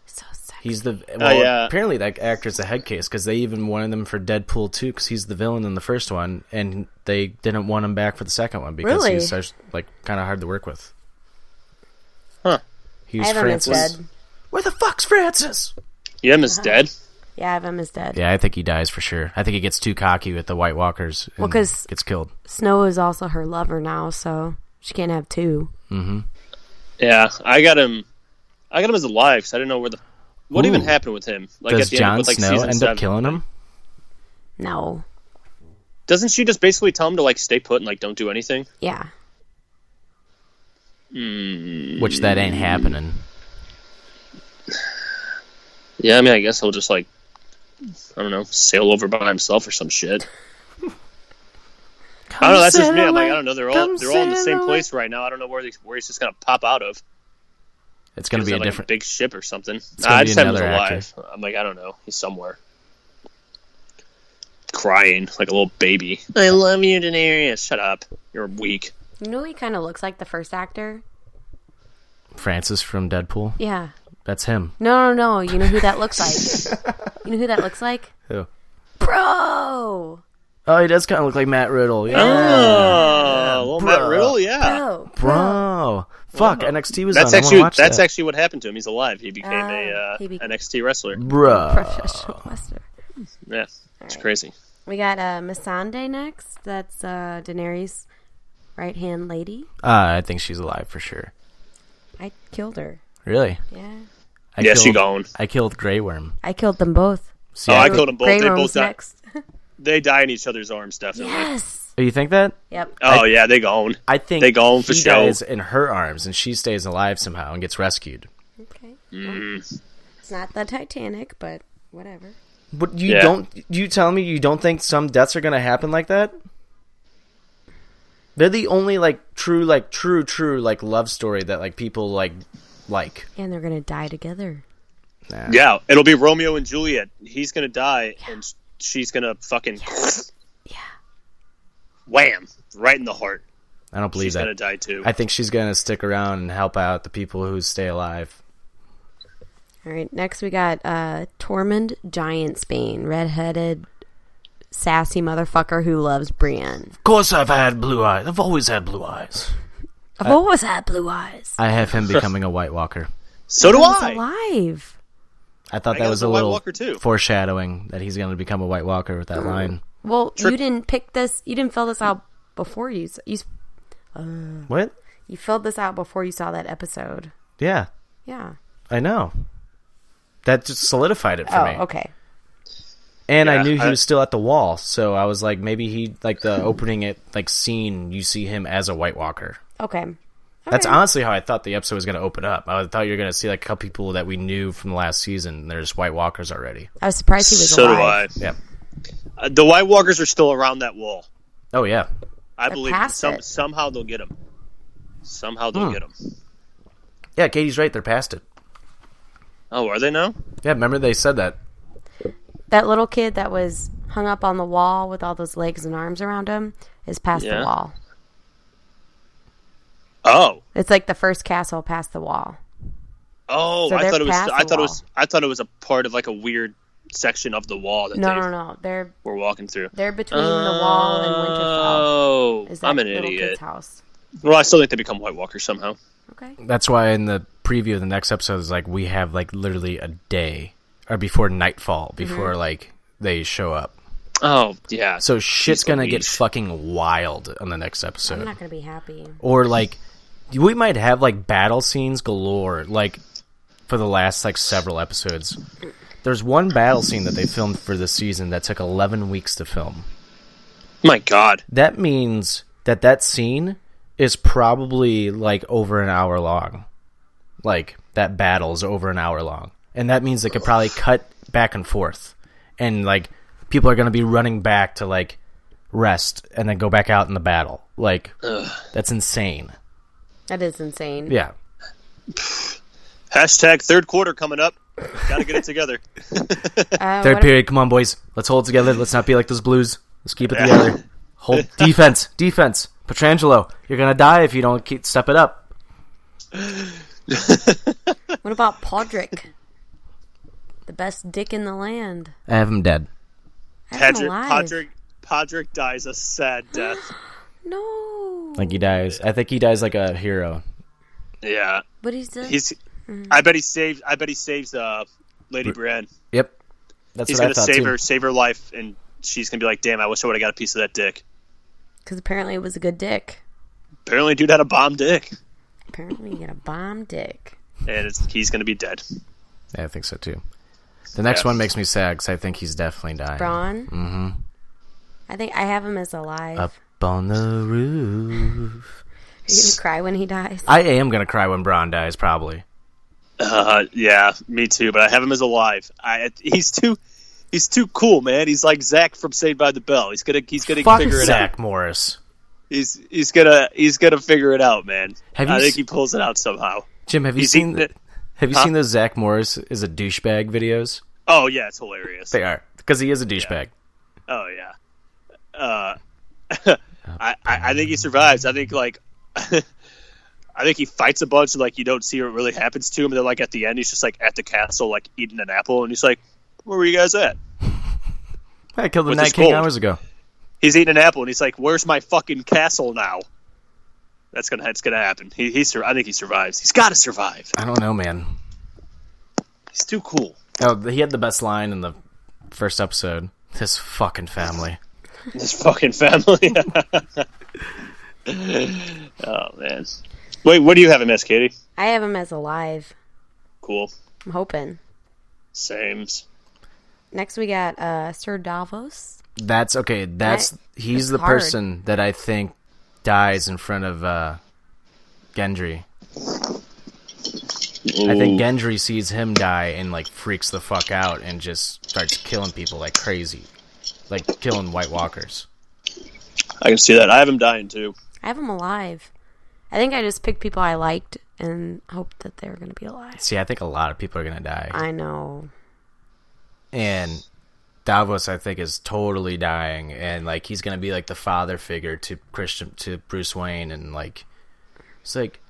S7: So sexy.
S1: He's the well,
S8: Oh, yeah.
S1: apparently that actor's a head case because they even wanted him for Deadpool too because he's the villain in the first one, and they didn't want him back for the second one because
S7: Really?
S1: he was such like kind of hard to work with.
S8: Huh.
S1: He
S7: I
S1: was
S7: have him as
S1: Francis.
S7: dead.
S1: Where the fuck's Francis?
S8: Yeah, is dead.
S7: Yeah, I have him as dead.
S1: Yeah, I think he dies for sure. I think he gets too cocky with the White Walkers. And
S7: Well, 'cause-
S1: gets killed.
S7: Snow is also her lover now, so she can't have two.
S8: Yeah, I got him. I got him as alive because I didn't know where the what even
S1: Ooh.
S8: happened with him. Like
S1: Does Jon
S8: with,
S1: Snow
S8: season
S1: end
S8: seven.
S1: up killing him?
S7: No.
S8: Doesn't she just basically tell him to like stay put and like don't do anything?
S7: Yeah.
S1: Which that ain't happening.
S8: Yeah, I mean, I guess he'll just like I don't know, sail over by himself or some shit. I don't know. That's just me. I'm like, I don't know. They're all they're all in the same place right now. I don't know where they, where he's just gonna pop out of.
S1: It's gonna
S8: Is
S1: be
S8: that,
S1: a
S8: like
S1: different.
S8: big ship or something.
S1: gonna
S8: I
S1: be
S8: just have him as
S1: another
S8: alive. I'm like, I don't know. He's somewhere. Crying like a little baby. I love you, Daenerys. Shut up. You're weak.
S7: You know, he kind of looks like the first actor.
S1: Francis from Deadpool.
S7: Yeah.
S1: That's him.
S7: No, no, no. You know who that looks like? you know who that looks like?
S1: Who?
S7: Bro.
S1: Oh, he does kind of look like Matt Riddle. Yeah,
S8: Oh, Ah, well, Matt Riddle, yeah.
S7: Bro.
S1: bro. Fuck, NXT was
S8: That's
S1: on.
S8: actually
S1: I wanna watch
S8: that's
S1: that.
S8: actually what happened to him. He's alive. He became a
S7: Ah,
S8: uh,
S7: he be-
S8: NXT wrestler.
S1: bro.
S7: Professional wrestler.
S8: Yeah, it's crazy.
S7: We got uh, Missandei next. That's uh, Daenerys' right hand lady.
S1: Ah, Uh, I think she's alive for sure.
S7: I killed her.
S1: Really?
S7: Yeah.
S1: I
S8: yeah, she
S1: killed-
S8: gone.
S1: I killed Grey Worm.
S7: I killed them both.
S1: See,
S8: Oh,
S1: I-
S8: I killed them both.
S7: Grey
S8: they
S7: Worm's
S8: both die.
S7: next.
S8: They die in each other's arms, definitely.
S7: Yes.
S1: Oh, you think that?
S7: Yep.
S8: Oh yeah, they gone.
S1: I think
S8: They go for
S1: he
S8: show.
S1: dies in her arms, and she stays alive somehow and gets rescued.
S7: Okay.
S8: Mm.
S7: It's not the Titanic, but whatever.
S1: But you
S8: Yeah.
S1: don't. You tell me you don't think some deaths are going to happen like that? They're the only like true, like true, true like love story that like people like like.
S7: And they're gonna die together.
S8: Yeah, it'll be Romeo and Juliet. He's gonna die, and sh- she's gonna fucking
S7: Yeah.
S8: wham right in the heart.
S1: I don't believe
S8: She's gonna
S1: that.
S8: die too.
S1: I think she's going to stick around and help out the people who stay alive.
S7: All right. Next we got uh Tormund Giantsbane, redheaded sassy motherfucker who loves Brienne.
S1: Of course, I've had blue eyes. I've always had blue eyes.
S7: I've always had blue eyes.
S1: I have him becoming a White Walker.
S8: so do
S7: He's
S8: I.
S7: alive.
S1: I thought
S8: I
S1: that
S8: guess
S1: was
S8: a
S1: a
S8: White
S1: little
S8: Walker too.
S1: foreshadowing that he's going to become a White Walker with that line.
S7: Well, you didn't pick this. You didn't fill this out before you. s- You s-
S1: What?
S7: you filled this out before you saw that episode.
S1: Yeah,
S7: Yeah.
S1: I know. That just solidified it for me.
S7: Oh, okay.
S1: And I
S8: Yeah,
S1: knew he
S8: I-
S1: was still at the wall, so I was like, maybe he like the opening it like scene. You see him as a White Walker.
S7: Okay.
S1: That's
S7: Okay.
S1: honestly how I thought the episode was going to open up. I thought you were going to see like a couple people that we knew from the last season. and They're just White Walkers already.
S7: I was surprised he was
S8: So do I.
S7: alive.
S1: Yeah.
S8: Uh, the White Walkers are still around that wall.
S1: Oh yeah.
S8: I believe
S7: past
S8: some
S7: it.
S8: somehow they'll get him. Somehow they'll
S1: Hmm.
S8: get him.
S1: Yeah, Katie's right. They're past it.
S8: Oh, are they now?
S1: Yeah, remember they said that.
S7: That little kid that was hung up on the wall with all those legs and arms around him is past
S8: Yeah.
S7: the wall.
S8: Oh,
S7: It's like the first castle past the wall.
S8: oh!
S7: So
S8: I
S7: they're
S8: thought it was.
S7: past
S8: I
S7: the
S8: thought it
S7: wall.
S8: was. I thought it was a part of like a weird section of the wall that
S7: No,
S8: they
S7: no, no. They're
S8: were walking through.
S7: they're between the wall and Winterfell.
S8: Oh,
S7: Is that
S8: I'm an
S7: little
S8: idiot.
S7: kid's house?
S8: Well, I still think they become White Walkers somehow.
S7: Okay.
S1: That's why in the preview of the next episode is like we have like literally a day or before nightfall before like they show up.
S8: Oh yeah.
S1: So shit's gonna get
S8: Louise.
S1: fucking wild on the next
S7: I'm
S1: episode.
S7: not gonna be happy.
S1: or like we might have like battle scenes galore like for the last like several episodes. There's one battle scene that they filmed for this season that took 11 weeks to film.
S8: my God.
S1: That means that that scene is probably like over an hour long. Like that battle's over an hour long. And that means they could probably cut back and forth. And like people are going to be running back to like rest and then go back out in the battle. Like that's insane.
S7: That is insane.
S1: Yeah.
S8: Hashtag third quarter coming up. Gotta get it together.
S7: Uh,
S1: Third
S7: what-
S1: period, come on boys. Let's hold together. Let's not be like those blues. Let's keep it together. Hold defense. Defense. Petrangelo, you're going to die if you don't keep step it up.
S7: What about Podrick? the best dick in the land.
S1: I have him dead.
S7: I have him
S8: Patrick,
S7: alive.
S8: Patrick, Patrick dies a sad death.
S7: No.
S1: Like he dies. I think he dies like a hero.
S8: yeah,
S7: But he's a,
S8: he's.
S1: Mm.
S8: I bet he saves. I bet he saves uh, Lady Brienne.
S1: Yep. That's
S8: He's
S1: what I
S8: gonna
S1: thought
S8: save
S1: too.
S8: her, save her life, and she's gonna be like, "Damn, I wish I would have got a piece of that dick."
S7: because apparently it was a good dick.
S8: Apparently, dude had a bomb dick,
S7: Apparently you get a bomb dick.
S8: and it's, he's gonna be dead.
S1: Yeah, I think so too. The next
S8: Yeah.
S1: one makes me sad because I think he's definitely dying.
S7: Braun. Mm-hmm. I think I have him as alive.
S1: Up on the roof.
S7: Are you gonna cry when he dies?
S1: I am gonna cry when Braun dies, probably.
S8: Uh, yeah, me too. But I have him as alive. I he's too. He's too cool, man. He's like Zach from Saved by the Bell. He's gonna he's gonna
S1: Fuck
S8: figure it out.
S1: Zach Morris.
S8: He's he's gonna he's gonna figure it out, man.
S1: Have
S8: I
S1: you
S8: think
S1: s-
S8: he pulls it out somehow.
S1: Jim, have you
S8: He's
S1: seen?
S8: eating it.
S1: Have you seen those Zach Morris is a douchebag videos?
S8: Oh yeah, it's hilarious.
S1: They are because he is a douchebag.
S8: Oh yeah. Uh, I, I I think he survives. I think like I think he fights a bunch and like you don't see what really happens to him. And then like at the end, he's just like at the castle, like eating an apple, and he's like, "Where were you guys at?"
S1: I killed the
S8: With
S1: Night
S8: his
S1: King
S8: gold.
S1: hours ago.
S8: He's eating an apple, and he's like, "Where's my fucking castle now?" That's gonna that's gonna happen. He he sur- I think he survives. He's got to survive.
S1: I don't know, man.
S8: He's too cool.
S1: Oh, he had the best line in the first episode. This fucking family.
S8: This fucking family. oh man. Wait, what do you have him as, Katie?
S7: I have him as alive.
S8: Cool.
S7: I'm hoping.
S8: Sames.
S7: Next we got uh, Sir Davos.
S1: That's okay. That's
S7: That-
S1: he's
S7: that's
S1: the
S7: hard.
S1: person that I think dies in front of uh, Gendry. I think Gendry sees him die and like freaks the fuck out and just starts killing people like crazy, like killing White Walkers.
S8: I can see that. I have him dying too.
S7: I have him alive. I think I just picked people I liked and hoped that they were going to be alive.
S1: See, I think a lot of people are gonna die,
S7: I know.
S1: and Davos I think is totally dying, and like he's gonna be like the father figure to Christian to Bruce Wayne, and like it's like,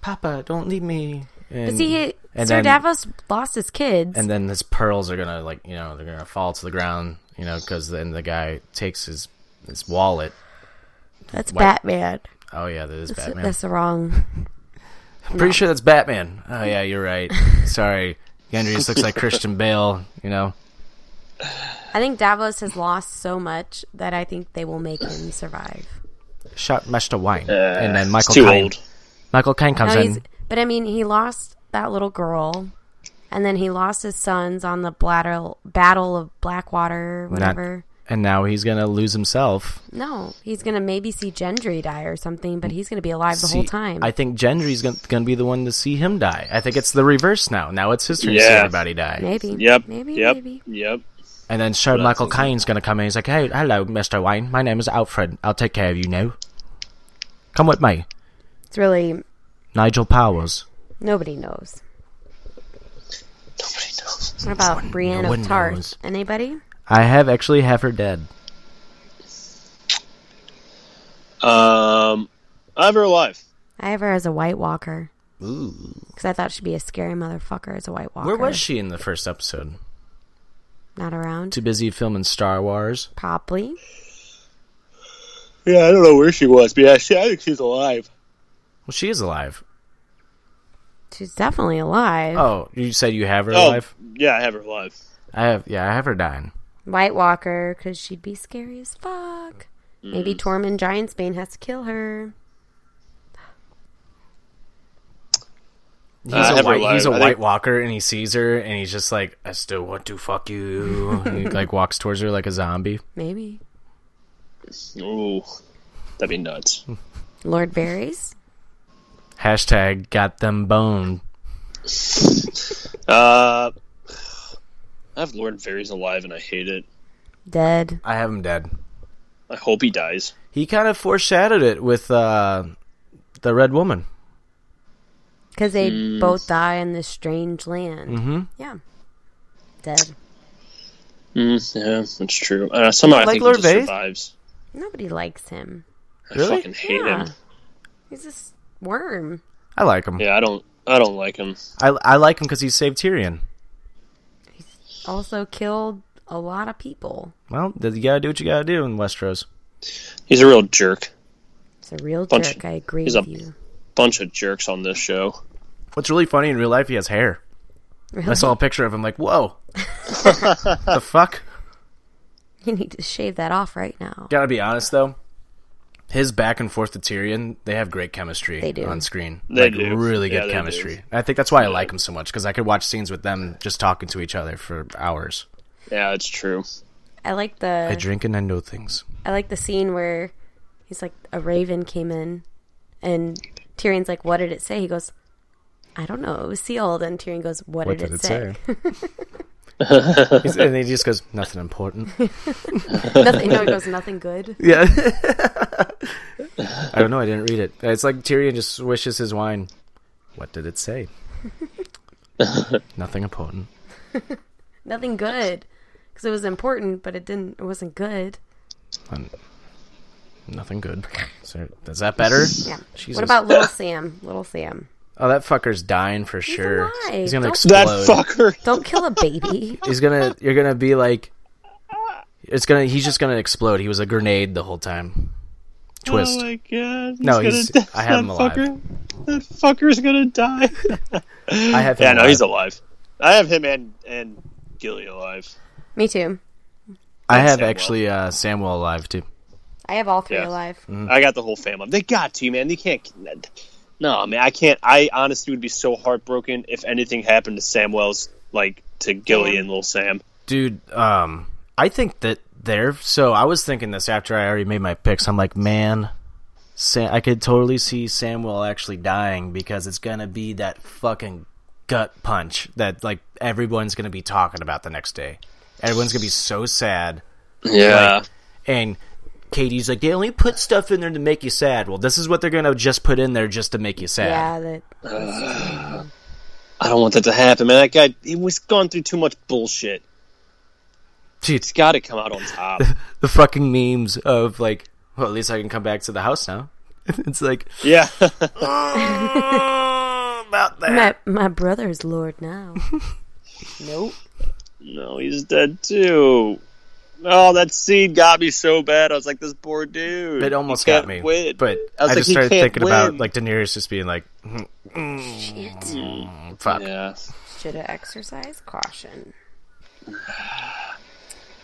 S1: Papa, don't leave me. And,
S7: See,
S1: and
S7: Sir
S1: then-
S7: Davos lost his kids.
S1: and then his pearls are gonna like you know they're gonna fall to the ground you know because then the guy takes his his wallet
S7: that's
S1: White-
S7: Batman.
S1: oh yeah that is
S7: That's,
S1: batman
S7: that's the wrong.
S1: i'm pretty sure that's batman oh yeah you're right sorry Gendry just looks like christian bale you know
S7: I think Davos has lost so much that I think they will make him survive.
S1: shot master wine and then
S8: It's
S1: michael
S8: Uh, too
S1: Caine-
S8: old.
S1: michael Caine comes
S7: No, he's,
S1: in
S7: but I mean, he lost that little girl, and then he lost his sons on the bladder, battle of Blackwater, whatever.
S1: and now he's gonna lose himself
S7: no, he's gonna maybe see Gendry die or something, but he's gonna be alive the whole
S1: See,
S7: time.
S1: i think gendry's gonna, gonna be the one to see him die i think it's the reverse now now it's his turn to see
S8: Yeah.
S1: everybody die
S7: maybe.
S8: Yep.
S7: Maybe.
S8: Yep.
S7: Maybe.
S8: Yep.
S1: And then Sir Michael Caine's going to come in. He's like, "Hey, hello, Mister Wayne. My name is Alfred. I'll take care of you now. Come with me,
S7: It's really
S1: Nigel Powers."
S7: nobody knows.
S8: Nobody knows.
S7: What about Brienne
S1: one
S7: of Tarth?
S1: knows.
S7: Anybody?
S1: I have actually have her dead.
S8: Um, I have her alive.
S7: I have her as a White Walker. Because I thought she'd be a scary motherfucker as a White Walker.
S1: Where was she in the first episode?
S7: Not around.
S1: Too busy filming Star Wars.
S7: Probably.
S8: Yeah, I don't know where she was, but yeah, she, I think she's alive.
S1: Well, she is alive.
S7: She's definitely alive.
S1: Oh, you said you have her
S8: Oh,
S1: alive.
S8: yeah, I have her alive.
S1: I have. Yeah, I have her dying.
S7: White Walker, because she'd be scary as fuck.
S8: Mm.
S7: Maybe Tormund Giantsbane has to kill her.
S1: He's
S8: I
S1: a
S8: have her
S1: white.
S8: alive.
S1: He's a
S8: I
S1: White
S8: think-
S1: Walker, and he sees her, and he's just like, "I still want to fuck you." And he like walks towards her like a zombie.
S7: Maybe.
S8: Ooh, that'd be nuts.
S7: Lord Varys?
S1: Hashtag got them boned.
S8: Uh, I have Lord Varys alive, and I hate it.
S7: Dead.
S1: I have him dead.
S8: I hope he dies.
S1: he kind of foreshadowed it with uh, the red woman.
S7: Because they
S8: Mm.
S7: both die in this strange land. Mm-hmm. Yeah. Dead.
S8: Mm, yeah, that's true. Uh, somehow I
S1: Like
S8: think
S1: Lord
S8: he just
S1: Varys?
S8: survives.
S7: Nobody likes him.
S8: I fucking hate
S7: Yeah.
S8: him.
S7: He's this worm.
S1: I like him.
S8: Yeah, I don't. I don't like him.
S1: I, I like him because he saved Tyrion.
S7: Also killed a lot of people.
S1: Well, th- you gotta do what you gotta do in Westeros.
S8: He's a real jerk.
S7: It's a real
S8: Bunch-
S7: jerk. I agree
S8: he's
S7: with
S8: a-
S7: you.
S8: Bunch of jerks on this show.
S1: What's really funny in real life, he has hair. I
S7: Really?
S1: saw a picture of him, like, whoa, the fuck.
S7: You need to shave that off right now.
S1: Gotta be honest though, his back and forth to Tyrion, they have great chemistry
S7: They do.
S1: on screen.
S8: They
S1: like,
S8: do.
S1: Really
S8: Yeah,
S1: good
S8: they
S1: chemistry.
S8: do.
S1: I think that's why I like him so much because I could watch scenes with them just talking to each other for hours.
S8: Yeah, it's true.
S7: I like the.
S1: I drink and I know things.
S7: I like the scene where he's like, a raven came in, and Tyrion's like, "What did it say?" He goes, "I don't know. It was sealed." And Tyrion goes, "What, did, it, say?"
S1: He's- and he just goes, nothing important.
S7: nothing. No, it goes nothing good.
S1: Yeah. I don't know. I didn't read it. It's like Tyrion just swishes his wine. What did it say? Nothing important.
S7: Nothing good, because it was important, but it didn't. It wasn't good.
S1: Um, nothing good. So, is that better?
S7: Yeah.
S1: Jesus.
S7: What about little Sam? Little Sam.
S1: Oh, that fucker's dying for sure.
S7: alive.
S1: He's gonna
S7: Don't-
S1: explode.
S8: fucker.
S7: Don't kill a baby.
S1: He's gonna. You're gonna be like. It's gonna. He's just gonna explode. He was a grenade the whole time. Twist.
S8: oh my god.
S1: No, he's- gonna die. I have him That alive.
S8: That fucker's gonna die.
S1: I have. Him
S8: yeah, no,
S1: alive.
S8: he's alive. I have him and and Gilly alive.
S7: Me too.
S1: I have
S8: Samwell.
S1: actually uh, Samuel alive too.
S7: I have all three
S8: Yeah.
S7: alive.
S8: I got the whole family. They got to man. They can't. No, I mean I can't. I honestly would be so heartbroken if anything happened to Sam Wells, like to Gilly and Little Sam.
S1: dude um i think that there so i was thinking this after i already made my picks i'm like man sam, i could totally see samuel actually dying because it's gonna be that fucking gut punch that like everyone's gonna be talking about the next day everyone's gonna be so sad
S8: Yeah,
S1: and katie's like they only put stuff in there to make you sad well this is what they're gonna just put in there just to make you sad
S7: Yeah, that
S8: I don't want that to happen, man. That guy, he was gone through too much bullshit.
S1: Dude,
S8: He's got to come out on top.
S1: the fucking memes of like well at least i can come back to the house now it's like
S8: yeah,
S1: about that
S7: my my brother's lord now. nope.
S8: no, he's dead too. Oh, that scene got me so bad. I was like, this poor dude.
S1: It almost
S8: he
S1: got
S8: can't
S1: me.
S8: win.
S1: But I,
S8: I was like,
S1: just
S8: he
S1: started
S8: can't
S1: thinking about
S8: win.
S1: like Daenerys just being like, "Mm,
S7: Shit.
S1: "Fuck."
S8: yeah,
S7: Should have exercised caution.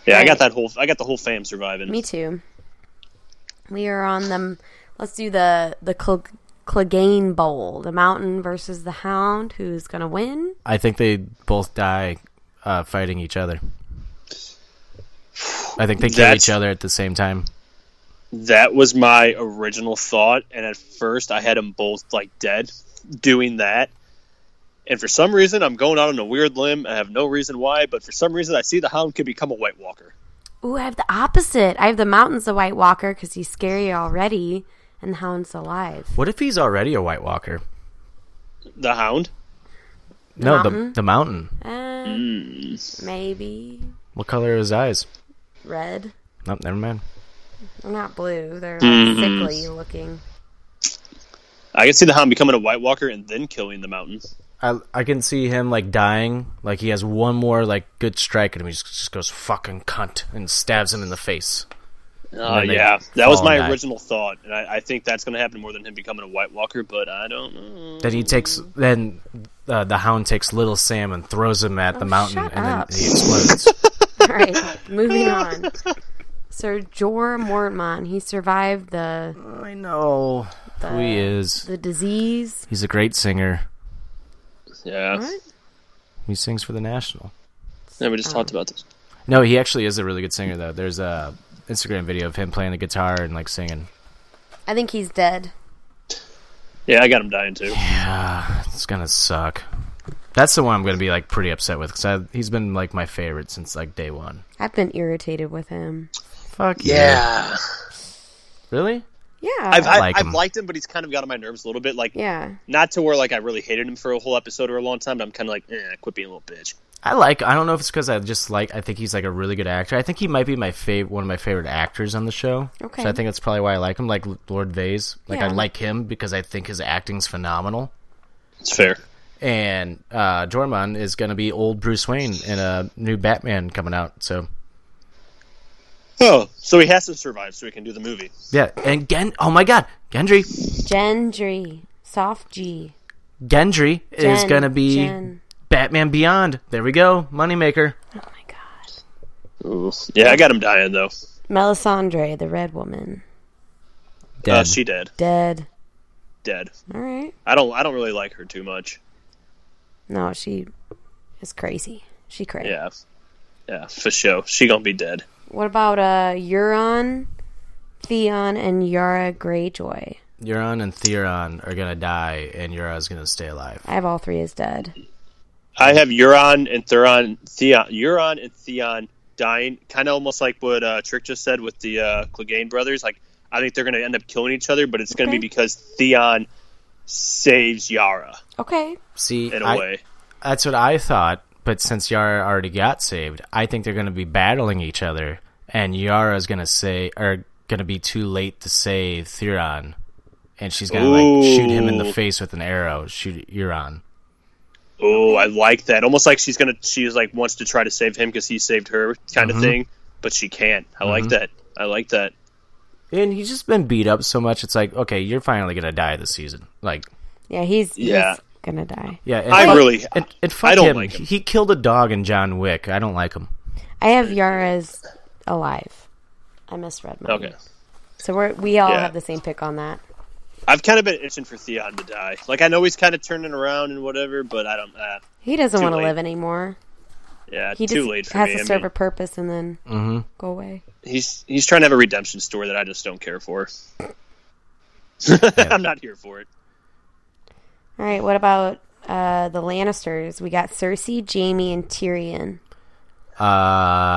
S8: yeah, I got that whole. I got the whole fam surviving.
S7: Me too. We are on the. Let's do the the Cl- Clegane Bowl. The Mountain versus the Hound. Who's gonna win?
S1: I think they both die uh, fighting each other. I think they kill
S8: That's-
S1: each other at the same time.
S8: That was my original thought, and at first I had them both like dead doing that. And for some reason, I'm going out on a weird limb. I have no reason why, but for some reason, I see the Hound could become a White Walker.
S7: Ooh, I have the opposite. I have the Mountain's the White Walker because he's scary already, and the Hound's alive.
S1: What if he's already a White Walker?
S8: The Hound?
S1: no, the
S7: mountain?
S1: the mountain.
S7: Uh, Maybe
S1: What color are his eyes?
S7: red.
S1: Nope, never mind.
S7: They're not blue. They're like, sickly looking.
S8: I can see the Hound becoming a White Walker and then killing the Mountain.
S1: I I can see him like dying. Like he has one more like good strike in him. He just, just goes fucking cunt and stabs him in the face.
S8: Uh,
S1: then they
S8: yeah, that was
S1: fall
S8: my
S1: and die.
S8: original thought, and I, I think that's going to happen more than him becoming a White Walker. But I don't know.
S1: Then he takes then uh, the hound takes little Sam and throws him at the mountain,
S7: Oh, shut
S1: and then
S7: up.
S1: he explodes.
S7: All right, moving on. Sir Jor Mormont. He survived the
S1: I know who he is.
S7: the disease.
S1: He's a great singer.
S8: Yeah,
S1: He sings for the National.
S8: yeah we just talked about this.
S1: No, he actually is a really good singer though. There's a Instagram video of him playing the guitar and like singing.
S7: I think he's dead.
S8: Yeah, I got him dying too.
S1: It's gonna suck. That's the one I'm gonna be like pretty upset with because he's been like my favorite since like day one.
S7: I've been irritated with him.
S1: Fuck yeah. Really?
S7: Yeah.
S8: I've, I've,
S1: like
S8: I've
S1: him.
S8: liked him, but he's kind of got on my nerves a little bit. Like,
S7: yeah.
S8: not to where like I really hated him for a whole episode or a long time. But I'm kind of like, eh, quit being a little bitch.
S1: I like. I don't know if it's because I just like. I think he's like a really good actor. I think he might be my favorite, one of my favorite actors on the show.
S7: Okay.
S1: So I think that's probably why I like him. Like L- Lord Vase. Like I
S7: Yeah.
S1: like him because I think his acting's phenomenal.
S8: It's fair.
S1: And uh, Jormon is going to be old Bruce Wayne in a new Batman coming out. So
S8: Oh, so he has to survive so we can do the movie.
S1: yeah. And Gen. Oh my God, Gendry.
S7: Gendry. Soft G.
S1: Gendry is
S7: Gen-
S1: going to be
S7: Gen.
S1: Batman Beyond. There we go. Moneymaker.
S7: Oh my god.
S8: Yeah, I got him dying though.
S7: Melisandre, the red woman.
S8: Uh,
S1: Dead.
S8: she dead,
S7: Dead.
S8: dead.
S7: All right.
S8: I don't, I don't really like her too much.
S7: No, she is crazy. She crazy.
S8: Yeah, yeah, for sure. She gonna be dead.
S7: What about uh Euron, Theon, and Yara Greyjoy?
S1: Euron and Theron are going to die, and Yara's going to stay alive.
S7: I have all three as dead.
S8: I have Euron and Theron, Theon, Euron and Theon dying, kind of almost like what uh, Trick just said with the uh, Clegane brothers. Like, I think they're gonna end up killing each other, but it's gonna be because Theon saves Yara
S7: Okay.
S1: See,
S8: in a
S1: I-
S8: way.
S1: That's what I thought, but since Yara already got saved, I think they're going to be battling each other, and Yara's going to say are going to be too late to save Theron, and she's going to like shoot him in the
S8: Ooh.
S1: face with an arrow, shoot Euron.
S8: Oh, I like that. Almost like she's gonna, she's like wants to try to save him because he saved her, kind of thing. But she can't. I like that. I like that.
S1: And he's just been beat up so much. It's like, okay, you're finally going to die this season. Like,
S7: Yeah, he's
S8: Yeah.
S7: he's gonna die.
S1: yeah, and
S8: I
S1: fuck-
S8: really-
S1: and, and fuck
S8: I don't
S1: him.
S8: like him.
S1: He killed a dog in John Wick. I don't like him.
S7: I have Yara's alive. I misread mine.
S8: Okay.
S7: So we're we all
S8: Yeah.
S7: have the same pick on that.
S8: I've kind of been itching for Theon to die. Like I know he's kind of turning around and whatever, but I don't. Uh,
S7: He doesn't
S8: Too
S7: want to
S8: late.
S7: live anymore.
S8: yeah,
S7: He
S8: too
S7: just
S8: late for
S7: has
S8: me.
S7: to
S8: I
S7: serve
S8: mean,
S7: a purpose and then go away.
S8: he's he's trying to have a redemption story that I just don't care for. I'm not here for it.
S7: All right, what about uh, the Lannisters? We got Cersei, Jamie, and Tyrion.
S1: Uh,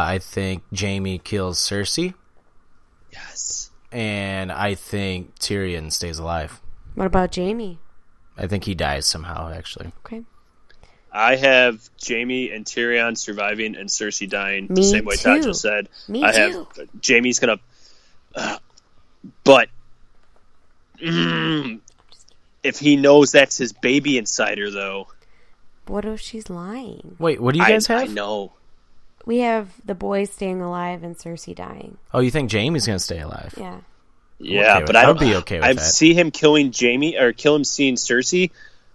S1: I think Jamie kills Cersei,
S8: Yes.
S1: and I think Tyrion stays alive.
S7: What about Jamie?
S1: I think he dies somehow, actually.
S7: Okay.
S8: I have Jamie and Tyrion surviving and Cersei dying.
S7: Me
S8: the same way
S7: too.
S8: Taja said.
S7: Me
S8: I have
S7: too.
S8: Jamie's gonna, uh, but Mm. if he knows that's his baby insider, though,
S7: What if she's lying?
S1: Wait, what do you
S8: I,
S1: guys
S8: I
S1: have?
S8: know.
S7: We have the boys staying alive and Cersei dying.
S1: Oh, you think Jamie's gonna stay alive?
S7: Yeah.
S8: Yeah,
S1: okay
S8: but
S1: with-
S8: I
S1: I'd
S8: don't
S1: be okay with
S8: I
S1: that.
S8: see him killing Jamie or kill him seeing Cersei,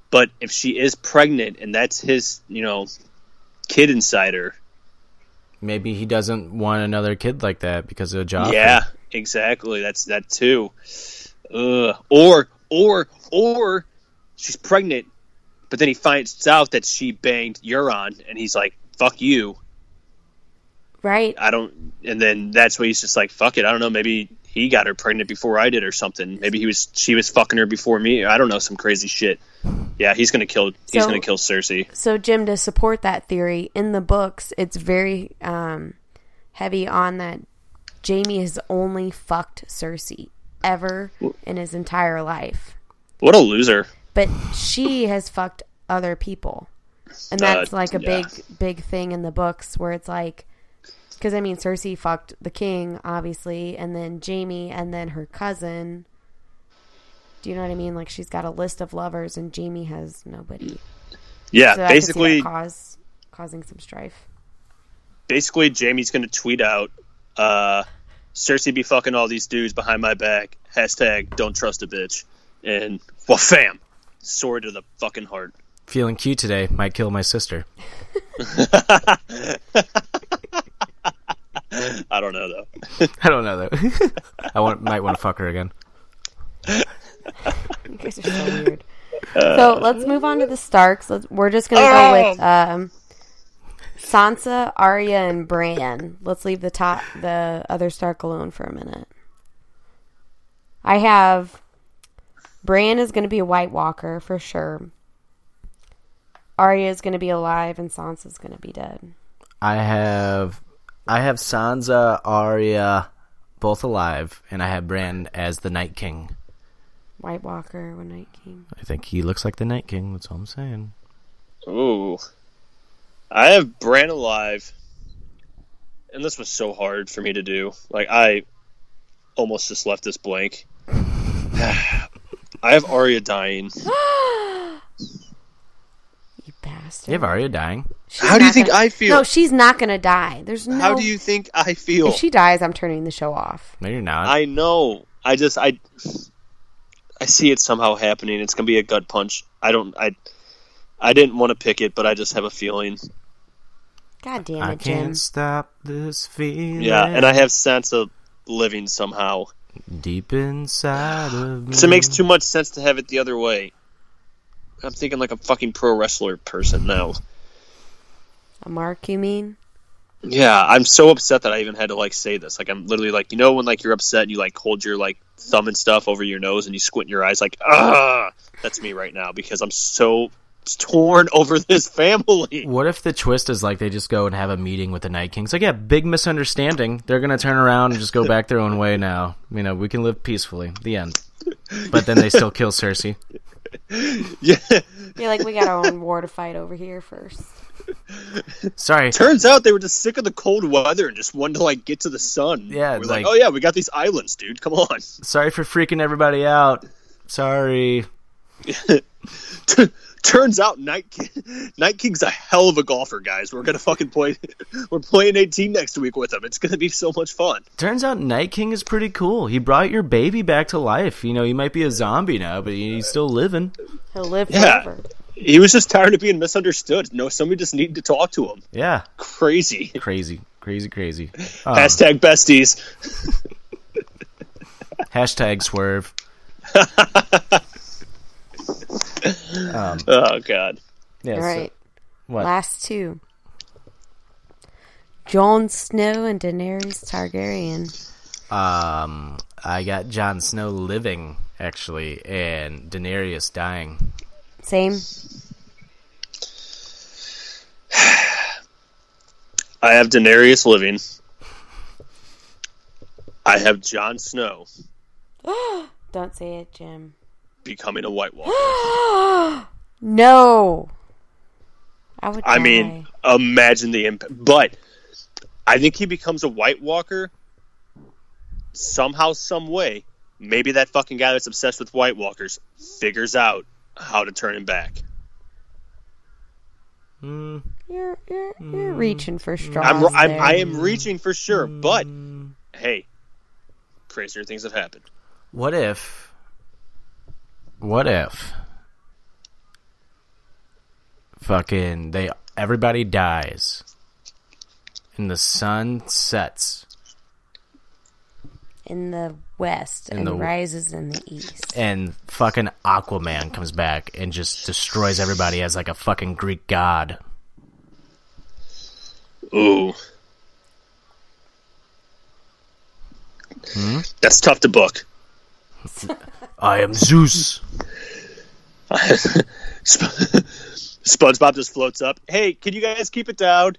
S8: but if she is pregnant and that's his, you know, kid insider,
S1: Maybe he doesn't want another kid like that because of Joffrey.
S8: Yeah, exactly. That's that too. Ugh. Or or or she's pregnant, but then he finds out that she banged Euron, and he's like, "Fuck you."
S7: Right?
S8: I don't. And then that's when he's just like, "Fuck it." I don't know. Maybe he got her pregnant before I did, or something. Maybe he was she was fucking her before me. I don't know. Some crazy shit. Yeah, he's gonna kill. He's
S7: So-
S8: gonna kill Cersei.
S7: So, Jim, to support that theory, in the books, it's very um, heavy on that Jamie has only fucked Cersei ever in his entire life.
S8: What a loser.
S7: But she has fucked other people. And
S8: Uh,
S7: that's like a
S8: yeah.
S7: big, big thing in the books where it's like, because I mean, Cersei fucked the king, obviously, and then Jamie, and then her cousin. Do you know what I mean? Like, she's got a list of lovers, and Jamie has nobody.
S8: Yeah,
S7: So I could see that
S8: basically.
S7: cause causing some strife.
S8: basically Jamie's gonna tweet out, uh, Cersei be fucking all these dudes behind my back. Hashtag don't trust a bitch. And well fam. Sword to the fucking heart.
S1: Feeling cute today might kill my sister.
S8: I don't know though.
S1: I don't know though. I want, might want to fuck her again.
S7: You guys are so weird.
S8: Uh,
S7: so let's move on to the Starks. Let's, we're just gonna go
S8: Oh!
S7: with um, Sansa, Arya, and Bran. Let's leave the top, the other Stark alone for a minute. I have Bran is gonna be a White Walker for sure. Arya is gonna be alive, and Sansa's gonna be dead.
S1: I have, I have Sansa, Arya, both alive, and I have Bran as the Night King.
S7: White Walker when night came.
S1: I think he looks like the Night King. That's all I'm saying.
S8: Ooh. I have Bran alive. And this was so hard for me to do. Like I almost just left this blank. I have Arya dying.
S7: You bastard.
S1: You have Arya dying.
S7: She's
S8: How do you
S7: not
S8: think
S7: gonna-
S8: I feel?
S7: No, she's not gonna die. There's no.
S8: How do you think I feel?
S7: If she dies, I'm turning the show off.
S1: No, you're not.
S8: I know. I just I I see it somehow happening. It's gonna be a gut punch. I don't I I didn't want to pick it, but I just have a feeling.
S7: God damn
S1: I
S7: it, Jim.
S1: can't stop this feeling.
S8: Yeah, and I have sense of living somehow.
S1: deep inside of me.
S8: So it makes too much sense to have it the other way. I'm thinking like a fucking pro wrestler person now.
S7: A mark, you mean?
S8: Yeah, I'm so upset that I even had to like say this. Like I'm literally like, you know when like you're upset and you like hold your like thumb and stuff over your nose and you squint your eyes like, ah, that's me right now because I'm so torn over this family.
S1: What if the twist is like they just go and have a meeting with the Night Kings? Like, yeah, big misunderstanding. They're gonna turn around and just go back their own way now. You know, we can live peacefully. The end. But then they still kill Cersei.
S8: Yeah.
S7: You're like, we got our own war to fight over here first.
S1: Sorry.
S8: Turns out they were just sick of the cold weather and just wanted to like get to the sun.
S1: Yeah,
S8: we're like,
S1: like-
S8: oh yeah, we got these islands, dude. Come on.
S1: Sorry for freaking everybody out. Sorry.
S8: T- Turns out Night King- Night King's a hell of a golfer, guys. We're gonna fucking play. We're playing 18 next week with him. It's gonna be so much fun.
S1: Turns out Night King is pretty cool. He brought your baby back to life. You know, he might be a zombie now, but he- he's still living.
S7: He'll live
S8: Yeah.
S7: forever.
S8: He was just tired of being misunderstood. No, somebody just needed to talk to him.
S1: Yeah.
S8: Crazy.
S1: Crazy. Crazy, crazy.
S8: Hashtag besties.
S1: Hashtag swerve.
S8: Oh god.
S1: Yeah,
S7: All
S1: so-
S7: right.
S1: what?
S7: Last two. Jon Snow and Daenerys Targaryen.
S1: Um, I got Jon Snow living actually, and Daenerys dying.
S7: Same.
S8: I have Daenerys living. I have Jon Snow
S7: Don't say it, Jim.
S8: becoming a White Walker.
S7: No. I would.
S8: I mean,
S7: die.
S8: imagine the impact. But I think he becomes a White Walker somehow, some way. Maybe that fucking guy that's obsessed with White Walkers figures out how to turn him back.
S7: you're you're you're reaching for straws.
S8: Mm, I'm, I'm
S7: there.
S8: I am reaching for sure, but
S1: Mm.
S8: hey, crazier things have happened.
S1: What if? What if? Fucking they everybody dies, and the sun sets,
S7: in the west and
S1: the-
S7: rises in the east.
S1: and fucking Aquaman comes back and just destroys everybody as like a fucking Greek god.
S8: Ooh.
S1: Hmm?
S8: That's tough to book.
S1: I am Zeus.
S8: Sp- SpongeBob just floats up. Hey, can you guys keep it down?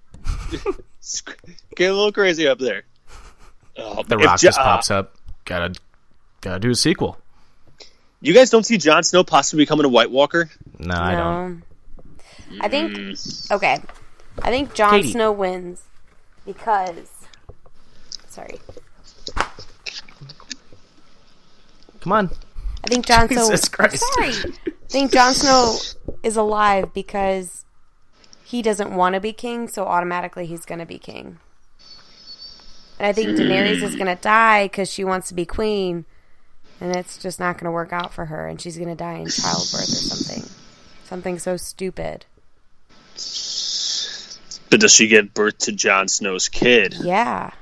S8: Sc- Get a little crazy up there. Oh,
S1: The
S8: if
S1: Rock
S8: Jo-
S1: just pops up. Gotta, gotta do a sequel.
S8: You guys don't see Jon Snow possibly becoming a White Walker?
S1: No, I don't.
S7: I think okay. I think Jon
S1: Katie.
S7: Snow wins because sorry.
S1: Come on.
S7: I think Jon Snow
S1: Jesus Christ.
S7: sorry. I think Jon Snow is alive because he doesn't want to be king, so automatically he's going to be king. And I think Daenerys is going to die because she wants to be queen, and it's just not going to work out for her, and she's going to die in childbirth or something. Something so stupid.
S8: But does she give birth to Jon Snow's kid?
S7: Yeah.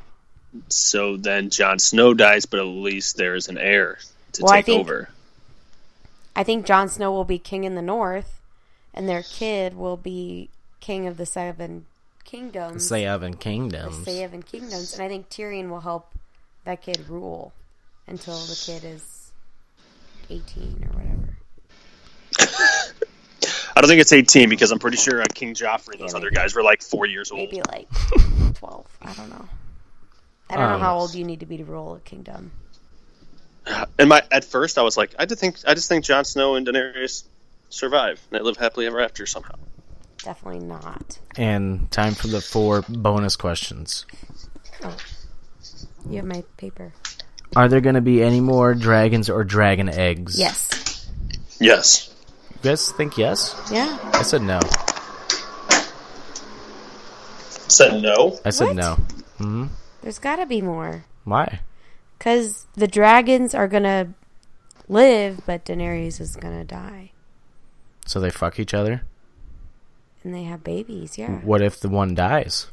S8: So then Jon Snow dies, but at least there is an heir to
S7: Well, I
S8: take
S7: think-
S8: over.
S7: I think Jon Snow will be king in the north, and their kid will be king of the seven kingdoms, the
S1: Seven Kingdoms.
S7: seven kingdoms, and I think Tyrion will help that kid rule until the kid is eighteen or whatever.
S8: I don't think it's 18 because I'm pretty sure uh, King Joffrey and those other guys were like four years old.
S7: Maybe like twelve. I don't know. I don't know how old you need to be to rule a kingdom.
S8: And my at first I was like, I just think I just think Jon Snow and Daenerys survive and they live happily ever after somehow.
S7: Definitely not.
S1: And time for the four bonus questions.
S7: You have my paper.
S1: Are there going to be any more dragons or dragon eggs?
S7: Yes.
S8: Yes.
S1: You guys think yes?
S7: Yeah.
S1: I said no.
S8: Said no.
S1: I said
S7: What?
S1: no.
S7: There's got to be more.
S1: Why?
S7: Because the dragons are gonna live, but Daenerys is gonna die,
S1: So they fuck each other?
S7: and they have babies. Yeah,
S1: What if the one dies?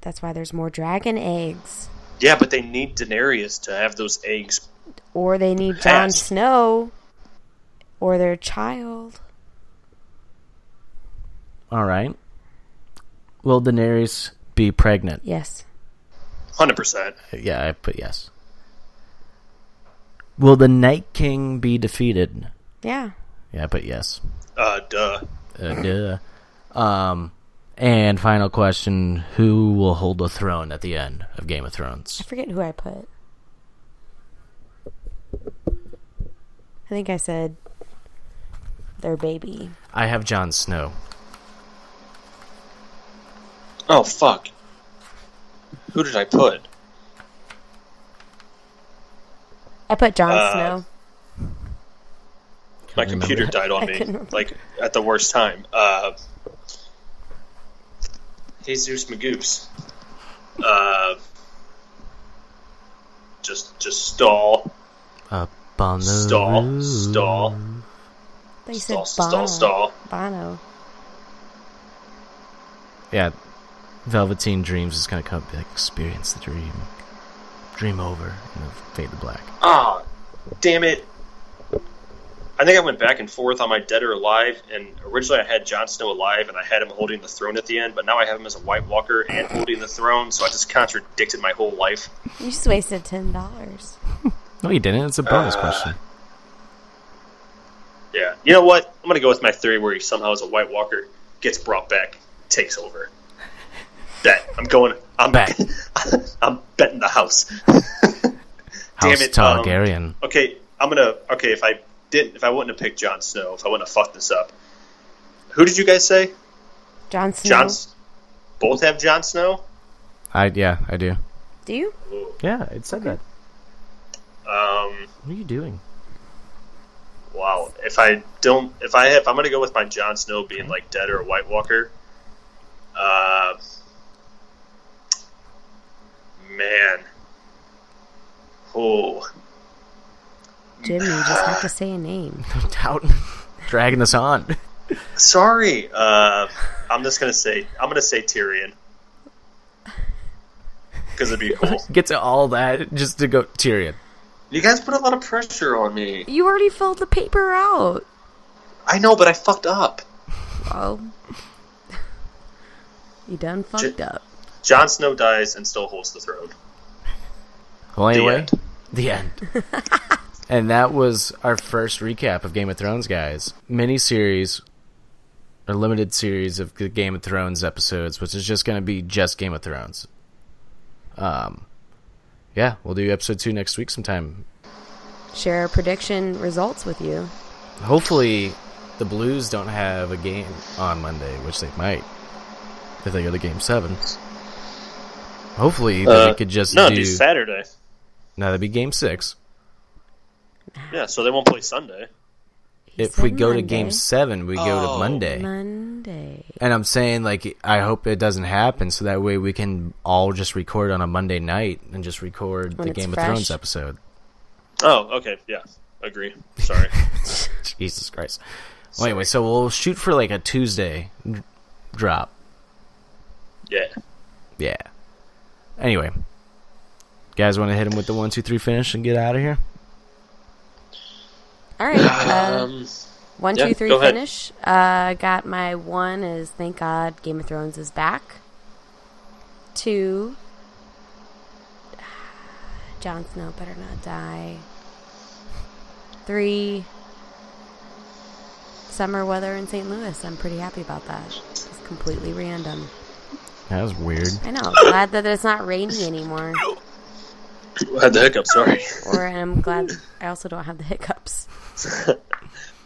S7: that's why there's more dragon eggs,
S8: Yeah, but they need Daenerys to have those eggs.
S7: or they need Jon
S8: Yes.
S7: Snow, or their child.
S1: All right. Will Daenerys be pregnant?
S7: Yes,
S8: Hundred percent.
S1: Yeah, I put yes. Will the Night King be defeated?
S7: yeah,
S1: Yeah, I put yes.
S8: Uh duh.
S1: Uh, duh. Um, and final question: Who will hold the throne at the end of Game of Thrones?
S7: I forget who I put. I think I said their baby.
S1: I have Jon Snow.
S8: Oh fuck. Who did I put?
S7: I put Jon
S8: Uh,
S7: Snow.
S8: My computer died on
S7: I couldn't
S8: me.
S7: remember.
S8: Like at the worst time. Uh Jesus Magoops. Uh just just stall.
S1: Up on the
S8: Stall.
S1: roof.
S8: Stall.
S7: They said
S8: Stall
S7: Bono.
S8: stall stall.
S7: Bono.
S1: Yeah, Velveteen Dreams is gonna come up, be like experience the dream, dream over, and it'll fade to black.
S8: Ah, damn it. I think I went back and forth on my Dead or Alive, and originally I had Jon Snow alive, and I had him holding the throne at the end, but now I have him as a White Walker and holding the throne, so I just contradicted my whole life.
S7: You just wasted ten dollars.
S1: No, you didn't. It's a bonus
S8: Uh,
S1: question.
S8: Yeah. You know what? I'm going to go with my theory where he somehow is a White Walker, gets brought back, takes over. Bet. I'm going. I'm
S1: Bet.
S8: I'm betting the house.
S1: House
S8: it, um,
S1: Targaryen.
S8: Okay, I'm gonna. Okay, if I didn't, if I wouldn't have picked Jon Snow, if I wouldn't have fucked this up, who did you guys say?
S7: John Snow.
S8: Jon. S- Both have Jon Snow.
S1: I yeah, I do.
S7: Do you?
S1: Yeah, it said that.
S8: Um,
S1: What are you doing?
S8: wow. If I don't, if I if I'm gonna go with my Jon Snow being like dead or a White Walker, uh, man, oh,
S7: Jim, you just have to say a name.
S1: No doubt. Dragging this on.
S8: sorry. Uh, I'm just gonna say I'm gonna say Tyrion because it'd be cool.
S1: Get to all that just to go Tyrion.
S8: You guys put a lot of pressure on me.
S7: You already filled the paper out.
S8: I know, but I fucked up.
S7: Well, you done fucked up.
S8: Jon Snow dies and still holds the throne.
S1: Well,
S8: The
S1: anyway,
S8: end.
S1: the end. and that was our first recap of Game of Thrones, guys. Mini series, or limited series of the Game of Thrones episodes, which is just going to be just Game of Thrones. Um, yeah, we'll do episode two next week sometime.
S7: Share our prediction results with you.
S1: Hopefully, the Blues don't have a game on Monday, which they might if they go to Game Seven. Hopefully,
S8: Uh,
S1: they could just
S8: no,
S1: do.
S8: it'd be Saturday.
S1: No, that'd be Game Six.
S8: Yeah, so they won't play Sunday.
S7: He
S1: If we
S7: said
S1: go
S7: Monday.
S1: to Game Seven, we go to Monday.
S7: Monday.
S1: And I'm saying like I hope it doesn't happen so that way we can all just record on a Monday night and just record
S7: When
S1: the
S7: it's
S1: Game
S7: fresh.
S1: of Thrones episode.
S8: Oh, okay, yeah, agree. Sorry.
S1: Jesus Christ. Well, anyway, so we'll shoot for like a Tuesday d- drop.
S8: yeah.
S1: Yeah. Anyway, guys, want to hit him with the one, two, three finish and get out of here?
S7: All right. Uh,
S8: Um,
S7: one,
S8: yeah,
S7: two, three.
S8: go ahead.
S7: finish. Uh, got my one is thank God Game of Thrones is back. Two. Jon Snow better not die. Three. Summer weather in St. Louis. I'm pretty happy about that. It's completely random.
S1: That was weird.
S7: I know. Glad that it's not raining anymore.
S8: had the hiccup. Sorry.
S7: Or I'm glad I also don't have the hiccups.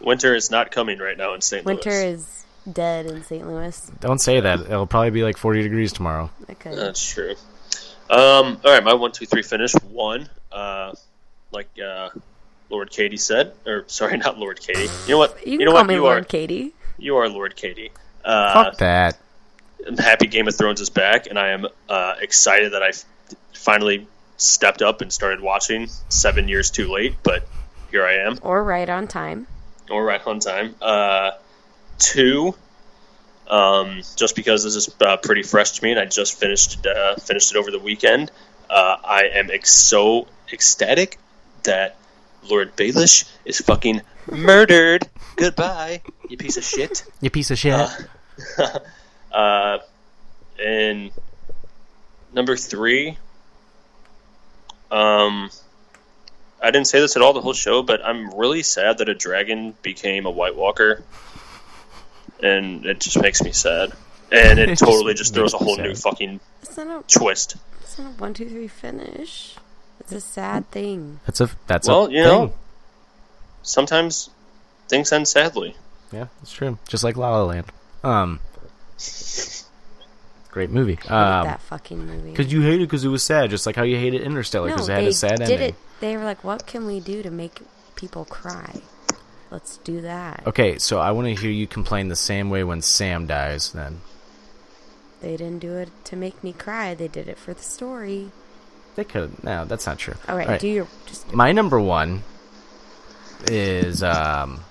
S8: Winter is not coming right now in St.
S7: Winter
S8: Louis.
S7: is dead in St. Louis.
S1: Don't say that. It'll probably be like 40 degrees tomorrow.
S7: I could.
S8: That's true. Um, all right, my one, two, three finish. One, uh, like uh, Lord Katie said, or sorry, not Lord Katie. You know what?
S7: you can
S8: know
S7: call
S8: what?
S7: me
S8: you
S7: Lord
S8: are
S7: Katie.
S8: you are Lord Katie. Uh,
S1: Fuck that.
S8: I'm happy Game of Thrones is back, and I am uh, excited that I f- finally stepped up and started watching. Seven years too late, but here I am.
S7: Or right on time.
S8: We're right on time. Uh, two, um, just because this is uh, pretty fresh to me, and I just finished uh, finished it over the weekend. Uh, I am ex- so ecstatic that Lord Baelish is fucking murdered. Goodbye, you piece of shit.
S1: You piece of shit.
S8: Uh, and number three, um, I didn't say this at all the whole show, but I'm really sad that a dragon became a White Walker, and it just makes me sad. And
S1: It
S8: it
S1: just
S8: totally just throws a
S1: makes me
S8: whole new
S1: sad.
S8: fucking
S7: It's not a,
S8: twist.
S7: it's not a one, two, three finish. It's a sad thing.
S1: that's a that's a
S8: Well, you know,
S1: thing.
S8: sometimes things end sadly.
S1: Yeah, it's true. Just like La La Land. Um, great movie. Um,
S7: that fucking movie.
S1: because you hated because it was sad, just like how you hated Interstellar
S7: no,
S1: because it
S7: they
S1: had a sad
S7: did
S1: ending.
S7: it. They were like, "What can we do to make people cry? Let's do that."
S1: Okay, so I want to hear you complain the same way when Sam dies. Then
S7: They didn't do it to make me cry. They did it for the story.
S1: they could. No, that's not true.
S7: All right, do your just
S1: My number one is um,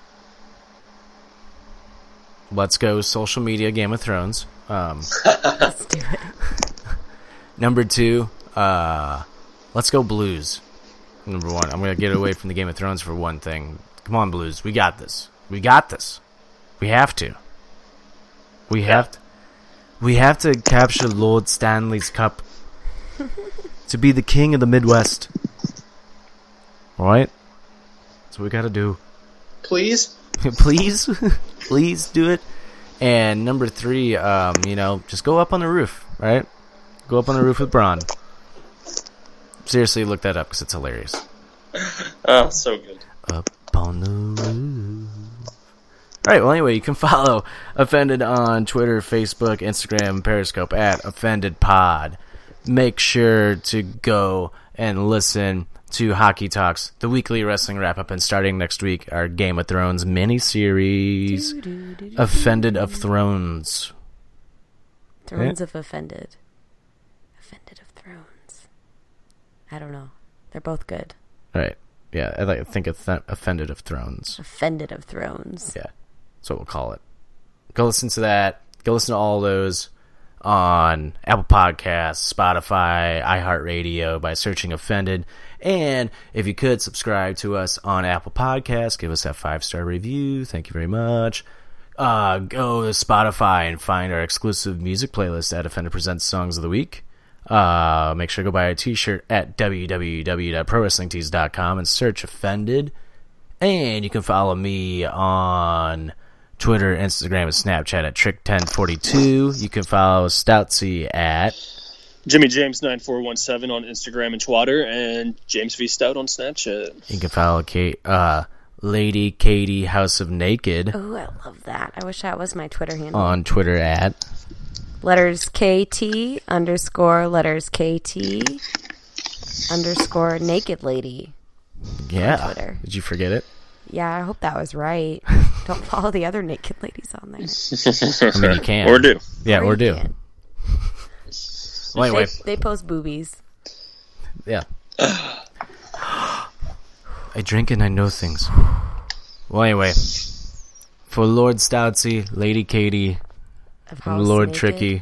S1: let's go social media Game of Thrones. Um,
S7: let's do it.
S1: Number two, uh, let's go blues. Number one, I'm gonna get away from the Game of Thrones for one thing. Come on, Blues. We got this. We got this. We have to. We have to. We have to capture Lord Stanley's cup to be the king of the Midwest. All right? That's what we got to do.
S4: Please.
S1: please, please do it. And number three, um, you know, just go up on the roof, right? Go up on the roof with Braun. Seriously, look that up because it's hilarious.
S4: Oh, so good.
S1: Up on the roof. All right. Well, anyway, you can follow Offended on Twitter, Facebook, Instagram, Periscope at Offended Pod. Make sure to go and listen to Hockey Talks, the weekly wrestling wrap up, and starting next week, our Game of Thrones mini series, Offended of Thrones.
S7: Thrones of Offended. Offended of Thrones. I don't know. They're both good.
S1: All right. Yeah, I like- I think it's th- Offended of Thrones.
S7: Offended of Thrones.
S1: Yeah. That's what we'll call it. Go listen to that. Go listen to all those on Apple Podcasts, Spotify, iHeartRadio by searching Offended. And if you could subscribe to us on Apple Podcasts, give us that five star review. Thank you very much. Uh, go to Spotify and find our exclusive music playlist at Offended Presents Songs of the Week. Uh, make sure to go buy a t shirt at www.prowrestlingtees.com and search Offended. And you can follow me on Twitter, Instagram, and Snapchat at Trick1042. You can follow Stoutsy at.
S4: Jimmy James nine four one seven on Instagram and Twitter, and James V Stout on Snapchat.
S1: You can follow Kate, uh, Lady Katie House of Naked
S7: Ooh, I love that. I wish that was my Twitter handle.
S1: on Twitter at.
S7: letters KT underscore letters KT underscore naked lady.
S1: Yeah.
S7: Twitter.
S1: Did you forget it?
S7: Yeah, I hope that was right. Don't follow the other naked ladies on there.
S1: I mean, you can.
S4: Or do.
S1: Yeah, or
S7: you
S1: do.
S7: can't.
S1: Well,
S7: They,
S1: anyway,
S7: they post boobies.
S1: yeah. I drink and I know things. Well, anyway, for Lord Stoutsy, Lady Katie, and
S7: Of House
S1: Lord
S7: Naked,
S1: Tricky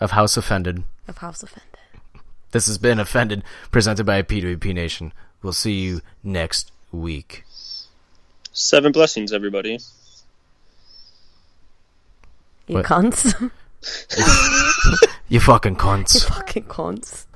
S1: of House Offended.
S7: Of House Offended.
S1: This has been Offended, presented by PWP Nation. We'll see you next week.
S4: Seven blessings, everybody.
S7: You
S1: What?
S7: cunts.
S1: You fucking
S7: you
S1: cunts.
S7: fucking cunts.